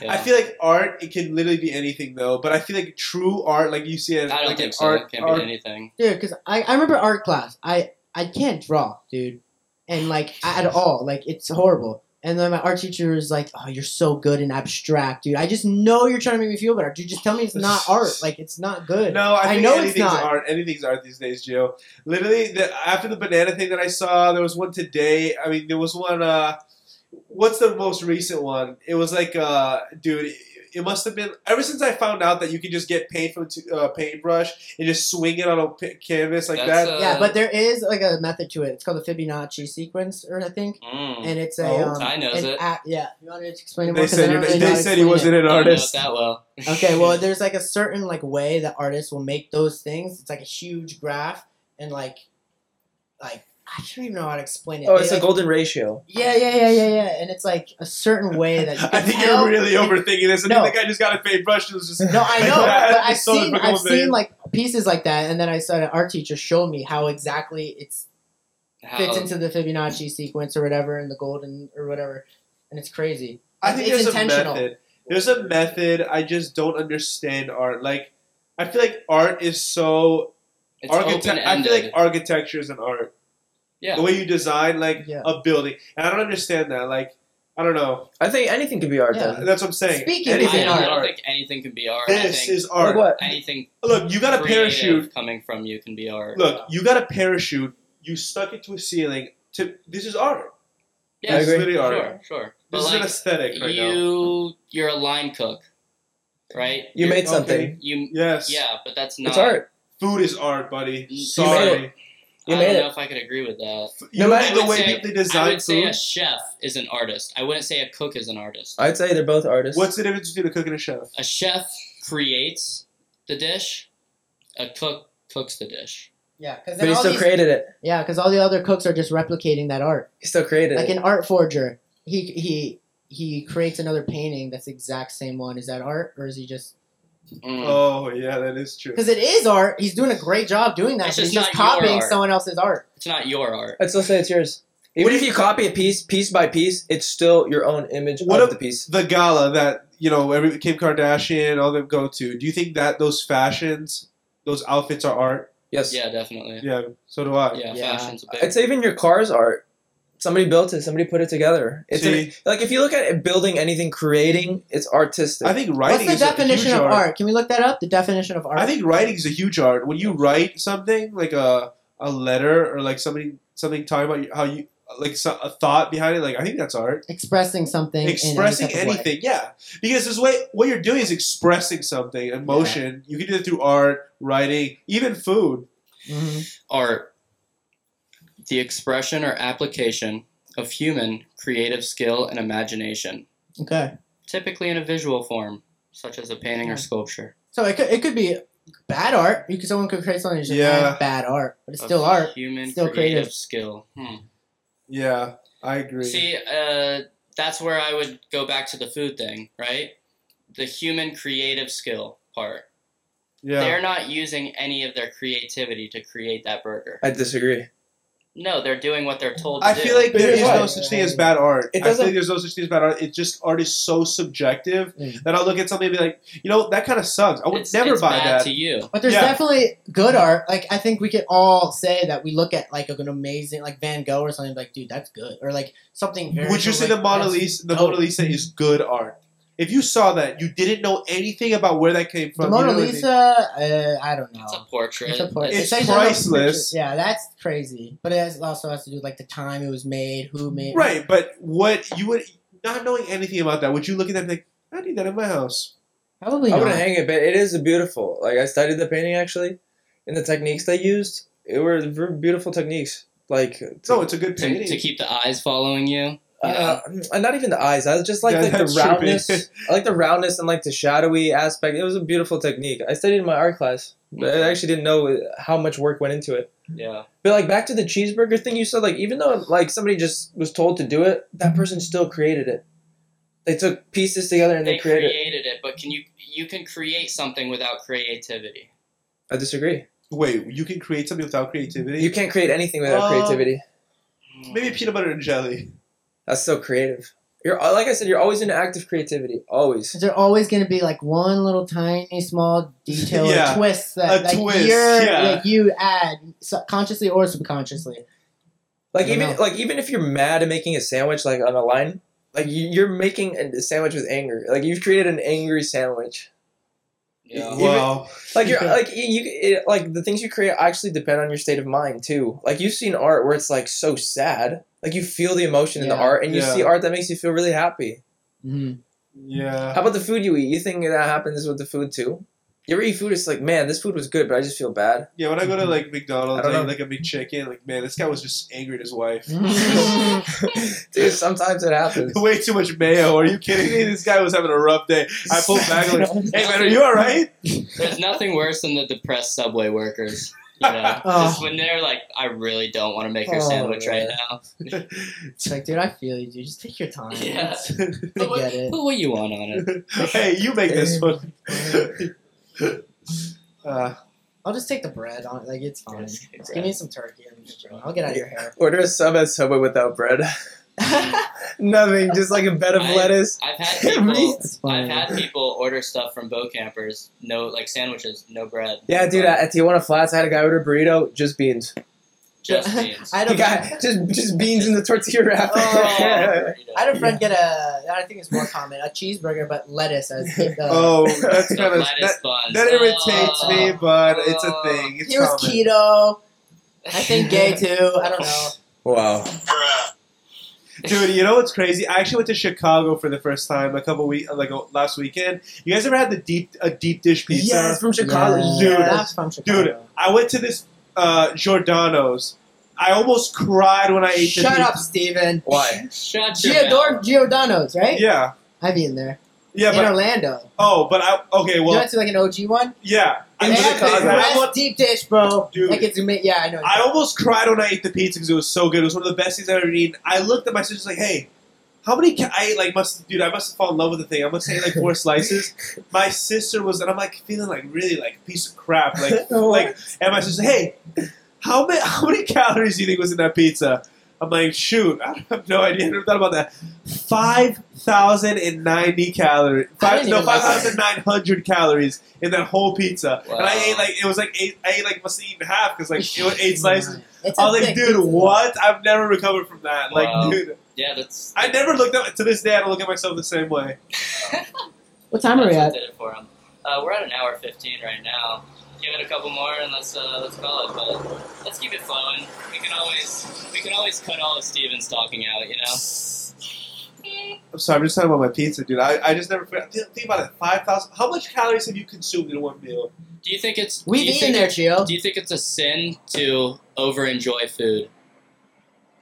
Speaker 4: I
Speaker 5: Yeah.
Speaker 4: feel like art. It can literally be anything though. But I feel like true art, like you see it,
Speaker 5: I don't
Speaker 4: like
Speaker 5: think
Speaker 4: an
Speaker 5: so.
Speaker 4: art,
Speaker 5: it can't
Speaker 4: art
Speaker 5: be anything.
Speaker 1: dude because I, I remember art class I I can't draw dude and like at all like it's horrible and then my art teacher is like oh you're so good and abstract dude I just know you're trying to make me feel better dude just tell me it's not art like it's not good
Speaker 4: No, I,
Speaker 1: I
Speaker 4: think
Speaker 1: know it's
Speaker 4: anything's
Speaker 1: not.
Speaker 4: art. Anything's art these days, Joe. Literally, the, after the banana thing that I saw, there was one today. I mean, there was one. Uh, what's the most recent one? It was like, uh, dude. It, it must have been ever since I found out that you can just get paint from a t- uh, paintbrush and just swing it on a p- canvas like
Speaker 5: That's,
Speaker 4: that.
Speaker 5: uh,
Speaker 1: yeah, but there is like a method to it. It's called the Fibonacci sequence, or I think,
Speaker 5: Mm.
Speaker 1: and it's a.
Speaker 4: Oh.
Speaker 1: um,
Speaker 5: I knows
Speaker 1: an
Speaker 5: it.
Speaker 1: act- yeah, you want to explain it more?
Speaker 4: they
Speaker 1: 'Cause I
Speaker 4: said
Speaker 1: don't
Speaker 4: you're-
Speaker 1: really know how
Speaker 4: they
Speaker 1: to
Speaker 4: said he
Speaker 1: explain
Speaker 4: wasn't
Speaker 1: it.
Speaker 4: an
Speaker 5: I don't know it
Speaker 4: artist.
Speaker 5: that well.
Speaker 1: Okay, well, there's like a certain like way that artists will make those things. It's like a huge graph, and like, like I don't even know how to explain it.
Speaker 2: Oh,
Speaker 1: They,
Speaker 2: it's a
Speaker 1: like-
Speaker 2: golden ratio.
Speaker 1: Yeah, yeah, yeah, yeah, yeah, and it's like a certain way that. You
Speaker 4: I
Speaker 1: can
Speaker 4: think
Speaker 1: tell-
Speaker 4: you're really overthinking this. I
Speaker 1: No.
Speaker 4: think the guy just got a paintbrush and was just
Speaker 1: No, I know,
Speaker 4: Like,
Speaker 1: but
Speaker 4: I
Speaker 1: I've
Speaker 4: saw the
Speaker 1: seen
Speaker 4: fucking
Speaker 1: I've
Speaker 4: whole thing.
Speaker 1: seen like pieces like that, and then I saw an art teacher show me how exactly it's
Speaker 5: How,
Speaker 1: fits into the Fibonacci sequence or whatever in the golden or whatever, and it's crazy.
Speaker 4: I think
Speaker 1: it's
Speaker 4: there's a
Speaker 1: intentional.
Speaker 4: method. There's a method. I just don't understand art. Like, I feel like art is so
Speaker 5: it's
Speaker 4: architect. I
Speaker 5: open-ended.
Speaker 4: feel like architecture is an art.
Speaker 5: yeah.
Speaker 4: The way you design like
Speaker 1: Yeah.
Speaker 4: a building, and I don't understand that. Like, I don't know.
Speaker 2: I think anything could be art.
Speaker 1: Yeah.
Speaker 2: Then.
Speaker 4: That's what I'm saying.
Speaker 1: Speaking
Speaker 5: Uh-huh. I,
Speaker 1: is
Speaker 4: Anything
Speaker 1: an
Speaker 5: don't, I
Speaker 4: is
Speaker 5: don't
Speaker 4: art.
Speaker 5: think anything can be art. I
Speaker 4: This
Speaker 5: think
Speaker 4: is
Speaker 2: Like
Speaker 4: art.
Speaker 2: what?
Speaker 5: anything
Speaker 4: Look, you got a
Speaker 5: creative
Speaker 4: parachute.
Speaker 5: coming from you can be art.
Speaker 4: Look, you got a parachute. You stuck it to a ceiling. To this is art.
Speaker 5: yeah,
Speaker 2: I
Speaker 4: This
Speaker 2: agree.
Speaker 4: is literally art.
Speaker 5: sure, sure. But
Speaker 4: This is an
Speaker 5: like,
Speaker 4: aesthetic right now.
Speaker 5: you, you're a line cook, right?
Speaker 2: You
Speaker 4: You're-
Speaker 2: made something.
Speaker 4: okay.
Speaker 5: You,
Speaker 4: Yes.
Speaker 5: yeah, but that's not.
Speaker 2: It's art.
Speaker 4: Food is art, buddy.
Speaker 5: You made
Speaker 4: Sorry.
Speaker 2: You
Speaker 5: I
Speaker 2: made
Speaker 5: don't
Speaker 2: it.
Speaker 5: know if I could agree with that.
Speaker 4: You
Speaker 2: No
Speaker 4: look
Speaker 2: matter-
Speaker 4: at
Speaker 5: I
Speaker 4: the
Speaker 5: would
Speaker 4: way
Speaker 5: say-
Speaker 4: people they
Speaker 5: I
Speaker 4: design
Speaker 5: would say
Speaker 4: food.
Speaker 5: a chef is an artist. I wouldn't say a cook is an artist.
Speaker 2: I'd say they're both artists.
Speaker 4: What's the difference between a cook and a chef?
Speaker 5: A chef creates the dish. A cook cooks the dish.
Speaker 1: Yeah, because
Speaker 2: but he still created it.
Speaker 1: yeah, 'cause all the other cooks are just replicating that art.
Speaker 2: He still created
Speaker 1: Like
Speaker 2: it.
Speaker 1: an art forger, he he he creates another painting that's the exact same one. Is that art, or is he just?
Speaker 5: Mm.
Speaker 4: Oh yeah, that is true.
Speaker 1: Because it is art. He's doing a great job doing that.
Speaker 5: It's
Speaker 1: but
Speaker 5: just
Speaker 1: he's just
Speaker 5: not your
Speaker 1: copying
Speaker 5: art.
Speaker 1: someone else's art.
Speaker 5: It's not your art.
Speaker 2: I'd still say it's yours. Even
Speaker 4: What
Speaker 2: if you copy a piece, piece by piece, it's still your own image
Speaker 4: What
Speaker 2: of
Speaker 4: if-
Speaker 2: the piece.
Speaker 4: The gala that you know, every Kim Kardashian, all them go to. Do you think that those fashions those outfits are art.
Speaker 2: Yes.
Speaker 3: Yeah, definitely.
Speaker 4: Yeah, so do I.
Speaker 3: Yeah,
Speaker 1: Yeah.
Speaker 3: fashion's a big.
Speaker 2: It's even your car's art. Somebody built it. Somebody put it together. It's
Speaker 4: See?
Speaker 2: an- like if you look at it, building anything, creating, it's artistic.
Speaker 4: I think
Speaker 1: What's
Speaker 4: writing
Speaker 1: the
Speaker 4: is a
Speaker 1: definition
Speaker 4: huge
Speaker 1: of
Speaker 4: art.
Speaker 1: art? Can we look that up? The definition of art.
Speaker 4: I think writing is a huge art. When you write something like a a letter or like somebody something talking about how you like so, a thought behind it, like I think that's art.
Speaker 1: expressing something. in any
Speaker 4: expressing
Speaker 1: type of way.
Speaker 4: anything, yeah, because this way what you're doing is expressing something, emotion. You can do it through art, writing, even food.
Speaker 1: Mhm.
Speaker 3: art the expression or application of human creative skill and imagination
Speaker 1: Okay.
Speaker 3: typically in a visual form such as a painting or sculpture
Speaker 1: So it could, it could be bad art. You could someone could create something that's just
Speaker 4: Yeah.
Speaker 1: bad- bad art, but it's still
Speaker 3: Of
Speaker 1: art.
Speaker 3: human
Speaker 1: Still
Speaker 3: creative,
Speaker 1: creative.
Speaker 3: skill hmm.
Speaker 4: Yeah, I agree.
Speaker 3: see uh, that's where i would go back to the food thing right the human creative skill part
Speaker 4: yeah,
Speaker 3: they're not using any of their creativity to create that burger
Speaker 2: I disagree.
Speaker 3: no they're doing what they're told to
Speaker 4: I
Speaker 3: do
Speaker 4: feel like
Speaker 2: But
Speaker 4: there
Speaker 2: here's
Speaker 4: is
Speaker 2: why.
Speaker 4: no such thing as bad art.
Speaker 2: It
Speaker 4: I feel
Speaker 2: doesn't-
Speaker 4: like there's no such thing as bad art. It's just art is so subjective
Speaker 1: Mm.
Speaker 4: that I'll look at something and be like, you know, that kind of sucks. I would
Speaker 3: it's,
Speaker 4: never
Speaker 3: it's
Speaker 4: buy
Speaker 3: bad
Speaker 4: that.
Speaker 3: to you
Speaker 1: But there's
Speaker 4: Yeah.
Speaker 1: definitely good art. Like I think we could all say that we look at like an amazing like Van Gogh or something like, dude, that's good. Or like something very
Speaker 4: Would you say
Speaker 1: like,
Speaker 4: the Mona
Speaker 1: that's-
Speaker 4: Lisa? The
Speaker 1: dope.
Speaker 4: Mona Lisa is good art. If you saw that, you didn't know anything about where that came
Speaker 1: The
Speaker 4: from. you
Speaker 1: Mona
Speaker 4: know what I
Speaker 1: Lisa, uh, I don't know.
Speaker 3: it's a portrait
Speaker 1: It's a portrait.
Speaker 4: It's
Speaker 1: actually like a
Speaker 4: priceless.
Speaker 1: picture. yeah, that's crazy. But it has, also has to do with like the time it was made, who made.
Speaker 4: mean? right? But what you would not knowing anything about that, would you look at that and be like, I need that in my house?
Speaker 1: Probably
Speaker 2: I
Speaker 1: not.
Speaker 2: wouldn't hang it, but it is beautiful. Like I studied the painting actually, and the techniques they used, it were very beautiful techniques. Like
Speaker 4: No, it's a good
Speaker 3: to,
Speaker 4: painting.
Speaker 3: to keep the eyes following you
Speaker 2: Uh, not even the eyes. I just like,
Speaker 4: Yeah,
Speaker 2: like the
Speaker 4: that's true,
Speaker 2: roundness.
Speaker 4: man.
Speaker 2: I like the roundness and like the shadowy aspect. It was a beautiful technique. I studied in my art class, but I actually didn't know how much work went into it.
Speaker 3: yeah
Speaker 2: But like back to the cheeseburger thing you said, like even though like somebody just was told to do it,
Speaker 1: Mm-hmm.
Speaker 2: that person still created it. They took pieces together and they,
Speaker 3: they
Speaker 2: created. it.
Speaker 3: created it, but can you you can create something without creativity?
Speaker 2: I disagree.
Speaker 4: Wait, you can create something without creativity.
Speaker 2: You can't create anything without
Speaker 1: Oh.
Speaker 4: Uh,
Speaker 2: creativity.
Speaker 4: Maybe peanut butter and jelly.
Speaker 2: That's so creative. You're uh, like I said, you're always in active creativity. Always.
Speaker 1: Is there always going to be like one little tiny small detail
Speaker 4: Yeah,
Speaker 1: or twist that
Speaker 4: a
Speaker 1: like,
Speaker 4: twist,
Speaker 1: you're,
Speaker 4: yeah.
Speaker 1: like, you add su- consciously or subconsciously?
Speaker 2: Like
Speaker 1: I don't
Speaker 2: even
Speaker 1: know.
Speaker 2: like even if you're mad at making a sandwich like on a line, like you, you're making a sandwich with anger. Like you've created an angry sandwich.
Speaker 3: Yeah.
Speaker 2: Even-
Speaker 4: Wow.
Speaker 2: Like you're
Speaker 1: Yeah.
Speaker 2: like you- you it, like the things you create actually depend on your state of mind too. Like you've seen art where it's like so sad. Like you feel the emotion in the
Speaker 1: Yeah.
Speaker 2: art, and you
Speaker 4: Yeah.
Speaker 2: see art that makes you feel really happy.
Speaker 1: Mm-hmm.
Speaker 4: Yeah.
Speaker 2: How about the food you eat? You think that happens with the food too? You ever eat food? It's like, man, this food was good, but I just feel bad.
Speaker 4: Yeah, when I go to like McDonald's,
Speaker 2: I
Speaker 4: I,
Speaker 2: don't
Speaker 4: eat
Speaker 2: know.
Speaker 4: like a McChicken. Like, man, this guy was just angry at his wife.
Speaker 2: Dude, sometimes it happens.
Speaker 4: Way too much mayo. Are you kidding me? This guy was having a rough day. I pulled back. Like, hey man, are you all right?
Speaker 3: There's nothing worse than the depressed subway workers. You know,
Speaker 1: Oh.
Speaker 3: just when they're like, I really don't want to make your
Speaker 2: Oh,
Speaker 3: sandwich right
Speaker 2: man.
Speaker 3: now.
Speaker 1: It's like, dude, I feel you, dude. Just take your time.
Speaker 3: Yeah.
Speaker 1: I
Speaker 3: Put what,
Speaker 1: get it.
Speaker 3: put what you want on it.
Speaker 4: hey, you make this one. uh,
Speaker 1: I'll just take the bread. On, like, it's fine.
Speaker 3: Yes,
Speaker 1: Just give me some turkey. And just, I'll get out of your hair.
Speaker 2: Order a sub at Subway without bread. Nothing, just like a bed of
Speaker 3: I-
Speaker 2: lettuce.
Speaker 3: I've had people.
Speaker 1: It's
Speaker 3: I've
Speaker 1: fine.
Speaker 3: had people order stuff from boat campers, no like sandwiches, no bread.
Speaker 2: Yeah, dude. At Tijuana Flats, I had a guy order a burrito, just beans.
Speaker 3: just beans.
Speaker 1: I had
Speaker 2: The
Speaker 1: a
Speaker 2: guy just just beans in the tortilla wrapper.
Speaker 1: Oh. I had a
Speaker 3: don't.
Speaker 1: friend get a, I think it's more common, a cheeseburger, but lettuce as the.
Speaker 4: oh, that's
Speaker 3: The
Speaker 4: kind of that,
Speaker 3: lettuce buns. Oh.
Speaker 4: that irritates me, but it's a thing. It's
Speaker 1: he was
Speaker 4: common.
Speaker 1: keto. I think gay too. I don't know.
Speaker 2: Wow.
Speaker 4: Dude, you know what's crazy? I actually went to Chicago for the first time a couple week, like uh, last weekend. You guys ever had the deep a deep dish pizza?
Speaker 2: Yeah, it's from Chicago.
Speaker 1: Yeah,
Speaker 4: Dude.
Speaker 1: that's from Chicago.
Speaker 4: Dude, I went to this uh, Giordano's. I almost cried when I ate. the
Speaker 1: Shut
Speaker 4: pizza.
Speaker 1: up, Steven.
Speaker 2: Why?
Speaker 3: Shut your mouth.
Speaker 1: Giordor- Giordano's, right?
Speaker 4: Yeah,
Speaker 1: I've eaten there.
Speaker 4: yeah,
Speaker 1: In
Speaker 4: but
Speaker 1: Orlando.
Speaker 4: oh, but I okay.
Speaker 1: you
Speaker 4: Well,
Speaker 1: went to like an OG one?
Speaker 4: yeah, I
Speaker 2: In
Speaker 1: They
Speaker 4: went-
Speaker 1: have
Speaker 2: Chicago.
Speaker 1: the
Speaker 4: I
Speaker 1: best
Speaker 4: went-
Speaker 1: deep dish, bro.
Speaker 4: Dude.
Speaker 1: Like it's ama- yeah, I know.
Speaker 4: I almost cried when I ate the pizza because it was so good. It was one of the best things I've ever eaten. I looked at my sister's like, hey, how many can I ate, like must dude, I must have fallen in love with the thing. I must have ate like four slices. My sister was and I'm like feeling like really like a piece of crap. Like like and my sister's like, hey, how many how many calories do you think was in that pizza? I'm like, shoot, I have no idea. I never thought about that. 5,090 calories.
Speaker 1: I
Speaker 4: Five,
Speaker 1: didn't
Speaker 4: no,
Speaker 1: even look at it.
Speaker 4: 5,900 calories in that whole pizza. And I
Speaker 3: Wow.
Speaker 4: ate like, it was like eight, I ate like, must have eaten half because like it was eight slices.
Speaker 1: It's
Speaker 4: I
Speaker 1: a
Speaker 4: was like,
Speaker 1: thick
Speaker 4: dude,
Speaker 1: pizza.
Speaker 4: what? I've never recovered from that. Like,
Speaker 3: Wow.
Speaker 4: dude,
Speaker 5: Yeah, that's.
Speaker 4: I never looked at, to this day, I don't look at myself the same way.
Speaker 1: What time are we
Speaker 5: That's
Speaker 1: at?
Speaker 5: what did it for 'em. Uh, we're at an hour 15 right now. Give it a couple more and let's uh, let's call it. But let's keep it flowing. We can always we can always cut all of Steven's talking out. You know.
Speaker 4: I'm sorry, I'm just talking about my pizza, dude. I, I just never forgot. Think think about it. 5,000. How much calories have you consumed in one meal?
Speaker 5: Do you think it's
Speaker 1: We've
Speaker 5: do you
Speaker 1: eaten
Speaker 5: think
Speaker 1: there, Chio.
Speaker 5: it- Do you think it's a sin to over enjoy food?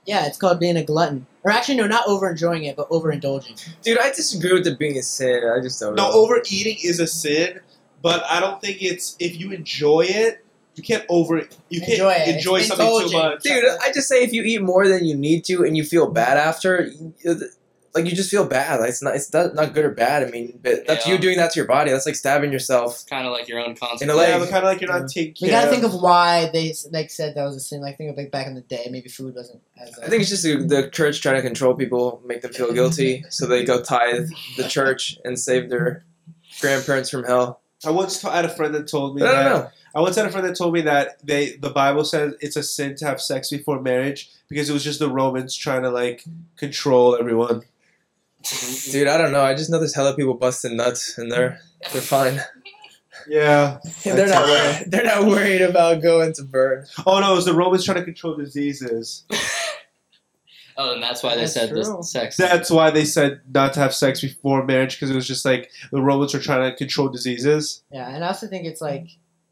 Speaker 1: Yeah, it's called being a glutton. Or actually, no, not over enjoying it, but overindulging.
Speaker 2: Dude, I disagree with it being a sin. I just don't
Speaker 4: No, oh,
Speaker 2: know.
Speaker 4: overeating is a sin, but I don't think it's if you enjoy it, you can't over you can't
Speaker 1: Enjoy it. It's
Speaker 4: enjoy something too
Speaker 1: indulging.
Speaker 4: much.
Speaker 2: Dude, I just say if you eat more than you need to and you feel bad after, you- like you just feel bad. Like it's not, it's not, not good or bad. I mean, but that's
Speaker 5: Yeah.
Speaker 2: you doing that to your body. That's like stabbing yourself.
Speaker 5: It's kind of like your own concept.
Speaker 2: In the
Speaker 4: yeah,
Speaker 2: leg.
Speaker 4: but kind of like you're not taking
Speaker 1: We
Speaker 4: care.
Speaker 1: gotta think of why they like said that was a sin. Like think of like back in the day, maybe food wasn't as. uh,
Speaker 2: I think it's just the, the church trying to control people, make them feel guilty, so they go tithe the church and save their grandparents from hell.
Speaker 4: I once t- had a friend that told me
Speaker 2: But I
Speaker 4: that
Speaker 2: don't know.
Speaker 4: I once had a friend that told me that they the Bible says it's a sin to have sex before marriage because it was just the Romans trying to like control everyone.
Speaker 2: Dude, I don't know. I just know there's hella people busting nuts and they're they're fine.
Speaker 4: Yeah.
Speaker 2: they're not worried. They're not worried about going to burn.
Speaker 4: Oh no, it was the Romans trying to control diseases.
Speaker 5: Oh, and that's why they
Speaker 1: That's
Speaker 5: said this
Speaker 1: true.
Speaker 5: sex.
Speaker 4: That's why they said not to have sex before marriage because it was just like the Romans were trying to control diseases.
Speaker 1: Yeah, and I also think it's like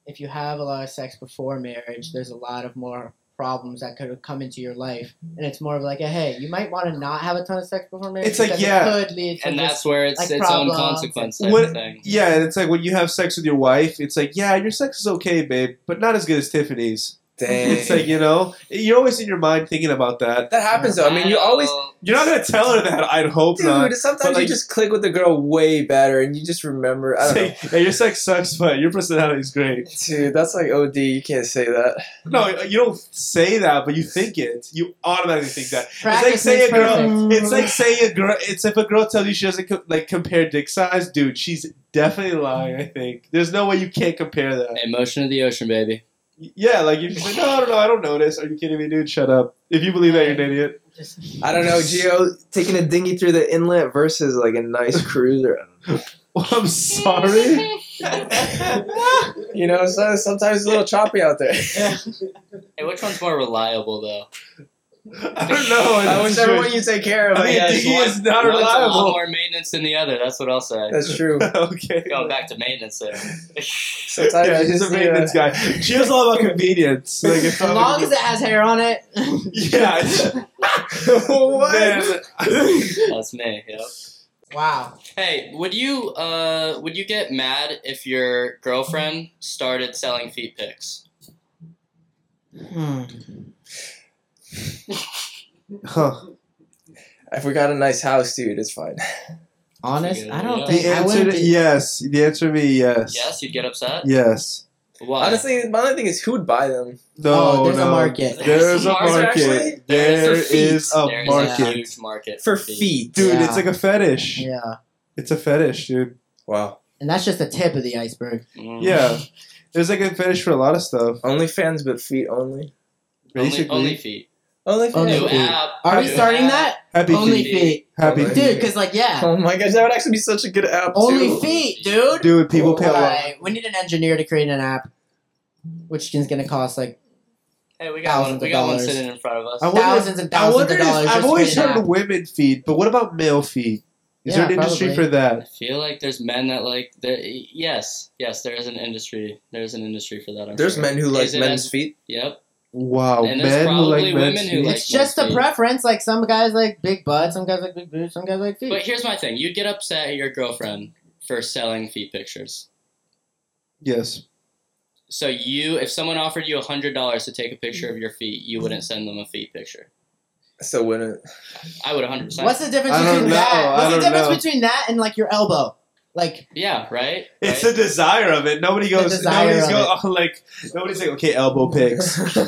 Speaker 1: if you have a lot of sex before marriage, there's a lot of more problems that could come into your life, and it's more of like, a, hey, you might want to not have a ton of sex before marriage.
Speaker 4: It's like,
Speaker 1: because
Speaker 4: yeah.
Speaker 1: it could lead to
Speaker 5: and
Speaker 1: this.
Speaker 5: that's where it's
Speaker 1: like,
Speaker 5: its
Speaker 1: problems.
Speaker 5: own consequence type
Speaker 4: What-
Speaker 5: of thing.
Speaker 4: Yeah, and it's like when you have sex with your wife, it's like, yeah, your sex is okay, babe, but not as good as Tiffany's.
Speaker 2: Dang.
Speaker 4: It's like, you know, you're always in your mind thinking about that.
Speaker 2: that happens though. I mean, you always
Speaker 4: You're not going to tell her that, I'd hope not.
Speaker 2: Dude, sometimes
Speaker 4: But, like-
Speaker 2: you just click with the girl way better, and you just remember. I
Speaker 4: It's
Speaker 2: don't
Speaker 4: like, yeah, your sex sucks, but your personality is great.
Speaker 2: know, dude. That's like OD. You can't say that.
Speaker 4: No, you don't say that, but you think it. You automatically think that.
Speaker 1: Practice
Speaker 4: it's like saying
Speaker 1: makes
Speaker 4: a girl.
Speaker 1: perfect.
Speaker 4: It's like saying a girl. It's if a girl tells you she doesn't co- like compare dick size, dude. She's definitely lying. I think there's no way you can't compare that.
Speaker 5: Emotion of the ocean, baby.
Speaker 4: Yeah, like you're just like, no, I don't know, I don't notice. Are you kidding me, dude? Shut up. If you believe that, you're an idiot.
Speaker 1: Just-
Speaker 2: I don't know, Geo taking a dinghy through the inlet versus like a nice cruiser.
Speaker 4: I'm sorry.
Speaker 2: You know, so sometimes it's a little choppy out there.
Speaker 5: Hey, which one's more reliable though?
Speaker 4: I don't know.
Speaker 2: I wish
Speaker 4: It's
Speaker 2: everyone you take care of.
Speaker 4: I
Speaker 2: I
Speaker 4: mean,
Speaker 5: Yeah,
Speaker 2: guess.
Speaker 5: it's
Speaker 4: Diggy
Speaker 5: one-
Speaker 4: is not
Speaker 5: one's a lot
Speaker 4: reliable.
Speaker 5: more maintenance than the other. That's what I'll say.
Speaker 2: That's true.
Speaker 4: okay.
Speaker 5: Going back to maintenance there.
Speaker 2: Sometimes
Speaker 4: yeah,
Speaker 2: you
Speaker 4: he's
Speaker 2: just uh,
Speaker 4: a maintenance guy. She was all about convenience. Like, if
Speaker 1: as long as it has hair on it.
Speaker 4: yeah.
Speaker 2: what?
Speaker 4: Man.
Speaker 5: That's me. Yep.
Speaker 1: wow.
Speaker 5: Hey, would you uh would you get mad if your girlfriend started selling feet pics?
Speaker 1: Hmm.
Speaker 4: Huh.
Speaker 2: If we got a nice house, dude, it's fine.
Speaker 1: Honest, I don't
Speaker 5: Yeah.
Speaker 1: think
Speaker 4: The
Speaker 1: I
Speaker 4: answer
Speaker 1: wouldn't.
Speaker 4: to
Speaker 1: be-
Speaker 4: yes. The answer to me yes.
Speaker 5: Yes, you'd get upset.
Speaker 4: Yes.
Speaker 5: Why?
Speaker 2: Honestly, my only thing is who would buy them?
Speaker 4: No.
Speaker 1: Oh, there's a
Speaker 4: no.
Speaker 1: market.
Speaker 4: There's a
Speaker 5: Market,
Speaker 4: market.
Speaker 2: actually?
Speaker 4: There
Speaker 5: for feet.
Speaker 4: is a
Speaker 5: There is
Speaker 4: market.
Speaker 5: huge market
Speaker 2: For
Speaker 5: feet.
Speaker 2: feet.
Speaker 4: Dude,
Speaker 1: Yeah.
Speaker 4: it's like a fetish.
Speaker 1: Yeah,
Speaker 4: It's a fetish, dude.
Speaker 2: Wow.
Speaker 1: and that's just the tip of the iceberg.
Speaker 5: Mm.
Speaker 4: Yeah. There's like a fetish for a lot of stuff,
Speaker 2: Only fans, but feet only.
Speaker 4: basically.
Speaker 5: Only, only feet.
Speaker 2: Only fans.
Speaker 1: Only
Speaker 5: New
Speaker 1: feet.
Speaker 5: app.
Speaker 1: Are we
Speaker 5: new
Speaker 1: starting
Speaker 5: app.
Speaker 1: that?
Speaker 4: Happy
Speaker 1: Only
Speaker 4: feet.
Speaker 1: feet,
Speaker 4: Happy
Speaker 2: Only-
Speaker 4: feet.
Speaker 1: dude. Because like, yeah,
Speaker 2: Oh my gosh, that would actually be such a good app.
Speaker 1: only
Speaker 2: too.
Speaker 1: feet, dude.
Speaker 4: Dude, people pay a lot.
Speaker 1: Alright, We need an engineer to create an app, which is gonna cost like
Speaker 5: Hey, we got one.
Speaker 1: Thousands
Speaker 5: We
Speaker 1: of
Speaker 5: got one
Speaker 1: dollars.
Speaker 5: sitting in front of us.
Speaker 4: I wonder-
Speaker 1: thousands and
Speaker 4: I
Speaker 1: thousands
Speaker 4: wonder
Speaker 1: of
Speaker 4: if,
Speaker 1: dollars.
Speaker 4: I've
Speaker 1: just
Speaker 4: always
Speaker 1: creating an
Speaker 4: heard
Speaker 1: app.
Speaker 4: women feed, but what about male feet? Is
Speaker 1: Yeah,
Speaker 4: there an industry
Speaker 1: probably.
Speaker 4: for
Speaker 5: I
Speaker 4: that?
Speaker 5: feel like there's men that like that. Yes, yes, there is an industry. There is an industry for that. I'm
Speaker 2: There's
Speaker 5: sure.
Speaker 2: men who like
Speaker 5: Is it
Speaker 2: men's
Speaker 5: as-
Speaker 2: feet.
Speaker 5: Yep.
Speaker 4: Wow,
Speaker 5: And there's
Speaker 4: men who like
Speaker 5: probably
Speaker 4: men's
Speaker 5: women who
Speaker 4: feet.
Speaker 5: like-
Speaker 1: It's just a
Speaker 5: feet.
Speaker 1: preference. Like some guys like big butts, some guys like big boobs, some guys like feet.
Speaker 5: But here's my thing: you'd get upset at your girlfriend for selling feet pictures.
Speaker 4: yes.
Speaker 5: So you, if someone offered you hundred dollars to take a picture of your feet, you wouldn't send them a feet picture.
Speaker 2: So wouldn't.
Speaker 5: I would hundred percent.
Speaker 1: What's the difference
Speaker 4: I don't
Speaker 1: between
Speaker 4: know, I
Speaker 1: that? What's
Speaker 4: don't
Speaker 1: the difference
Speaker 4: know.
Speaker 1: between that and like your elbow? Like
Speaker 5: Yeah. Right.
Speaker 4: It's
Speaker 5: Right?
Speaker 4: the desire of it. Nobody
Speaker 1: The
Speaker 4: goes.
Speaker 1: desire
Speaker 4: Nobody's
Speaker 1: of
Speaker 4: go, oh, like. Nobody's like, okay, elbow pics.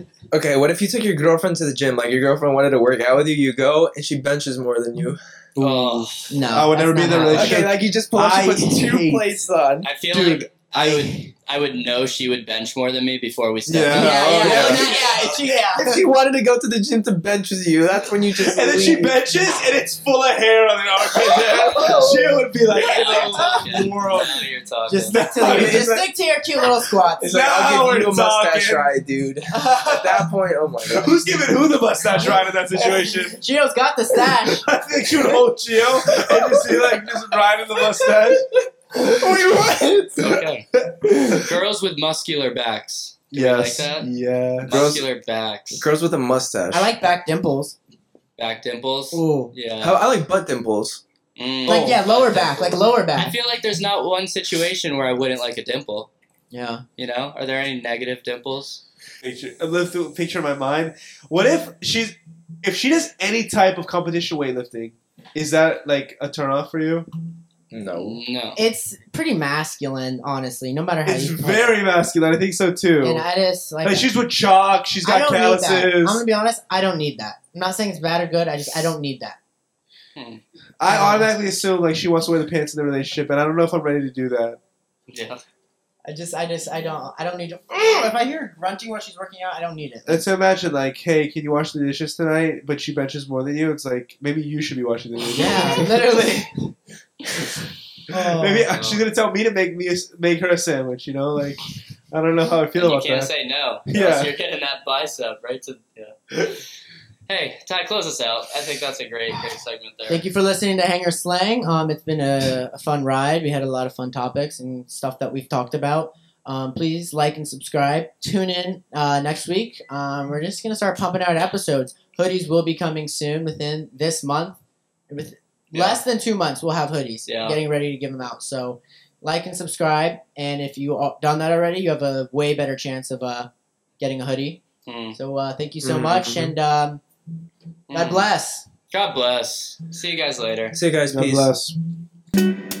Speaker 2: Okay, what if you took your girlfriend to the gym? Like your girlfriend wanted to work out with you, you go and she benches more than you.
Speaker 3: Oh,
Speaker 1: No,
Speaker 4: I would
Speaker 1: that's
Speaker 4: never be
Speaker 1: not
Speaker 4: in that
Speaker 1: how it works.
Speaker 4: relationship.
Speaker 2: Okay, like you just pull up, she
Speaker 4: I
Speaker 2: puts two
Speaker 4: hate-
Speaker 2: plates on.
Speaker 5: I feel
Speaker 4: Dude,
Speaker 5: like I would I would know she would bench more than me before we started.
Speaker 4: Yeah,
Speaker 1: Yeah, yeah,
Speaker 4: Oh, yeah.
Speaker 1: yeah, yeah, it's- yeah.
Speaker 2: If she wanted to go to the gym to bench with you, that's when you just
Speaker 4: And then she
Speaker 2: leave.
Speaker 4: benches, and it's full of hair on an armpit. she would be like,
Speaker 5: I
Speaker 4: "What
Speaker 5: don't
Speaker 4: the
Speaker 5: know.
Speaker 4: world?"
Speaker 5: Now you're talking.
Speaker 1: Just stick to,
Speaker 4: It's
Speaker 1: just
Speaker 4: like-
Speaker 1: stick to your cute little squats.
Speaker 2: It's like, I'll
Speaker 4: Now
Speaker 2: give you
Speaker 4: we're
Speaker 2: a mustache
Speaker 4: talking.
Speaker 2: ride, dude. At that point, oh my god.
Speaker 4: Who's giving who the mustache ride in that situation?
Speaker 1: Gio's got the stash.
Speaker 4: I think you'd hold Gio and just see like just riding the mustache.
Speaker 5: Okay. Girls with muscular backs.
Speaker 4: Yes.
Speaker 5: Like that?
Speaker 4: Yeah.
Speaker 2: Girls-
Speaker 5: Muscular backs.
Speaker 2: Girls with a mustache.
Speaker 1: I like back dimples.
Speaker 5: Back dimples.
Speaker 1: Ooh.
Speaker 5: Yeah.
Speaker 2: How, I like butt dimples.
Speaker 5: Mm.
Speaker 1: Like yeah, lower back, like lower
Speaker 5: I
Speaker 1: back.
Speaker 5: feel like there's not one situation where I wouldn't like a dimple.
Speaker 1: Yeah.
Speaker 5: You know? Are there any negative dimples?
Speaker 4: Picture, I live through a picture in my mind. What if she's if she does any type of competition weightlifting? Is that like a turn off for you?
Speaker 2: No.
Speaker 5: No.
Speaker 1: It's pretty masculine, honestly. No matter how
Speaker 4: It's
Speaker 1: you.
Speaker 4: very masculine. I think so too.
Speaker 1: And I just like.
Speaker 4: Like she's with chalk. She's
Speaker 1: I
Speaker 4: got
Speaker 1: don't need that. I'm gonna
Speaker 4: calluses.
Speaker 1: be honest. I don't need that. I'm not saying it's bad or good. I just I don't need that.
Speaker 4: I automatically assume like she wants to wear the pants in the relationship, and I don't know if I'm ready to do that.
Speaker 5: Yeah.
Speaker 1: I just I just I don't I don't need to.
Speaker 5: Mm.
Speaker 1: If I hear her grunting while she's working out, I don't need it.
Speaker 4: And so imagine like, hey, can you wash the dishes tonight? But she benches more than you. It's like maybe you should be washing the dishes.
Speaker 1: Yeah, literally. Oh.
Speaker 4: maybe uh, she's gonna tell me to make me a s make her a sandwich. You know, like I don't know how I feel
Speaker 5: And you
Speaker 4: about
Speaker 5: can't
Speaker 4: that.
Speaker 5: say no.
Speaker 4: Yeah.
Speaker 5: Yeah. You're getting that bicep right to. Yeah. hey, Ty, close us out. I think that's a great, great segment there.
Speaker 1: Thank you for listening to Hanger Slang. Um, it's been a, a fun ride. We had a lot of fun topics and stuff that we've talked about. Um, please like and subscribe. Tune in uh, next week. Um, we're just gonna start pumping out episodes. Hoodies will be coming soon within this month. With
Speaker 5: Yeah.
Speaker 1: less than two months, we'll have hoodies.
Speaker 5: Yeah.
Speaker 1: Getting ready to give them out. So like and subscribe. And if you all done that already, you have a way better chance of uh, getting a hoodie.
Speaker 5: Hmm.
Speaker 1: So uh, thank you so
Speaker 2: Mhm,
Speaker 1: much, and um, God
Speaker 5: mm-hmm. Mm.
Speaker 1: bless.
Speaker 5: God bless. See you guys later.
Speaker 2: See you guys.
Speaker 4: God
Speaker 2: Peace.
Speaker 4: bless.